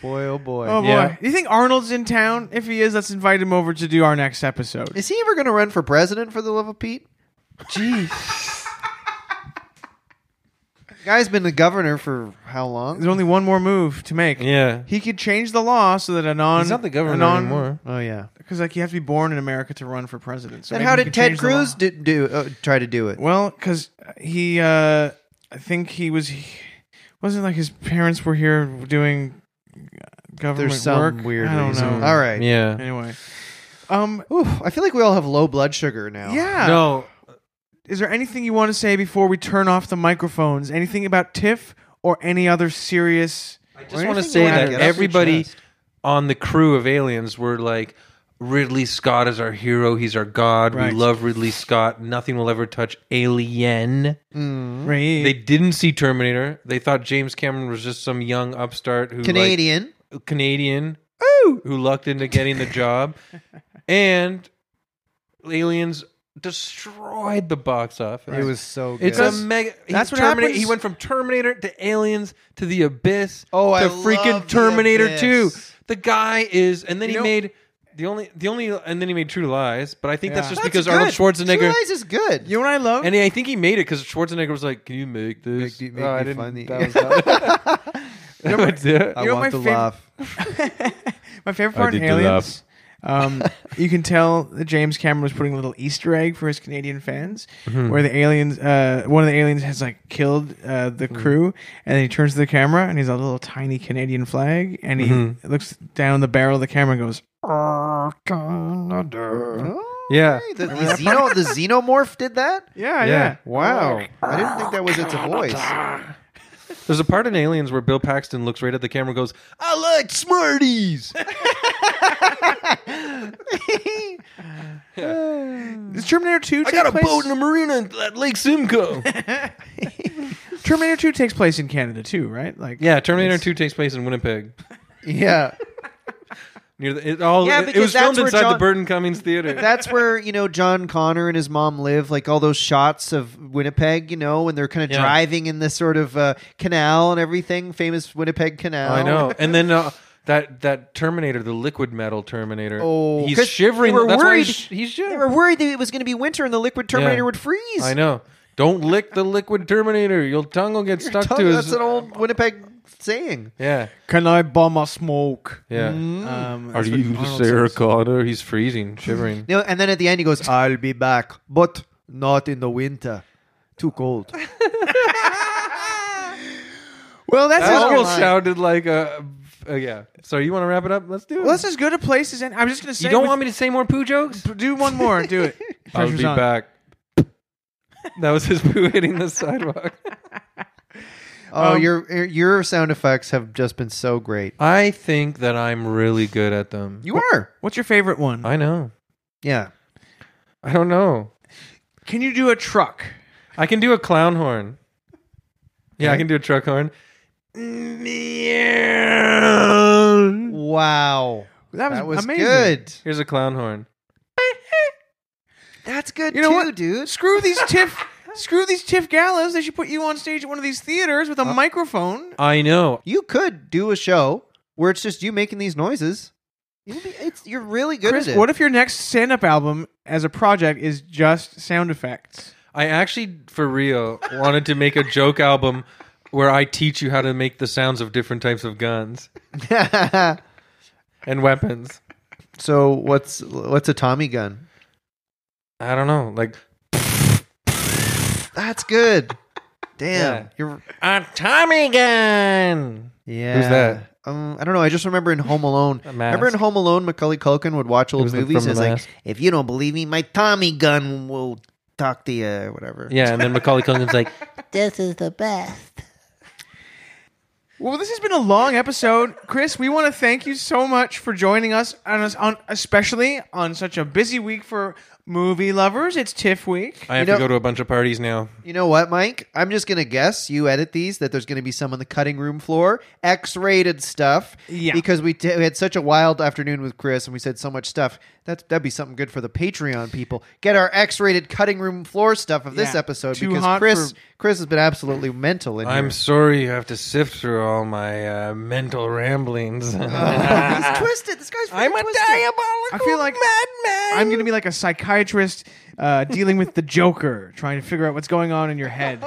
Speaker 2: Boy, oh boy.
Speaker 3: Oh boy,
Speaker 4: Yeah.
Speaker 3: do you think Arnold's in town? If he is, let's invite him over to do our next episode.
Speaker 2: Is he ever going to run for president for the love of Pete? Jeez. Guy's been the governor for how long?
Speaker 3: There's only one more move to make.
Speaker 4: Yeah.
Speaker 3: He could change the law so that a non
Speaker 4: He's not the governor anymore.
Speaker 2: Oh yeah.
Speaker 3: because like you have to be born in America to run for president. So
Speaker 2: Then
Speaker 3: maybe
Speaker 2: how
Speaker 3: he
Speaker 2: did
Speaker 3: could
Speaker 2: Ted
Speaker 3: change the
Speaker 2: Cruz
Speaker 3: law.
Speaker 2: do, do uh, try to do it?
Speaker 3: Well, because he, uh, I think he was, he, wasn't it like his parents were here doing government
Speaker 2: There's some
Speaker 3: work.
Speaker 2: weird
Speaker 3: I don't
Speaker 2: reason.
Speaker 3: know.
Speaker 2: All right.
Speaker 4: Yeah.
Speaker 3: Anyway, um,
Speaker 2: Oof, I feel like we all have low blood sugar now.
Speaker 3: yeah.
Speaker 4: No.
Speaker 3: Is there anything you want to say before we turn off the microphones? Anything about TIFF or any other serious?
Speaker 4: I just want to
Speaker 2: anything you
Speaker 4: say
Speaker 2: wanna
Speaker 4: that
Speaker 2: get off your
Speaker 4: everybody
Speaker 2: chest?
Speaker 4: on the crew of Aliens were like, Ridley Scott is our hero. He's our god.
Speaker 3: Right.
Speaker 4: We love Ridley Scott. Nothing will ever touch Alien.
Speaker 3: Right.
Speaker 4: They didn't see Terminator. They thought James Cameron was just some young upstart who like,
Speaker 2: Canadian.
Speaker 4: Canadian who lucked into getting the job. and Aliens destroyed the box office.
Speaker 2: It was so good.
Speaker 4: It's a mega.
Speaker 3: that's
Speaker 4: he,
Speaker 3: what
Speaker 4: Terminator,
Speaker 3: happens.
Speaker 4: he went from Terminator to Aliens to the Abyss
Speaker 2: Oh,
Speaker 4: to
Speaker 2: I
Speaker 4: freaking
Speaker 2: love The
Speaker 4: Terminator
Speaker 2: Abyss.
Speaker 4: Two. The guy is, and then
Speaker 3: You
Speaker 4: he
Speaker 3: know-
Speaker 4: made the only, the only, and then he made True Lies. But I think that's
Speaker 3: Yeah.
Speaker 4: just
Speaker 2: That's
Speaker 4: because
Speaker 2: good.
Speaker 4: Arnold Schwarzenegger.
Speaker 2: True Lies is good.
Speaker 3: You know what I love?
Speaker 4: and I think he made it because Schwarzenegger was like, "Can you make this?"
Speaker 2: Make- make
Speaker 4: Oh, I
Speaker 2: me
Speaker 4: didn't-
Speaker 2: funny.
Speaker 4: That was that was it.
Speaker 2: I
Speaker 3: You know
Speaker 2: want
Speaker 3: my
Speaker 2: to
Speaker 3: favorite-
Speaker 2: laugh.
Speaker 3: My favorite part in Aliens. Um, you can tell that James Cameron was putting a little Easter egg for his Canadian fans,
Speaker 4: Mm-hmm.
Speaker 3: where the aliens, uh, one of the aliens has like killed uh, the
Speaker 4: Mm-hmm.
Speaker 3: crew, and then he turns to the camera and he's a little tiny Canadian flag, and he
Speaker 4: Mm-hmm.
Speaker 3: looks down the barrel of the camera and goes, "Arr, Canada."
Speaker 4: Yeah.
Speaker 2: Okay, The, the, xeno, the xenomorph did that?
Speaker 3: Yeah, yeah,
Speaker 4: Yeah.
Speaker 2: Wow. I didn't think that was its voice.
Speaker 4: There's a part in Aliens where Bill Paxton looks right at the camera and goes, I like Smarties.
Speaker 3: Is Terminator Two?
Speaker 4: I got a boat in a marina at Lake Simcoe.
Speaker 3: Terminator Two takes place in Canada too, right? Like,
Speaker 4: yeah, Terminator 2 takes place in Winnipeg.
Speaker 2: Yeah.
Speaker 4: Near the, it, all,
Speaker 2: Yeah,
Speaker 4: it, it
Speaker 2: because
Speaker 4: was filmed
Speaker 2: that's where
Speaker 4: inside
Speaker 2: John-
Speaker 4: the Burton Cummings Theater.
Speaker 2: That's where, you know, John Connor and his mom live, like all those shots of Winnipeg, you know, when they're kind of
Speaker 4: Yeah.
Speaker 2: driving in this sort of uh, canal and everything, famous Winnipeg Canal.
Speaker 4: I know. And then uh, that, that Terminator, the liquid metal Terminator,
Speaker 2: Oh,
Speaker 4: he's
Speaker 2: 'cause
Speaker 4: shivering.
Speaker 2: They were
Speaker 4: That's why
Speaker 2: worried.
Speaker 4: he's, sh- he's
Speaker 2: They
Speaker 4: shivering.
Speaker 2: were worried that it was going to be winter and the liquid Terminator
Speaker 4: Yeah.
Speaker 2: would freeze.
Speaker 4: I know. Don't lick the liquid Terminator. Your tongue will get stuck to
Speaker 2: Tell-
Speaker 4: his.
Speaker 2: that's an old Winnipeg saying.
Speaker 4: yeah.
Speaker 3: can I bomb a smoke?
Speaker 4: Yeah.
Speaker 3: Um,
Speaker 4: Are
Speaker 3: that's what
Speaker 4: you
Speaker 3: Arnold
Speaker 4: Sarah
Speaker 3: says.
Speaker 4: Connor? He's freezing, shivering.
Speaker 2: You know, and then at the end, he goes, "I'll be back, but not in the winter. Too cold."
Speaker 3: Well, that's
Speaker 4: That
Speaker 3: as good-
Speaker 4: almost sounded like a. Uh, yeah. So you want to wrap it up? Let's do it.
Speaker 3: Well, that's as good a place as any. I'm just gonna say.
Speaker 4: you don't
Speaker 3: with-
Speaker 4: want me to say more poo jokes?
Speaker 3: do one more. Do it.
Speaker 4: I'll
Speaker 3: Pressure's
Speaker 4: be
Speaker 3: on.
Speaker 4: back. that was his poo hitting the sidewalk.
Speaker 2: Oh,
Speaker 3: Um,
Speaker 2: your your sound effects have just been so great.
Speaker 4: I think that I'm really good at them.
Speaker 2: You are,
Speaker 3: What's your favorite one?
Speaker 4: I know.
Speaker 2: yeah.
Speaker 4: I don't know.
Speaker 3: Can you do a truck?
Speaker 4: I can do a clown horn. Yeah, I can do a truck horn.
Speaker 2: Wow,
Speaker 3: That was,
Speaker 2: that was
Speaker 3: amazing.
Speaker 2: good.
Speaker 4: Here's a clown horn.
Speaker 2: That's good
Speaker 3: You know
Speaker 2: too,
Speaker 3: what?
Speaker 2: dude.
Speaker 3: Screw these tiff. screw these tiff gallows. They should put you on stage at one of these theaters with a microphone.
Speaker 4: I know.
Speaker 2: You could do a show where it's just you making these noises. You'll be- it's- you're really good
Speaker 3: Chris,
Speaker 2: at it.
Speaker 3: what if your next stand-up album as a project is just sound effects?
Speaker 4: I actually, for real, wanted to make a joke album where I teach you how to make the sounds of different types of guns and weapons.
Speaker 2: so what's what's a Tommy gun?
Speaker 4: I don't know. Like,
Speaker 2: That's good. Damn,
Speaker 4: Yeah.
Speaker 2: you're
Speaker 4: a Tommy gun.
Speaker 2: yeah.
Speaker 4: Who's that?
Speaker 2: Um, I don't know. I just remember in Home Alone. Remember in
Speaker 4: Mask.
Speaker 2: Home Alone, Macaulay Culkin would watch old
Speaker 4: was the-
Speaker 2: movies.
Speaker 4: from
Speaker 2: and
Speaker 4: the
Speaker 2: it's like,
Speaker 4: mask.
Speaker 2: if you don't believe me, my Tommy gun will talk to you, or whatever.
Speaker 4: Yeah, and then Macaulay Culkin's like,
Speaker 7: This is the best.
Speaker 3: Well, this has been a long episode, Chris. We want to thank you so much for joining us, on, us on, especially on such a busy week for movie lovers. It's TIFF week.
Speaker 4: I have
Speaker 2: You know-
Speaker 4: to go to a bunch of parties now.
Speaker 2: You know what, Mike? I'm just going to guess you edit these that there's going to be some on the cutting room floor, X rated stuff.
Speaker 3: Yeah.
Speaker 2: Because we, t- we had such a wild afternoon with Chris and we said so much stuff. That's, that'd be something good for the Patreon people. Get our X rated cutting room floor stuff of this
Speaker 3: Yeah.
Speaker 2: episode
Speaker 3: Too
Speaker 2: because
Speaker 3: hot
Speaker 2: Chris
Speaker 3: for-
Speaker 2: Chris has been absolutely mental in
Speaker 4: I'm
Speaker 2: here.
Speaker 4: sorry you have to sift through all my uh, mental
Speaker 2: He's
Speaker 4: ramblings.
Speaker 2: twisted. This guy's I'm a twisted.
Speaker 3: I feel like I'm going to be like a psychiatrist uh, dealing with the Joker, trying to figure out what's going on in your head.